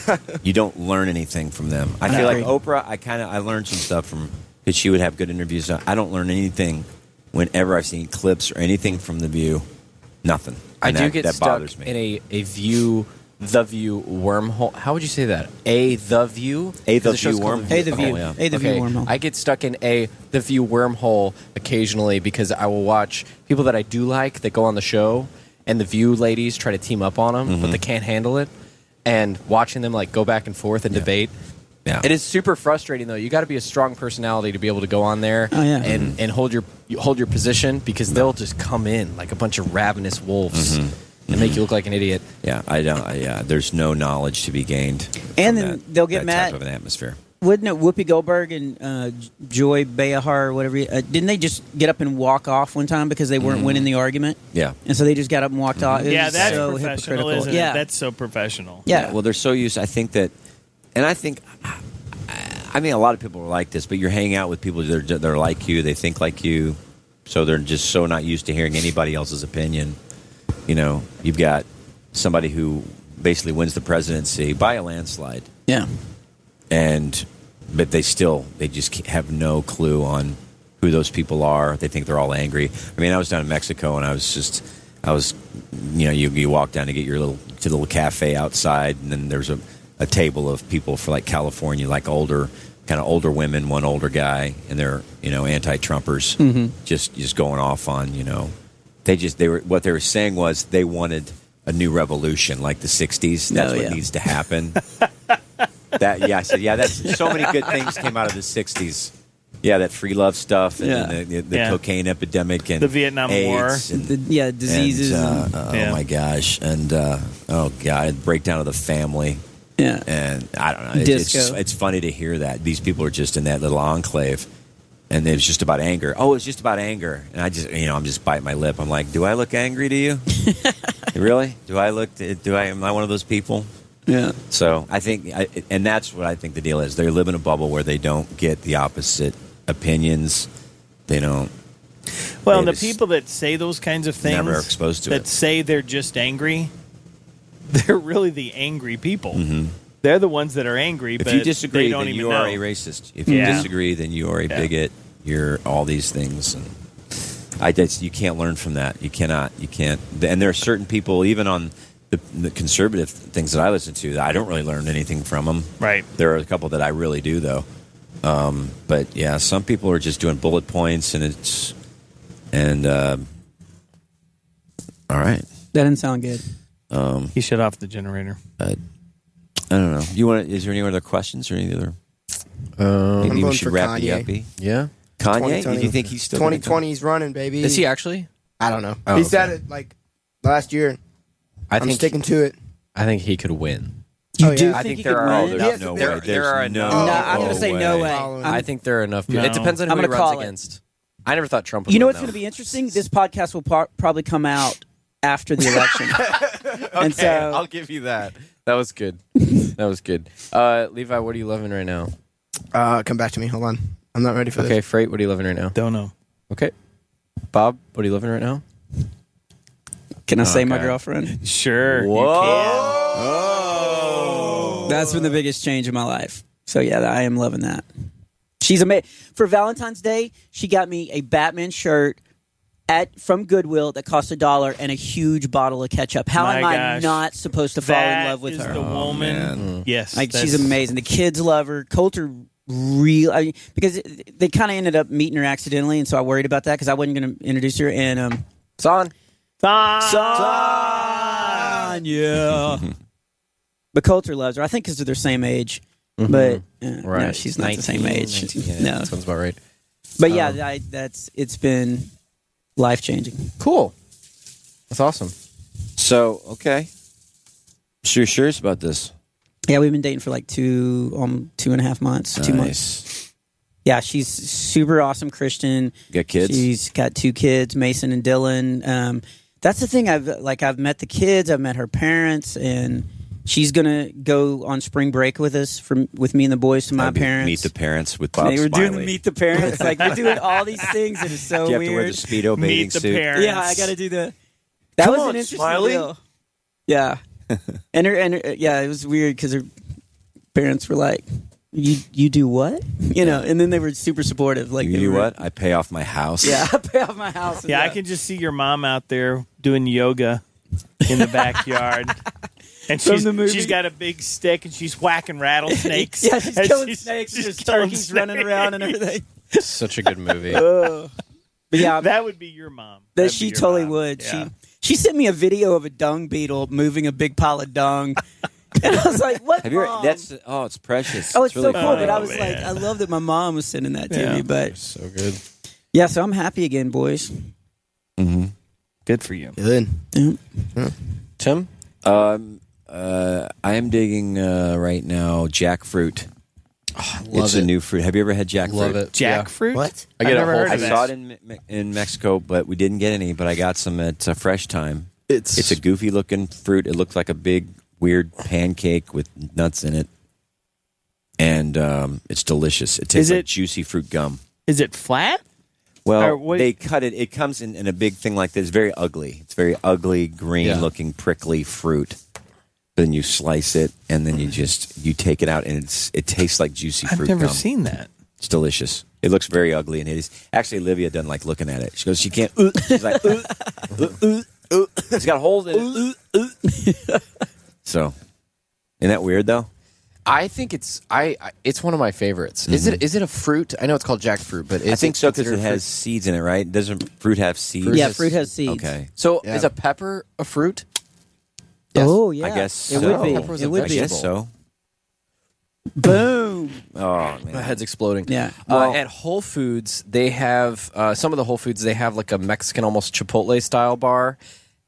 S2: you don't learn anything from them. I feel like Oprah. I kind of I learned some stuff from because she would have good interviews. I don't learn anything whenever I've seen clips or anything from the View. Nothing.
S3: I
S2: And
S3: do
S2: that,
S3: get
S2: that
S3: stuck
S2: bothers me.
S3: in a, a view, the view wormhole. How would you say that? A the view?
S2: A The
S3: Because show's
S2: View
S3: called
S2: wormhole.
S4: A The View.
S3: yeah.
S4: A The View
S3: Okay,
S4: wormhole.
S3: I get stuck in a the view wormhole occasionally because I will watch people that I do like that go on the show, and the view ladies try
S2: Mm-hmm.
S3: to team up on them, but they can't handle it. And watching them like go back and forth and debate,
S2: Yeah.
S3: It is super frustrating though. You got to be a strong personality to be able to go on there
S4: Oh, yeah.
S3: and and hold your you hold your position because they'll just come in like a bunch of ravenous wolves and
S2: Mm-hmm.
S3: make you look like an idiot.
S2: Yeah, I don't. I, yeah, there's no knowledge to be gained.
S4: And then they'll get
S2: that
S4: mad.
S2: type of an atmosphere.
S4: Wouldn't it Whoopi Goldberg and uh, J- Joy Behar or whatever? Uh, didn't they just get up and walk off one time because they weren't
S2: Mhm.
S4: winning the argument?
S2: Yeah. Mm-hmm.
S4: And so they just got up and walked off. It
S6: yeah,
S4: was
S6: that's
S4: so
S6: professional,
S4: hypocritical.
S6: isn't
S4: yeah.
S6: it? That's so professional.
S2: Well, they're so used. I think that, and I think, I mean, a lot of people are like this. But you're hanging out with people that are, that are like you. They think like you, so they're just so not used to hearing anybody else's opinion. You know, you've got somebody who basically wins the presidency by a landslide,
S4: yeah.
S2: and but they still they just ca- have no clue on who those people are. They think they're all angry. I mean, I was down in Mexico and I was just I was you know you you walk down to get your little to the little cafe outside and then there's a a table of people for like California like older kind of older women, one older guy and they're you know anti-Trumpers
S3: Mm-hmm.
S4: Mm-hmm.
S8: Mhm.
S2: just just going off on you know they just they were what they were saying was they wanted a new revolution like the 60s that's
S8: Oh,
S2: what
S8: yeah.
S2: needs to happen that yeah, I said yeah. That's so many good things came out of the '60s. Yeah, that free love stuff and
S4: Yeah.
S2: the, the, the
S4: Yeah.
S2: cocaine epidemic and
S6: The Vietnam
S2: AIDS
S6: War.
S2: and,
S4: The- yeah, diseases.
S2: And,
S4: and-
S2: uh, uh,
S4: yeah.
S2: Oh my gosh! And uh, oh god, breakdown of the family.
S4: Yeah,
S2: and I don't know. It's, it's,
S4: Disco.
S2: it's funny to hear that these people are just in that little enclave, and it was just about anger. Oh, it's just about anger, and I just you know I'm just biting my lip. I'm like, do I look angry to you? really? Do I look? Do I am I one of those people?
S4: Yeah.
S2: So I think, I, and that's what I think the deal is. They live in a bubble where they don't get the opposite opinions. They don't.
S6: Well, and
S2: they
S6: the
S2: just
S6: people that say those kinds of things
S2: never are exposed to
S6: that
S2: it.
S6: say they're just angry, they're really the angry people.
S2: Mhm.
S6: They're the ones that are angry.
S2: If
S6: but
S2: you disagree,
S6: they don't
S2: then
S6: even
S2: you are
S6: know.
S2: a racist. If you
S6: Yeah.
S2: disagree, then you are a
S6: Yeah.
S2: bigot. You're all these things, and I just you can't learn from that. You cannot. You can't. And there are certain people, even on the, the conservative things that I listen to, that I don't really learn anything from them.
S6: Right.
S2: There are a couple that I really do, though. Um, but yeah, some people are just doing bullet points, and it's and uh, all right.
S4: That didn't sound good.
S2: Um,
S6: he shut off the generator.
S2: I don't know. You want? Is there any other questions or any other?
S3: I'm
S2: Maybe we
S3: going
S2: should
S3: for
S2: wrap the
S3: Kanye.
S2: uppy.
S3: Yeah.
S2: Kanye. Do you think he's still gonna come?
S5: 2020's running, baby?
S3: Is he actually?
S5: I don't know.
S3: Oh,
S5: he
S3: okay.
S5: said it like last year.
S3: I
S5: I'm
S3: think
S5: sticking to it.
S3: I think he could win.
S5: You Oh, do yeah.
S3: I
S5: think
S3: think
S5: he
S3: there
S5: could
S3: are
S5: win?
S3: there-
S5: He has
S3: there-
S5: to
S3: there
S5: win.
S3: there are enough.
S4: No, I'm gonna say no
S3: way.
S4: way.
S3: I think there are enough. people. It
S4: No.
S3: depends on
S4: I'm
S3: who he
S4: gonna call
S3: runs
S4: it.
S3: against. I never thought Trump. would
S4: You know
S3: win,
S4: what's going to be interesting? This podcast will par- probably come out after the election.
S3: though. Okay,
S4: and so-
S3: I'll give you that. That was good. that was good. Uh, Levi, what are you loving right now?
S5: Uh, come back to me. Hold on. I'm not ready for
S3: Okay,
S5: this.
S3: Freight, what are you loving right now?
S6: Don't know.
S3: Okay. Bob, what are you loving right now?
S4: Can I say my
S3: Okay.
S4: girlfriend?
S6: Sure.
S4: Whoa.
S2: Oh.
S4: That's been the biggest change in my life. So yeah, I am loving that. She's amazing. For Valentine's Day, she got me a Batman shirt at from Goodwill that cost a dollar and a huge bottle of ketchup. How
S6: My
S4: am I
S6: gosh.
S4: not supposed to fall
S6: That
S4: in love with
S6: is
S4: her? Oh,
S6: the
S7: Oh,
S6: woman. Yes.
S4: Like
S6: that's-
S4: she's amazing. The kids love her. Coulter real I mean, because it- they kind of ended up meeting her accidentally, and so I worried about that because I wasn't going to introduce her. And um,
S3: it's on.
S6: Son.
S4: yeah. but Coulter loves her. I think because they're the same age. But uh, no,
S3: Mm-hmm. Right.
S4: she's not the same
S3: 19,
S4: age.
S3: 19, yeah,
S4: no,
S3: that sounds about right.
S4: But yeah,
S3: Um,
S4: I, that's it's been life changing.
S3: Cool. That's awesome.
S2: So okay. So you're serious about this?
S4: Yeah, we've been dating for like two, um, two and a half months, two
S2: Nice.
S4: months. Yeah, she's super awesome Christian.
S2: Got kids?
S4: She's got two kids, Mason and Dylan. Um, that's the thing. I've like I've met the kids, I've met her parents, and she's gonna go on spring break with us from with me and the boys to my
S2: That'd be
S4: parents.
S2: Meet the parents with Bob
S4: they were doing the
S2: Smiley.
S4: meet the parents. Like we're doing all these things that are so
S2: Do you have to wear
S4: weird.
S2: the Speedo bathing suit?
S4: Yeah, I gotta do the. That
S6: Come
S4: was
S6: on,
S4: an interesting
S6: Smiley.
S4: deal. Yeah, and her and her, yeah, it was weird because her parents were like, "You you do what?" You know, and then they were super supportive. Like,
S2: You
S4: they
S2: know
S4: were-
S2: what? I pay off my house.
S4: Yeah, I pay off my house.
S6: Yeah, I can just see your mom out there doing yoga in the backyard. And
S4: From
S6: she's,
S4: the movie.
S6: she's got a big stick and she's whacking rattlesnakes.
S4: yeah, she's
S6: And
S4: killing
S6: she's-
S4: snakes.
S6: she's
S4: There's
S6: killing
S4: turkeys running around and
S6: snakes.
S4: everything.
S3: Such a good movie.
S4: Ugh. but yeah,
S6: that would be your mom.
S4: that
S6: That'd be
S4: she
S6: your
S4: totally
S6: mom.
S4: would.
S6: Yeah.
S4: She she sent me a video of a dung beetle moving a big pile of dung. And I was like, what?
S2: Have you?
S4: mom?
S2: Ever, that's oh, it's precious.
S4: oh, it's,
S2: really
S4: so cool.
S2: fun.
S4: But I was like, I love that my mom was sending that to
S2: Yeah.
S4: me. But
S3: so good.
S4: Yeah, so I'm happy again, boys.
S2: Mm-hmm.
S6: Good for you.
S5: Good.
S3: Tim?
S2: Um, uh, I am digging uh, right now jackfruit.
S3: love
S2: it's
S3: it.
S2: a new fruit. Have you ever had jackfruit?
S3: Love it. Jackfruit? Yeah. What? I get a whole
S2: I
S3: thing.
S2: saw it in Me- in Mexico, but we didn't get any. But I got some at uh, Fresh Time.
S3: It's
S2: it's a goofy looking fruit. It looks like a big weird pancake with nuts in it, and um, it's delicious. It
S6: Is
S2: tastes like
S6: it-
S2: juicy fruit gum.
S6: Is it flat? Or
S2: Well,
S6: what-
S2: they cut it. It comes in, in a big thing like this. It's very ugly. It's very ugly, green-looking, prickly fruit. Then you slice it, and then you just you take it out, and it's it tastes like juicy
S6: I've
S2: fruit.
S6: never
S2: gum.
S6: seen that.
S2: It's delicious. It looks very ugly, and it is actually Olivia doesn't like looking at it. She goes, she can't. "Ooh." She's like, "Ooh, ooh, ooh, ooh." it's got holes in it. Ooh, ooh. so, isn't that weird though?
S3: I think it's I, I it's one of my favorites. Is it is it a fruit? I know it's called jackfruit, but is
S2: Mm-hmm. I think so because
S3: considered
S2: it
S3: a
S2: has
S3: fruit?
S2: seeds in it, right? Doesn't fruit have seeds?
S3: Fruit Yeah, has- fruit
S4: has seeds.
S2: Okay.
S3: So
S2: Yeah.
S3: is a pepper a fruit?
S4: Oh yeah,
S2: I guess
S4: it
S2: so.
S4: would be. It would
S2: I
S4: be.
S2: guess so.
S4: Boom.
S2: Oh man,
S3: My head's exploding.
S4: Yeah.
S3: uh, at Whole Foods, they have uh, some of the Whole Foods. They have like a Mexican, almost Chipotle style bar,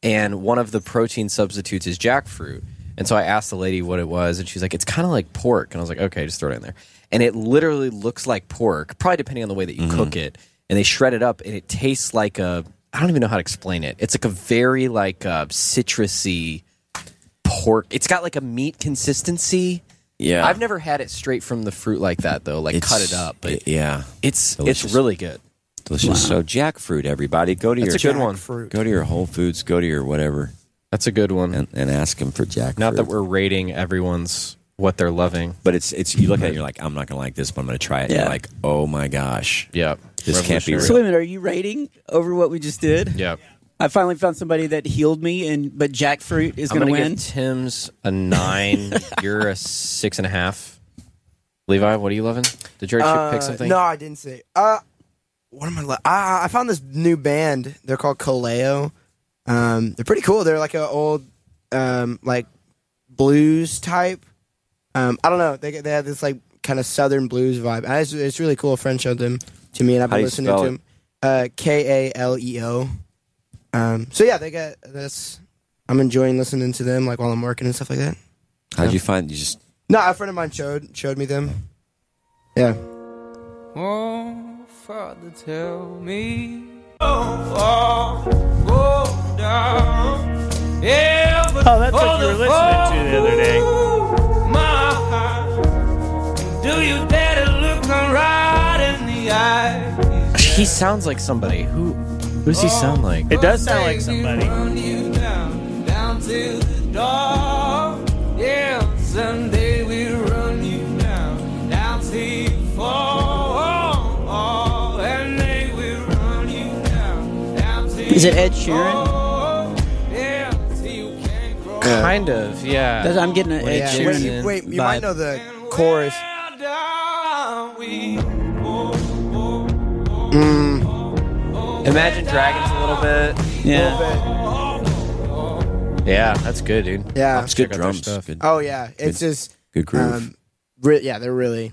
S3: and one of the protein substitutes is jackfruit. And so I asked the lady what it was, and she's like, "It's kind of like pork." And I was like, "Okay, just throw it in there." And it literally looks like pork, probably depending on the way that you
S2: Mm-hmm.
S3: cook it. And they shred it up, and it tastes like a. I don't even know how to explain it. It's like a very like uh, citrusy pork. It's got like a meat consistency.
S2: Yeah.
S3: I've never had it straight from the fruit like that though. Like cut it up, but
S2: yeah,
S3: it's it's really good.
S2: delicious. So jackfruit, everybody, go to
S3: That's
S2: your
S3: a good one. Jackfruit.
S2: Go to your Whole Foods, go to your whatever.
S3: That's a good one,
S2: and, and ask them for jackfruit.
S3: Not that we're rating everyone's what they're loving.
S2: but it's it's you look at it, you're like, I'm not gonna like this, but I'm gonna try it.
S3: Yeah.
S2: You're like, oh my gosh,
S3: yeah,
S2: this can't be
S4: So
S2: real.
S4: wait a minute, are you rating over what we just did?
S3: Yeah.
S4: I finally found somebody that healed me, and but jackfruit is
S3: I'm
S4: going to
S3: gonna
S4: win.
S3: give Tim's a nine. You're a six and a half. Levi, what are you loving? Did you already pick
S5: Uh,
S3: something?
S5: No, I didn't say. Uh, what am I? Li- I I found this new band. They're called Kaleo. Um, they're pretty cool. They're like an old, um, like blues type. Um, I don't know. They they have this like kind of southern blues vibe. And it's, it's really cool. A friend showed them to me, and I've
S2: How do
S5: been
S2: you
S5: listening
S2: spell
S5: to
S2: it?
S5: them. Uh, K A L E O. Um, so yeah, they got this. I'm enjoying listening to them, like while I'm working and stuff like that.
S2: How'd you find? You just
S5: No, a friend of mine showed showed me them. Yeah.
S16: Oh, Father, tell me. Oh, fall, go down. Yeah, but
S6: Oh, that's what
S16: for
S6: you were
S16: the
S6: listening to the other day.
S16: fall, My heart, do you dare to look me right in the eye?
S3: He sounds like somebody. Who who does he sound like?
S6: It does sound like somebody.
S16: Run you down, down to the door. Yeah, someday we run you down, down to you fall. And they will run you down, down to
S4: Is it
S16: you
S4: Ed Sheeran?
S16: fall. Yeah, till you can't grow.
S3: Kind of, yeah.
S4: That's- I'm getting an
S3: What
S4: Ed
S3: did you
S4: Sheeran.
S3: choose?
S5: Wait, you might
S4: Vibe.
S5: know the chorus.
S3: Mm. Imagine Dragons a little bit.
S4: Yeah.
S3: Yeah, that's good, dude.
S5: Yeah.
S3: I'll
S5: It's
S3: check
S2: good
S3: out their
S2: drums.
S3: stuff.
S2: Good-
S5: Oh yeah, it's
S2: good-
S5: just
S2: good groove.
S5: Um, re- yeah, they're really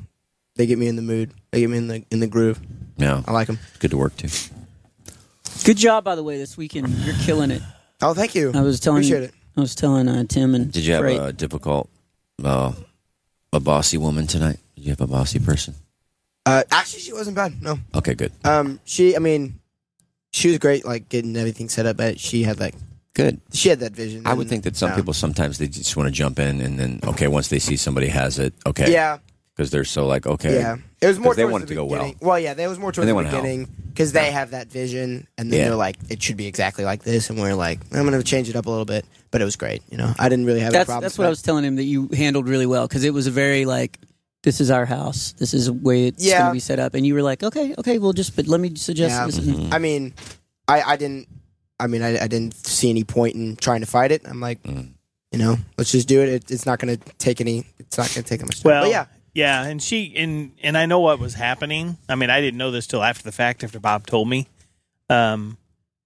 S5: they get me in the mood. They get me in the in the groove.
S2: yeah,
S5: I like them.
S2: Good to work too.
S4: Good job, by the way, this weekend. You're killing it.
S5: Oh, thank you.
S4: I was telling
S5: Appreciate it.
S4: I was telling uh, Tim and
S2: Did you have
S4: Freight-
S2: a difficult, uh, a bossy woman tonight? Did you have a bossy person?
S5: Uh, actually, she wasn't bad. No.
S2: Okay, good,
S5: Um, she, I mean, she was great, like getting everything set up. But she had like
S2: good.
S5: she had that vision.
S2: I would
S5: and-
S2: think that some
S5: no.
S2: people sometimes they just want to jump in and then okay once they see somebody has it okay
S5: Yeah.
S2: because they're so like okay
S5: Yeah, it was more.
S2: 'Cause they
S5: towards
S2: want it
S5: the
S2: to go well
S5: beginning. Well, yeah, that was more towards
S2: they
S5: the
S2: want help.
S5: beginning because they have that vision, and then
S2: Yeah.
S5: they're like, it should be exactly like this, and we're like, I'm gonna change it up a little bit. But it was great. You know, I didn't really have
S4: that's
S5: a problem.
S4: that's what I was telling him that you handled really well because it was a very like this is our house, this is the way it's
S5: Yeah.
S4: going to be set up, and you were like, okay, okay, well, just but let me suggest
S5: Yeah.
S4: this.
S2: Mm-hmm.
S5: I mean, I, I didn't. I mean, I, I didn't see any point in trying to fight it. I'm like,
S2: Mm.
S5: you know, let's just do it. it it's not going to take any. It's not going to take that much time.
S6: Well,
S5: But
S6: yeah,
S5: yeah,
S6: yeah, and she and and I know what was happening. I mean, I didn't know this till after the fact, after Bob told me, um,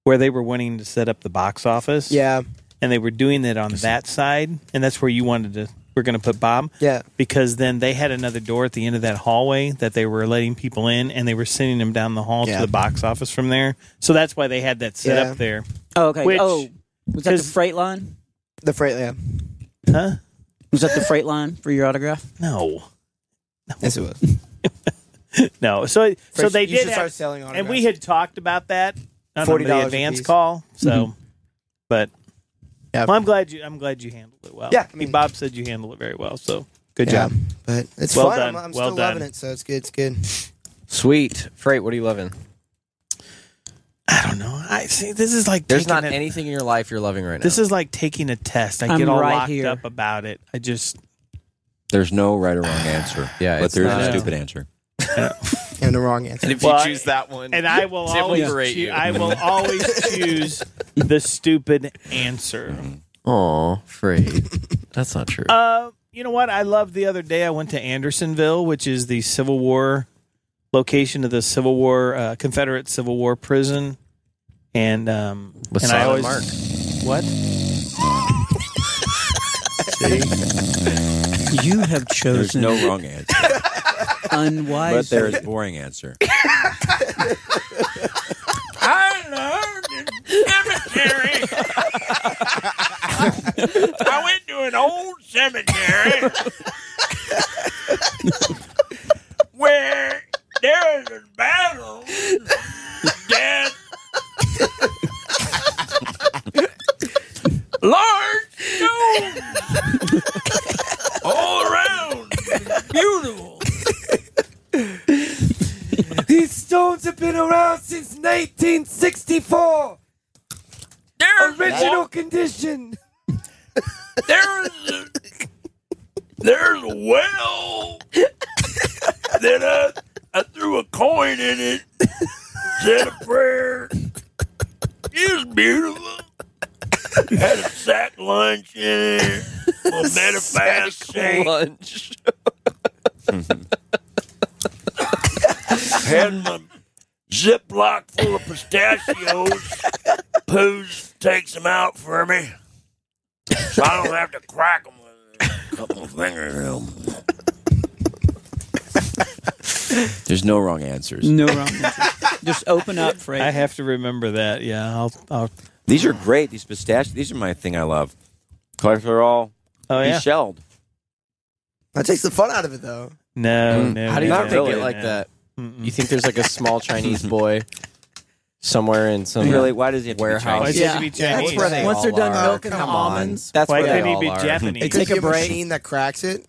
S6: where they were wanting to set up the box office.
S5: yeah,
S6: and they were doing it on that side, and that's where you wanted to we're going to put Bob.
S5: Yeah.
S6: Because then they had another door at the end of that hallway that they were letting people in, and they were sending them down the hall
S4: Yeah.
S6: to the box office from there. So that's why they had that set
S4: Yeah.
S6: up there.
S4: Oh, okay.
S6: Which-
S4: oh, was that the
S6: 'cause-
S4: freight line?
S5: The freight line.
S6: Huh?
S4: Was that the freight line for your autograph?
S6: No.
S5: Yes, it was.
S6: no. So so
S5: First,
S6: they
S5: you
S6: did
S5: should
S6: have-
S5: start selling
S6: and we had talked about that on
S5: $40
S6: the
S5: a
S6: advance
S5: piece.
S6: call. So,
S4: Mm-hmm.
S5: Mhm.
S6: but well, I'm glad you I'm glad you handled it well.
S5: Yeah,
S6: I mean, Bob said you handled it very well. So good
S5: Yeah,
S6: job.
S5: But it's
S6: well
S5: fun.
S6: Done.
S5: I'm, I'm
S6: well
S5: still
S6: done.
S5: loving it, so it's good. It's good.
S3: Sweet. Freight, what are you loving?
S6: I see. This is like
S3: There's
S6: taking
S3: not
S6: a-
S3: anything in your life you're loving right now.
S6: This is like taking a test. I
S3: I'm
S6: get all
S3: right
S6: locked
S3: here.
S6: up about it. I just
S2: There's no right or wrong answer.
S3: Yeah,
S2: but
S3: it's
S2: there is
S3: not-
S2: a stupid answer.
S5: and the wrong answer.
S3: And if you
S6: Well,
S3: choose that one,
S6: and I will
S3: Tim
S6: always
S3: berate
S6: choo-
S3: you.
S6: I will always choose the stupid answer.
S5: Mm-hmm.
S3: Aw, Freight. That's not true.
S6: Uh, you know what? I love the other day I went to Andersonville, which is the Civil War location of the Civil War uh, Confederate Civil War prison, and um,
S3: With
S6: and I
S3: Silent
S6: always
S3: Mark.
S6: what
S4: You have
S2: There's
S4: chosen
S2: no wrong answer.
S4: unwise.
S2: But there is boring answer.
S8: I love the cemetery. I went to an old cemetery where there is a battle of death. Large stones all around. Beautiful.
S17: These stones have been around since 1964.
S8: There's
S17: Original
S8: one-
S17: condition.
S8: there's a, there's a well that I, I threw a coin in it, said a prayer. It was beautiful. Had a sack lunch in it. A metaphase sack lunch. Had my Ziploc full of pistachios. Poos takes them out for me. So I don't have to crack them with a couple of fingernails.
S2: There's no wrong answers.
S4: No wrong answer. Just open up, Freight.
S6: I have to remember that. Yeah, I'll. I'll
S2: These are great. These pistachios. These are my thing. I love cholesterol.
S6: Oh, yeah.
S2: Be shelled.
S5: That takes the fun out of it, though.
S6: no,
S3: Mm.
S6: no.
S3: How do you
S6: no,
S3: think they
S6: no,
S3: get
S6: no,
S3: like
S6: no.
S3: that? You think there's like a small Chinese boy somewhere in some
S2: Really? Why does he have to be
S3: warehouse?
S2: Chinese? Why does he have to be
S3: That's
S2: Chinese?
S3: where they
S4: Once they're
S3: all
S4: done
S3: are.
S4: milking the
S3: Come on.
S4: almonds,
S3: That's
S6: Why
S3: where
S6: couldn't
S3: they
S6: he be
S3: all are.
S6: Japanese?
S5: Take a, machine that cracks it,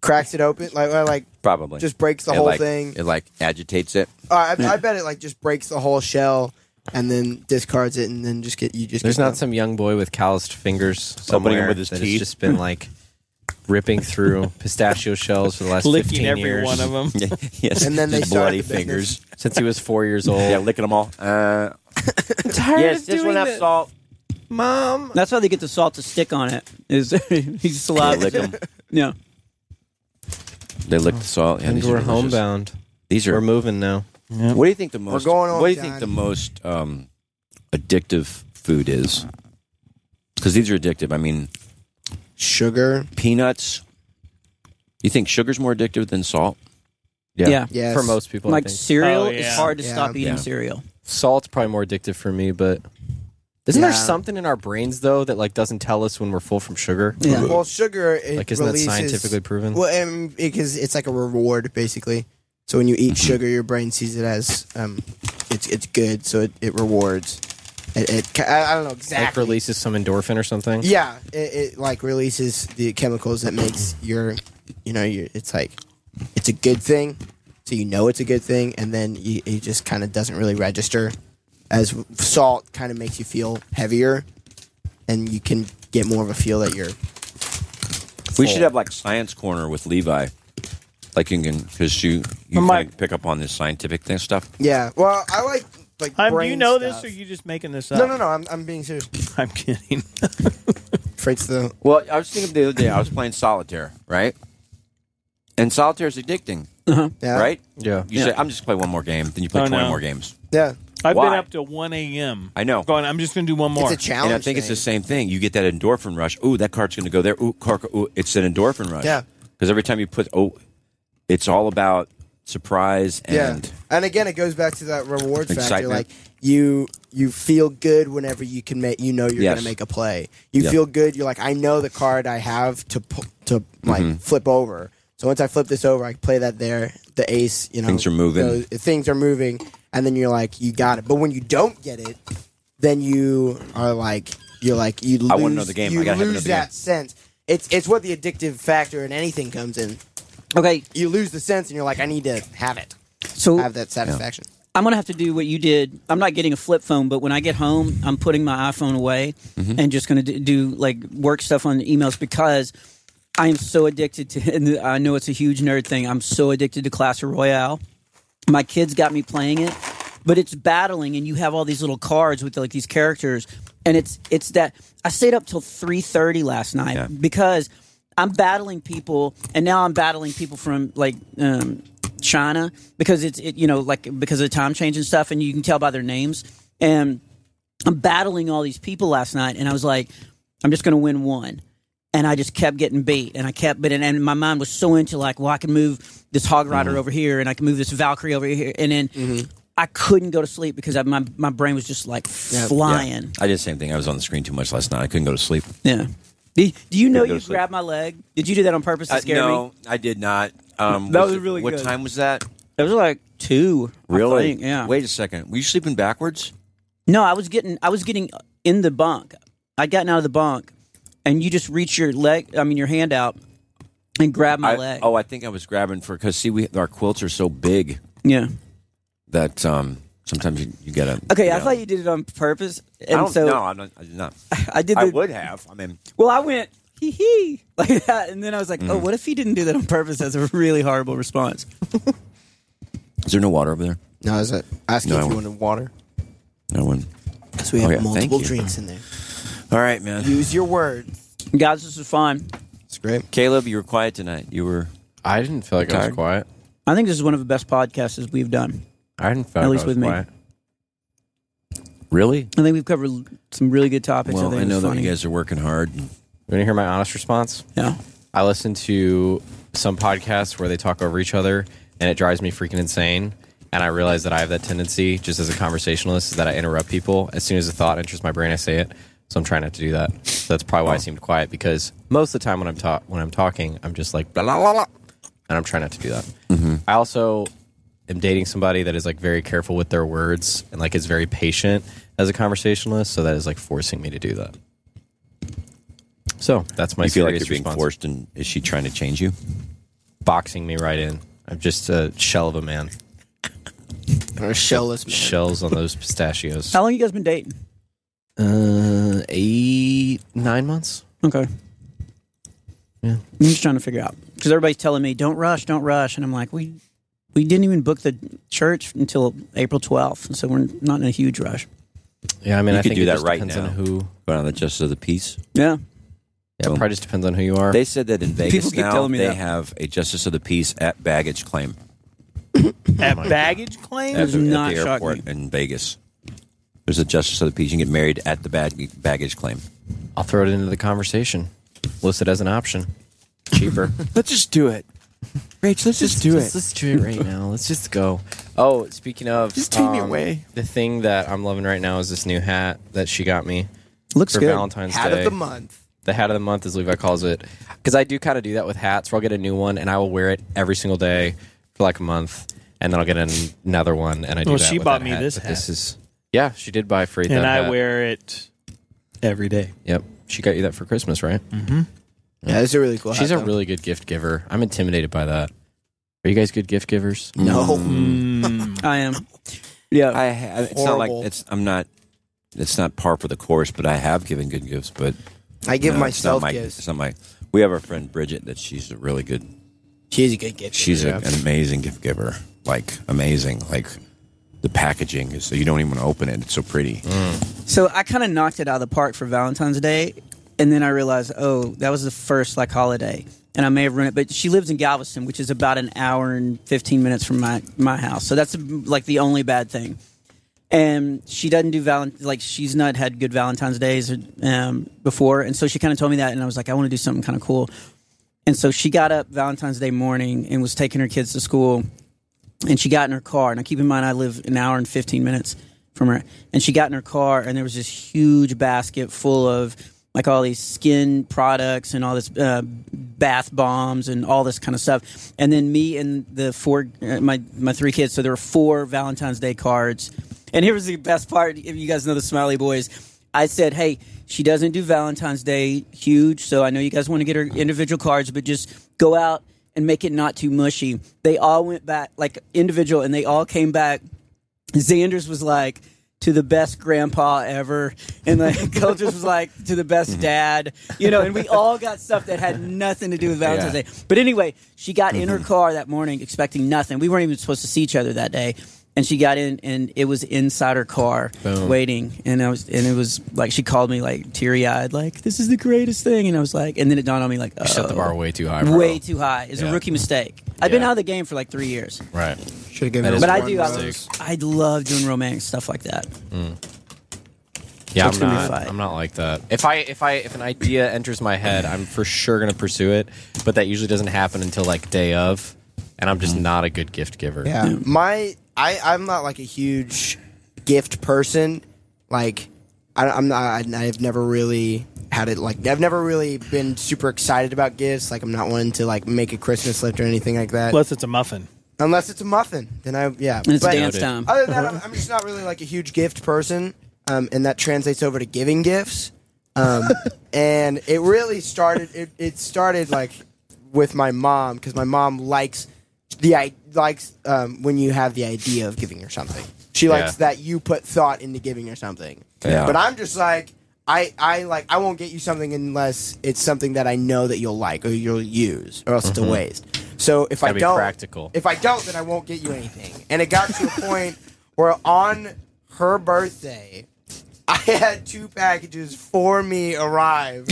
S5: cracks it open, like well, like
S2: Probably.
S5: just breaks the
S2: It,
S5: whole
S2: like-
S5: thing.
S2: It like agitates it.
S5: Uh, I, I bet it like just breaks the whole shell and then discards it, and then just get you just.
S3: There's
S5: get
S3: not
S5: done.
S3: some young boy with calloused fingers
S2: Opening
S3: somewhere
S2: them with his
S3: that
S2: teeth.
S3: has just been like ripping through pistachio shells for the last
S6: Licking
S3: 15
S6: every
S3: years.
S6: one of them.
S2: yes.
S5: And then they
S2: Just
S5: started
S2: bloody
S5: the business.
S2: fingers.
S3: Since he was four years old.
S2: Yeah, licking them all. Uh,
S4: tired
S2: yes, this one have salt.
S4: Mom. That's how they get the salt to stick on it. Is he's saliva.
S2: Lick 'em.
S4: Yeah.
S2: They lick the salt. Yeah,
S3: And
S2: these are
S3: we're
S2: delicious.
S3: homebound.
S2: These are.
S3: We're moving now.
S2: What do you think the most?
S5: going on,
S2: what do you
S5: John.
S2: think the most um, addictive food is? Because these are addictive. I mean,
S5: sugar,
S2: peanuts. You think sugar's more addictive than salt?
S4: Yeah.
S5: Yes.
S3: For most people, I
S4: Like
S3: think.
S4: cereal,
S6: Oh,
S4: it's
S6: yeah.
S4: hard to
S5: Yeah.
S4: stop eating
S2: Yeah.
S4: cereal.
S3: salt's probably more addictive for me, but isn't there
S5: Yeah.
S3: something in our brains though that like doesn't tell us when we're full from sugar?
S4: Yeah.
S5: Well, sugar it
S3: Like, isn't that
S5: releases,
S3: scientifically proven?
S5: Well, um, because it's like a reward basically. So when you eat sugar, your brain sees it as um, it's it's good, so it, it rewards. It, it ca- I, I don't know
S3: Like
S5: exactly.
S3: releases some endorphin or something.
S5: yeah, it, it like releases the chemicals that makes your, you know, your, it's like it's a good thing, so you know it's a good thing, and then you, it just kind of doesn't really register. As w- salt kind of makes you feel heavier, and you can get more of a feel that you're
S2: We should have like science corner with Levi. Like you can, because you you
S6: I'm
S2: can pick up on this scientific thing stuff.
S5: Yeah. Well, I like like.
S6: Um, do
S5: brain
S6: you know
S5: stuff.
S6: this, or you just making this up?
S5: No, no, no. I'm, I'm being serious.
S6: I'm kidding.
S5: Freight's the.
S2: Well, I was thinking the other day I was playing solitaire, right? And solitaire is addicting,
S5: Yeah.
S4: Uh-huh.
S2: right?
S3: Yeah.
S2: You say I'm just gonna play one more game, then you play
S6: Oh,
S2: twenty
S6: no.
S2: more games.
S5: Yeah.
S6: I've been
S2: Why?
S6: up to 1 a.m.
S2: I know.
S6: Going, I'm just going to do one more.
S2: And I think it's the same thing. You get that endorphin rush. Ooh, that card's going to go there. Ooh, car, ooh, it's an endorphin rush.
S5: Yeah.
S2: Because every time you put, oh, it's all about surprise
S5: Yeah,
S2: and
S5: and again, it goes back to that reward factor.
S2: Excitement.
S5: Like you, you feel good whenever you can make. You know you're
S2: Yes.
S5: going to make a play. You
S2: Yeah.
S5: feel good. You're like, I know the card I have to pu- to
S3: Mm-hmm.
S5: like
S2: Mhm.
S5: flip over. So once I flip this over, I can play that there. The ace, you know,
S2: Things are moving.
S5: goes- things are moving, and then you're like, you got it. But when you don't get it, then you are like, you're like, you. Lose,
S2: I wanna know the game.
S5: You
S2: I gotta have
S5: lose
S2: another game.
S5: that sense. It's it's what the addictive factor in anything comes in.
S4: Okay,
S5: you lose the sense, and you're like, I need to have it.
S4: So
S5: have that satisfaction.
S4: I'm gonna have to do what you did. I'm not getting a flip phone, but when I get home, I'm putting my iPhone away
S5: Mhm.
S4: and just gonna do, do like work stuff on emails because I am so addicted to. And I know it's a huge nerd thing. I'm so addicted to Clash Royale. My kids got me playing it, but it's battling, and you have all these little cards with like these characters, and it's it's that I stayed up till three thirty last night because I'm battling people, and now I'm battling people from like um, China because it's it, you know like because of the time change and stuff, and you can tell by their names. And I'm battling all these people last night, and I was like, I'm just going to win one. And I just kept getting beat, and I kept, but and, and my mind was so into like, well, I can move this Hog Rider
S2: Mm-hmm.
S4: over here, and I can move this Valkyrie over here, and then I couldn't go to sleep because I, my my brain was just like flying.
S2: Yeah. I did the same thing. I was on the screen too much last night. I couldn't go to sleep.
S4: Yeah. Do, do you know
S2: Couldn't go
S4: you
S2: to sleep.
S4: grabbed my leg? Did you do that on purpose to
S2: Uh,
S4: scare
S2: no,
S4: me?
S2: I did not. Um,
S4: That
S2: what's
S4: was
S2: the-
S4: really
S2: What
S4: good.
S2: time was that?
S4: It was like two. I
S2: Really?
S4: think, yeah.
S2: Wait a second. Were you sleeping backwards?
S4: No, I was getting I was getting in the bunk. I'd gotten out of the bunk, and you just reach your leg. I mean, your hand out and grab my
S2: I-
S4: leg.
S2: Oh, I think I was grabbing for because see, we our quilts are so big
S4: Yeah.
S2: that um, sometimes you, you gotta.
S4: Okay,
S2: you
S4: I
S2: know.
S4: thought you did it on purpose,
S2: I
S4: and
S2: don't-
S4: so
S2: no, I'm not, I did not.
S4: I did
S2: I
S4: the-
S2: would have. I mean,
S4: well, I went hee hee like that, and then I was like, oh,
S2: Mhm.
S4: what if he didn't do that on purpose? That's a really horrible response.
S2: is there no water over there?
S5: No, is it? Asking
S2: No,
S5: if
S2: I
S5: you
S2: won't.
S5: wanted water.
S2: No one.
S5: Because we have
S2: Okay, thank
S5: multiple
S2: you.
S5: drinks in there.
S2: All right, man.
S5: Use your words.
S4: Guys, this is fun.
S5: It's great.
S2: Caleb, you were quiet tonight. You were.
S3: I didn't feel like I was
S2: Tired?
S3: quiet.
S4: I think this is one of the best podcasts we've done.
S3: I didn't feel
S4: At
S3: like
S4: least
S3: I was
S4: with me.
S3: quiet. Really?
S4: I think we've covered some really good topics. I,
S2: Well,
S4: think
S2: I
S4: it was
S2: know that
S4: funny.
S2: you guys are working hard.
S3: You want to hear my honest response?
S4: Yeah.
S3: I listen to some podcasts where they talk over each other, and it drives me freaking insane. And I realize that I have that tendency, just as a conversationalist, is that I interrupt people as soon as a thought enters my brain. I say it, so I'm trying not to do that. So that's probably why
S2: Oh.
S3: I seemed quiet because most of the time when I'm ta- when I'm talking, I'm just like blah blah blah, blah and I'm trying not to do that.
S2: Mm-hmm.
S3: I also am dating somebody that is like very careful with their words and like is very patient as a conversationalist, so that is like forcing me to do that. So that's my
S2: you feel like
S3: serious
S2: you're being
S3: response.
S2: forced, and is she trying to change you?
S3: Boxing me right in. I'm just a shell of a man.
S5: Or a shellless man.
S3: Shells on those pistachios.
S4: How long you guys been dating?
S3: Uh, eight, nine months.
S4: Okay. Yeah. I'm just trying to figure out because everybody's telling me don't rush, don't rush, and I'm like, we we didn't even book the church until April 12th, and so we're not in a huge rush.
S3: Yeah, I mean,
S2: you
S3: I
S2: could
S3: think
S2: do
S3: it
S2: that
S3: just
S2: right
S3: depends
S2: now.
S3: on who.
S2: But on the justice of the peace.
S4: Yeah.
S3: Yeah, it
S2: Boom.
S3: probably just depends on who you are.
S2: They said that in Vegas
S3: People keep
S2: now
S3: telling me
S2: they
S3: that.
S2: have a justice of the peace at baggage claim Oh
S6: At baggage claim?
S2: at the, at the airport in Vegas. There's a justice of the peace. You can get married at the bag, baggage claim.
S3: I'll throw it into the conversation. List it as an option. Cheaper.
S17: Let's just do it. Rach, let's just, do it.
S3: Let's do it right now. Let's just go. Oh, speaking of, um,
S17: Just take me away.
S3: The thing that I'm loving right now is this new hat that she got me.
S4: Looks
S3: for
S4: good.
S3: Valentine's
S5: Hat of
S3: Day.
S5: the month.
S3: The hat of the month, as Levi calls it, because I do kind of do that with hats. Where I'll get a new one and I will wear it every single day for like a month, and then I'll get an- another one. And I do
S6: Well,
S3: that
S6: she
S3: with
S6: bought
S3: that
S6: me
S3: hat,
S6: this
S3: but
S6: hat.
S3: This is yeah, she did buy free.
S6: and
S3: that
S6: I
S3: hat.
S6: wear it every day.
S3: Yep, she got you that for Christmas, right?
S6: Mm-hmm.
S5: Yeah, that's a really cool.
S3: She's
S5: hat,
S3: a
S5: though.
S3: really good gift giver. I'm intimidated by that. Are you guys good gift givers? Mm.
S5: No.
S4: Mm. I am. Yeah,
S2: I, ha- it's not like
S5: Horrible.
S2: it's. I'm not. It's not par for the course, but I have given good gifts. But
S5: I give
S2: no,
S5: myself
S2: it's not my,
S5: gifts.
S2: It's not my. We have our friend Bridget that she's a really good.
S5: She's a good gift.
S2: She's
S5: giver,
S2: a-
S5: yeah.
S2: an amazing gift giver. Like amazing. Like the packaging is. You don't even want to open it. It's so pretty.
S4: So I kind of knocked it out of the park for Valentine's Day, and then I realized, oh, that was the first like holiday, and I may have ruined it. But she lives in Galveston, which is about an hour and fifteen minutes from my my house, so that's like the only bad thing. and she doesn't do valent like she's not had good Valentine's days um, before, and so she kind of told me that, and I was like, I want to do something kind of cool, and so she got up Valentine's Day morning and was taking her kids to school, and she got in her car. Now keep in mind, I live an hour and fifteen minutes from her, and she got in her car, and there was this huge basket full of like all these skin products and all this uh, bath bombs and all this kind of stuff. And then me and the four uh, my my three kids. So there were four Valentine's Day cards. And here was the best part. If you guys know the Smiley Boys, I said, "Hey, she doesn't do Valentine's Day huge, so I know you guys want to get her individual cards, but just go out and make it not too mushy." They all went back like individual, and they all came back. Xander's was like to the best grandpa ever, and like Coulter's was like to the best dad, you know. And we all got stuff that had nothing to do with Valentine's
S1: Yeah.
S4: Day. But anyway, she got in her
S3: Mm-hmm.
S4: car that morning expecting nothing. We weren't even supposed to see each other that day. And she got in, and it was inside her car
S1: Boom.
S4: waiting. And I was, and it was like she called me like teary eyed, like this is the greatest thing. And I was like, and then it dawned on me like, oh,
S3: You set the bar way too high. Bro.
S4: way too high. It's
S3: Yeah.
S4: a rookie mistake. I've been out of the game for like three years.
S3: Right.
S5: Should have
S3: given That her is
S4: But
S3: a
S4: I
S3: one
S4: do. I,
S3: mistake. Mm.
S4: I love doing romantic stuff like that.
S3: Yeah,
S4: It's
S3: I'm
S4: gonna be
S3: not.
S4: fine.
S3: I'm not like that. If I if I if an idea enters my head, I'm for sure gonna pursue it. But that usually doesn't happen until like day of, and I'm
S4: Mm-hmm.
S3: just not a good gift giver.
S5: Yeah. My I I'm not like a huge gift person. Like I, I'm not. I, I've never really had it. Like I've never really been super excited about gifts. Like I'm not one to like make a Christmas list or anything like that.
S6: Unless it's a muffin.
S5: Unless it's a muffin, then I yeah.
S6: And it's
S5: But
S6: dance time.
S5: Other than that, I'm, I'm just not really like a huge gift person, um, and that translates over to giving gifts. Um, and it really started. It, it started like with my mom because my mom likes the i likes um, when you have the idea of giving her something. She likes
S1: Yeah.
S5: that you put thought into giving her something.
S1: Yeah.
S5: But I'm just like I, I like I won't get you something unless it's something that I know that you'll like or you'll use or else it's a
S3: Mhm.
S5: waste. So if
S3: Gotta
S5: I
S3: be
S5: don't
S3: practical.
S5: if I don't, then I won't get you anything. And it got to a point where on her birthday, I had two packages for me arrive.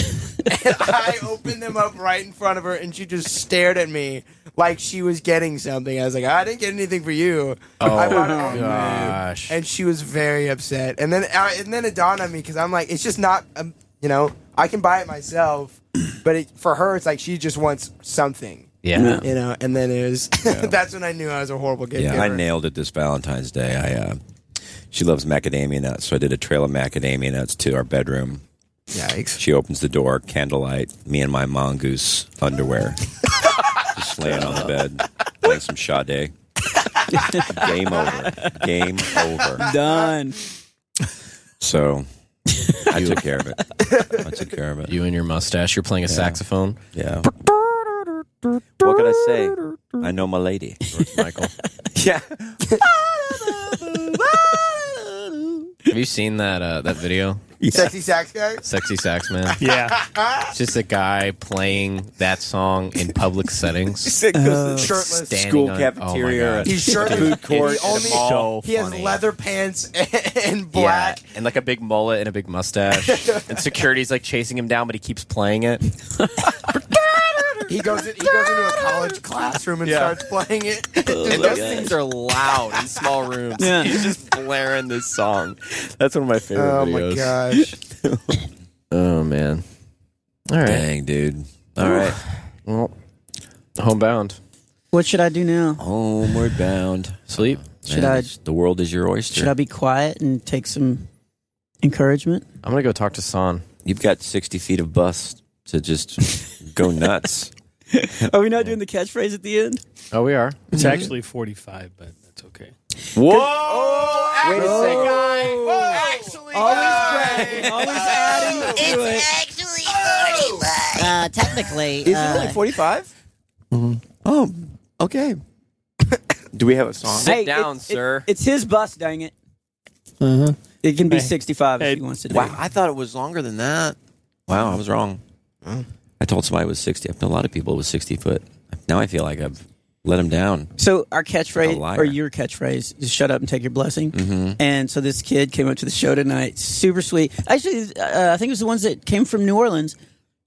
S5: and I opened them up right in front of her, and she just stared at me like she was getting something. I was like, I didn't get anything for you.
S1: Oh,
S5: I bought it all for you."
S1: gosh.
S5: And she was very upset. And then, uh, and then it dawned on me because I'm like, it's just not, um, you know, I can buy it myself, but it, for her, it's like she just wants something.
S2: Yeah.
S5: You know, and then it was that's when I knew I was a horrible gift
S2: Yeah,
S5: giver.
S2: I nailed it this Valentine's Day. I uh, she loves macadamia nuts, so I did a trail of macadamia nuts to our bedroom.
S5: Yikes!
S2: She opens the door, candlelight, me and my mongoose underwear, just laying on the bed, playing some Sade. Game over. Game over.
S4: Done.
S2: So I took care of it. I took care of it.
S3: You and your mustache. You're playing a saxophone.
S2: Yeah. What can I say? I know my lady,
S3: Michael.
S2: yeah.
S3: Have you seen that uh, that video?
S5: Sexy sax guy.
S3: Sexy sax man.
S5: Yeah.
S3: It's just a guy playing that song in public settings. Uh,
S2: Sick, 'cause it's shirtless.
S3: Standing
S2: School
S3: on-
S2: cafeteria,
S3: oh my God.
S5: He's shirtless.
S3: Dude,
S5: He only-
S3: it's so
S5: he has
S3: funny.
S5: leather pants and,
S3: Yeah,
S5: black.
S3: and like a big mullet and a big mustache. and security's like chasing him down, but he keeps playing it.
S5: He goes in, he goes into a college classroom and
S3: Yeah.
S5: starts playing it.
S3: and those things are loud in small rooms.
S5: Yeah.
S3: He's just blaring this song. That's one of my favorite
S5: Oh my
S3: videos.
S5: gosh.
S3: oh man. All right.
S2: Dang, dude. All right.
S3: Well, homebound.
S4: What should I do now?
S2: Homeward bound.
S3: Sleep.
S4: Should I-
S2: The world is your oyster.
S4: Should I be quiet and take some encouragement?
S3: I'm gonna go talk to San.
S2: You've got sixty feet of bus to just go nuts.
S4: Are we not doing the catchphrase at the end?
S3: Oh, we are.
S6: It's
S2: Mhm.
S6: actually 45, but that's okay.
S5: Whoa!
S6: Wait a
S4: Oh.
S5: second.
S7: Actually, always, always adding
S4: to
S7: it.
S15: Actually, 41. Uh, technically.
S7: Is it
S4: uh,
S7: really
S5: 45?
S2: Oh, okay. Do we have a song?
S4: Hey, it- it- it's his bus, dang it.
S2: Uh-huh.
S4: It can be
S2: Hey.
S4: 65 if he wants to do
S2: Wow,
S4: it.
S2: I thought it was longer than that. Wow, I was wrong. I told somebody it was 60. I've known a lot of people it was 60 foot. Now I feel like I've let them down.
S4: So our
S2: A
S4: catchphrase,
S2: liar.
S4: or your catchphrase, is "Shut up and take your blessing."
S2: Mhm.
S4: And so this kid came up to the show tonight, super sweet. Actually, uh, I think it was the ones that came from New Orleans,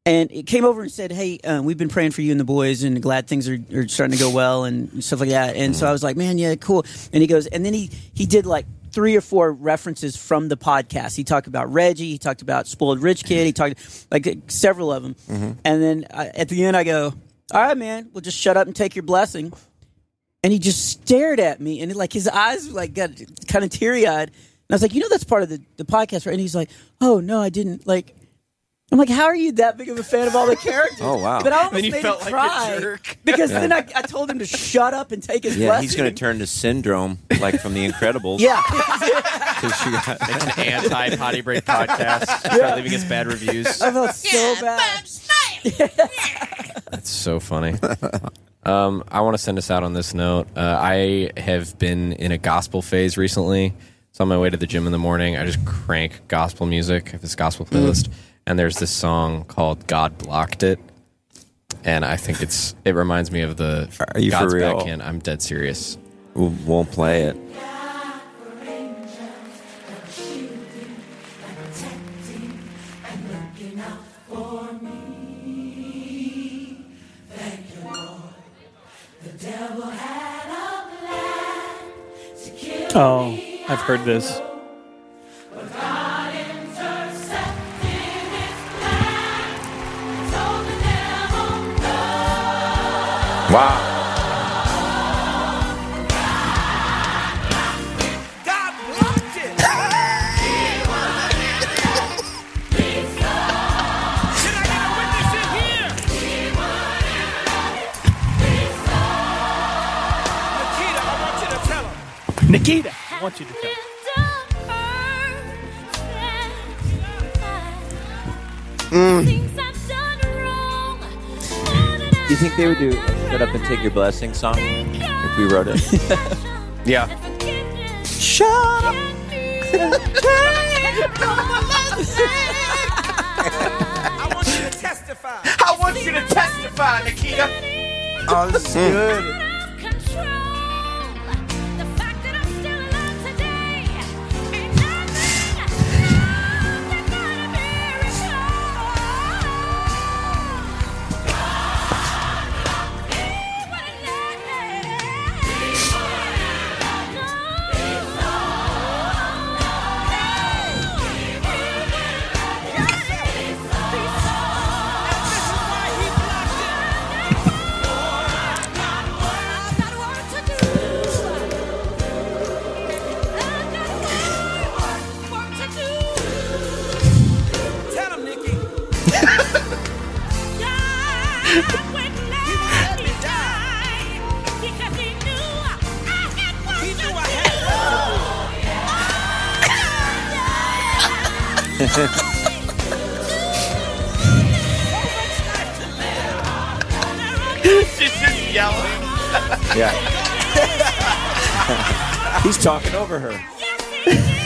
S4: and it came over and said, "Hey, uh, we've been praying for you and the boys, and glad things are,
S2: Mm-hmm.
S4: are starting to go well and stuff like that." And so I was like, "Man, yeah, cool." And he goes, and then he he did like three or four references from the podcast. He talked about Reggie. He talked about spoiled rich kid. He talked like several of them.
S2: Mm-hmm.
S1: Mhm.
S4: And then I, at the end, I go, "All right, man, we'll just shut up and take your blessing." And he just stared at me, and like his eyes like got kind of teary eyed. And I was like, "You know, that's part of the, the podcast, right?" And he's like, "Oh no, I didn't." Like, I'm like, "How are you that big of a fan of all the characters?"
S2: Oh, wow.
S4: But I almost
S2: Then you
S4: made
S2: felt
S4: him
S2: like a
S4: cry
S2: jerk.
S4: because
S2: Yeah.
S4: then I, I told him to shut up and take his
S2: Yeah,
S4: blessing.
S2: he's going to turn to syndrome, like from The Incredibles.
S4: Yeah.
S2: 'Cause she got-
S3: An anti potty break podcast. Start leaving us bad reviews.
S4: I felt so bad.
S3: That's so funny. Um, I want to send us out on this note. Uh, I have been in a gospel phase recently. So on my way to the gym in the morning, I just crank gospel music. I have this gospel
S2: Mm.
S3: playlist, and there's this song called "God Blocked It," and I think it's it reminds me of the
S2: Are you for
S3: God's
S2: real?
S3: Back In. I'm dead serious.
S2: We'll- won't play it.
S6: Oh, I've heard this.
S2: Wow.
S6: Nikita, I want you to tell.
S2: Do you think they would do a "Shut Up and Take Your Blessing" song if we wrote it?
S3: yeah.
S2: Shut up.
S8: I want you to testify. I want you to testify, Nikita.
S5: Oh, this is
S8: Mm.
S5: good.
S8: Tell him, Nikki. He won't let me die. He knew I had work to do.
S3: She's just yelling.
S2: yeah. He's talking over her.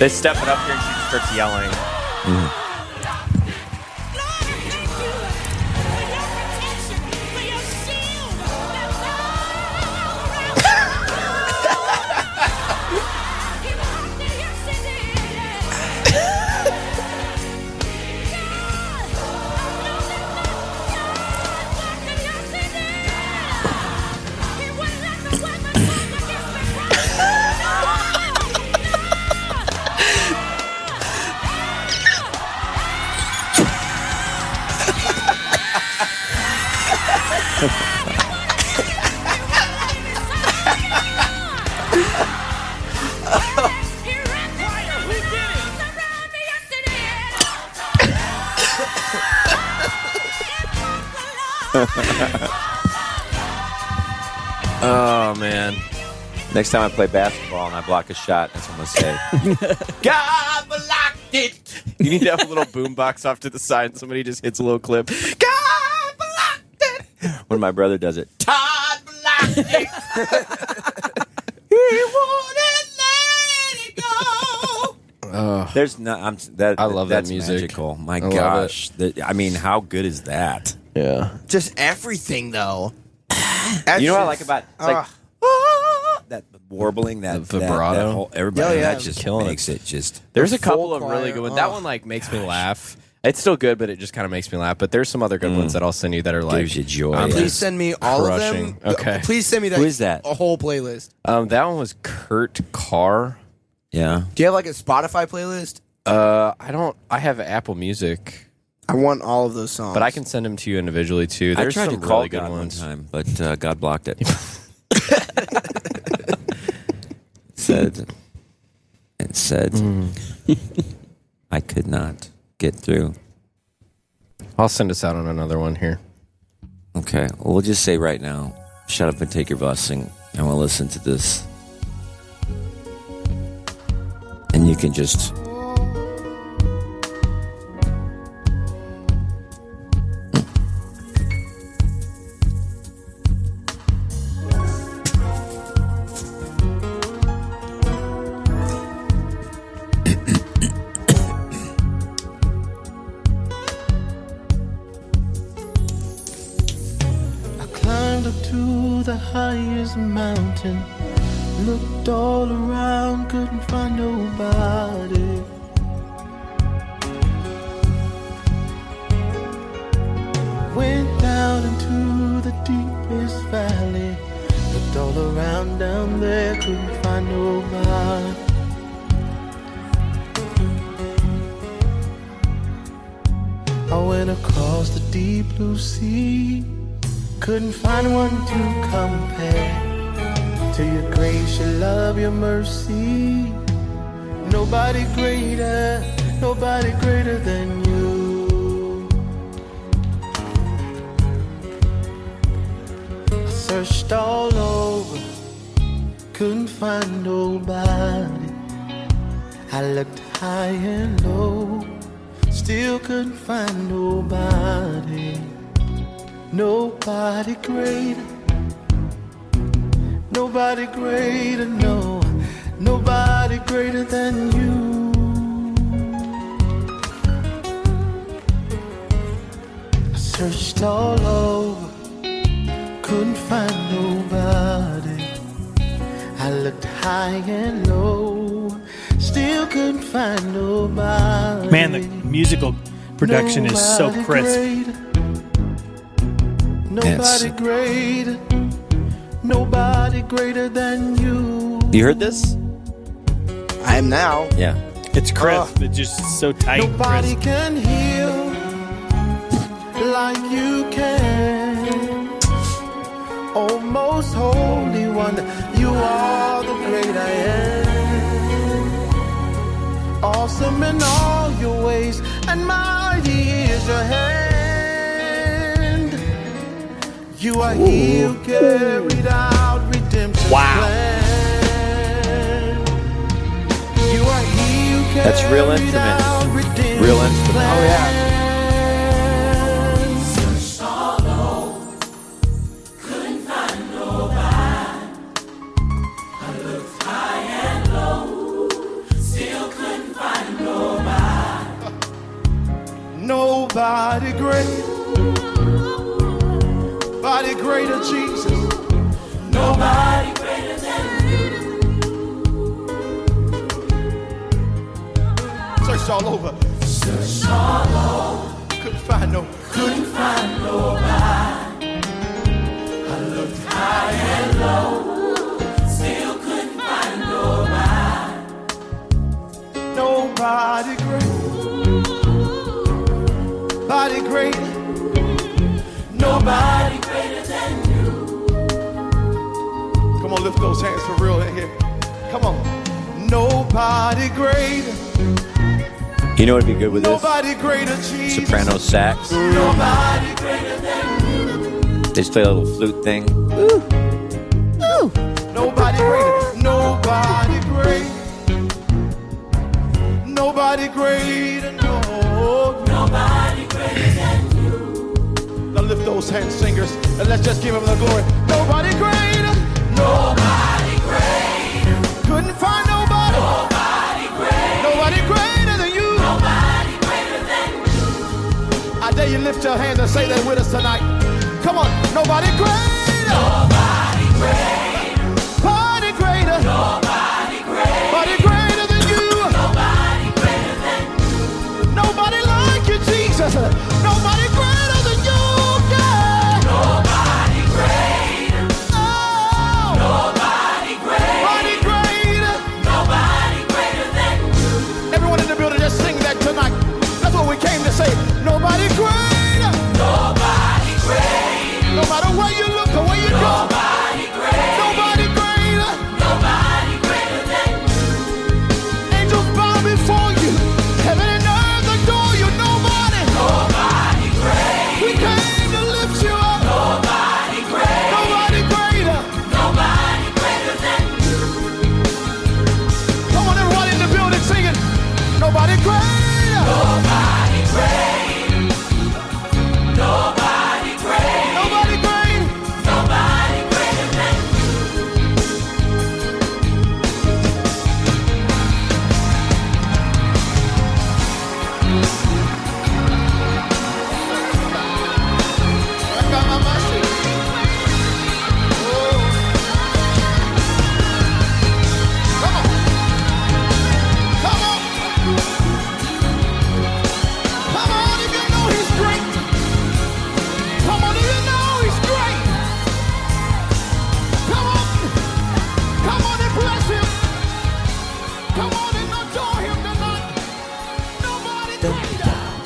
S3: They step it up here and she starts yelling.
S8: Mm.
S2: oh man. Next time I play basketball and I block a shot, that's what I'm gonna say.
S3: God blocked it. You need to have a little boombox off to the side. and Somebody just hits a little clip.
S2: when my brother does it.
S8: Todd blocked it. he wouldn't let it go.
S2: There's not. I'm that. I love
S3: that
S2: that's
S3: music.
S2: Magical. My
S3: I love
S2: gosh. The- I mean, how good is that?
S3: Yeah.
S5: Just everything though.
S2: you know what I like about it's like, that warbling, that
S3: The
S2: that-
S3: vibrato.
S2: That, whole, everybody
S3: Oh, yeah.
S2: that just
S3: Killing it.
S2: makes it just.
S3: There's a
S2: Full
S3: couple of really
S2: choir.
S3: good ones.
S2: Oh.
S3: That one like makes me laugh. It's still good, but it just kind of makes me laugh. But there's some other good ones that I'll send you that are like
S2: Mm. Gives you joy.
S3: I'm
S5: Please
S3: just
S5: send me all
S3: crushing.
S5: of them.
S3: Okay.
S5: Please send me that.
S3: Who is that?
S5: A whole playlist.
S3: Um, that one was Kurt Carr.
S2: Yeah.
S5: Do you have like a Spotify playlist?
S3: Uh, I don't. I have Apple Music,
S5: I want all of those songs.
S3: but I can send them to you individually too.
S2: I
S3: There's
S2: tried
S3: some
S2: to call
S3: really good
S2: God one
S3: ones.
S2: time, but uh, God blocked it. said, it said,
S3: Mm.
S2: I could not get through.
S3: I'll send us out on another one here.
S2: Okay, well, we'll just say right now, shut up and take your blessing, and we'll listen to this. And you can just.
S18: I climbed up to the highest mountain, looked all around, couldn't find nobody. Went down into the deepest valley, looked all around down there, couldn't find nobody. I went across the deep blue sea. Couldn't find one to compare to your grace, your love, your mercy. Nobody greater, nobody greater than you. I searched all over, couldn't find nobody. I looked high and low, still couldn't find nobody. Nobody greater. Nobody greater, no. Nobody greater than you. I searched all over, couldn't find nobody. I looked high and low, still couldn't find nobody.
S6: Man, the musical production is so
S18: Nobody
S6: crisp.
S18: greater. Nobody greater. Nobody greater than you.
S2: You heard this?
S5: I am now.
S2: Yeah.
S6: It's crisp. it's just so tight. and
S18: Nobody
S6: crisp.
S18: can heal like you can. Oh, most holy one, you are the great I am. Awesome in all your ways, and mighty is your hand. You are healed, carried out, redemption.
S6: Wow.
S18: You are healed,
S2: That's real
S18: carried
S2: intimate.
S18: out, redemption
S2: Real instrument.
S18: Oh, yeah. Nobody great, body greater Jesus. Nobody greater than you. Searched all over. Searched all over. Couldn't find no. Couldn't find nobody. I looked high and low. Still couldn't find nobody. Nobody great. Body great. Nobody greater than you. Come on, lift those hands for real in here. Come on. Nobody greater.
S2: You know what would be good with
S18: Nobody greater,
S2: this?
S18: Jesus.
S2: Soprano sax.
S18: Nobody greater than you.
S2: They just play a little flute thing.
S18: Nobody greater. Nobody great. Nobody greater. No. Nobody greater than you. Now lift those hands, singers, and let's just give him the glory. Nobody greater. Nobody greater. Couldn't find nobody. Nobody greater. Nobody greater than you. Nobody greater than you. I dare you lift your hands and say that with us tonight. Come on, nobody greater. Nobody greater. Body greater. Nobody greater. Body greater than you. Nobody greater than you. Nobody like you, Jesus. Oh.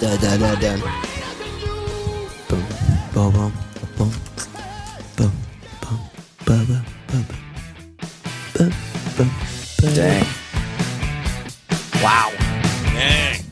S18: Da da da da. Boom, boom, boom, boom, boom, boom, boom, boom, boom, boom, boom.
S19: Dang.
S8: Wow. Dang.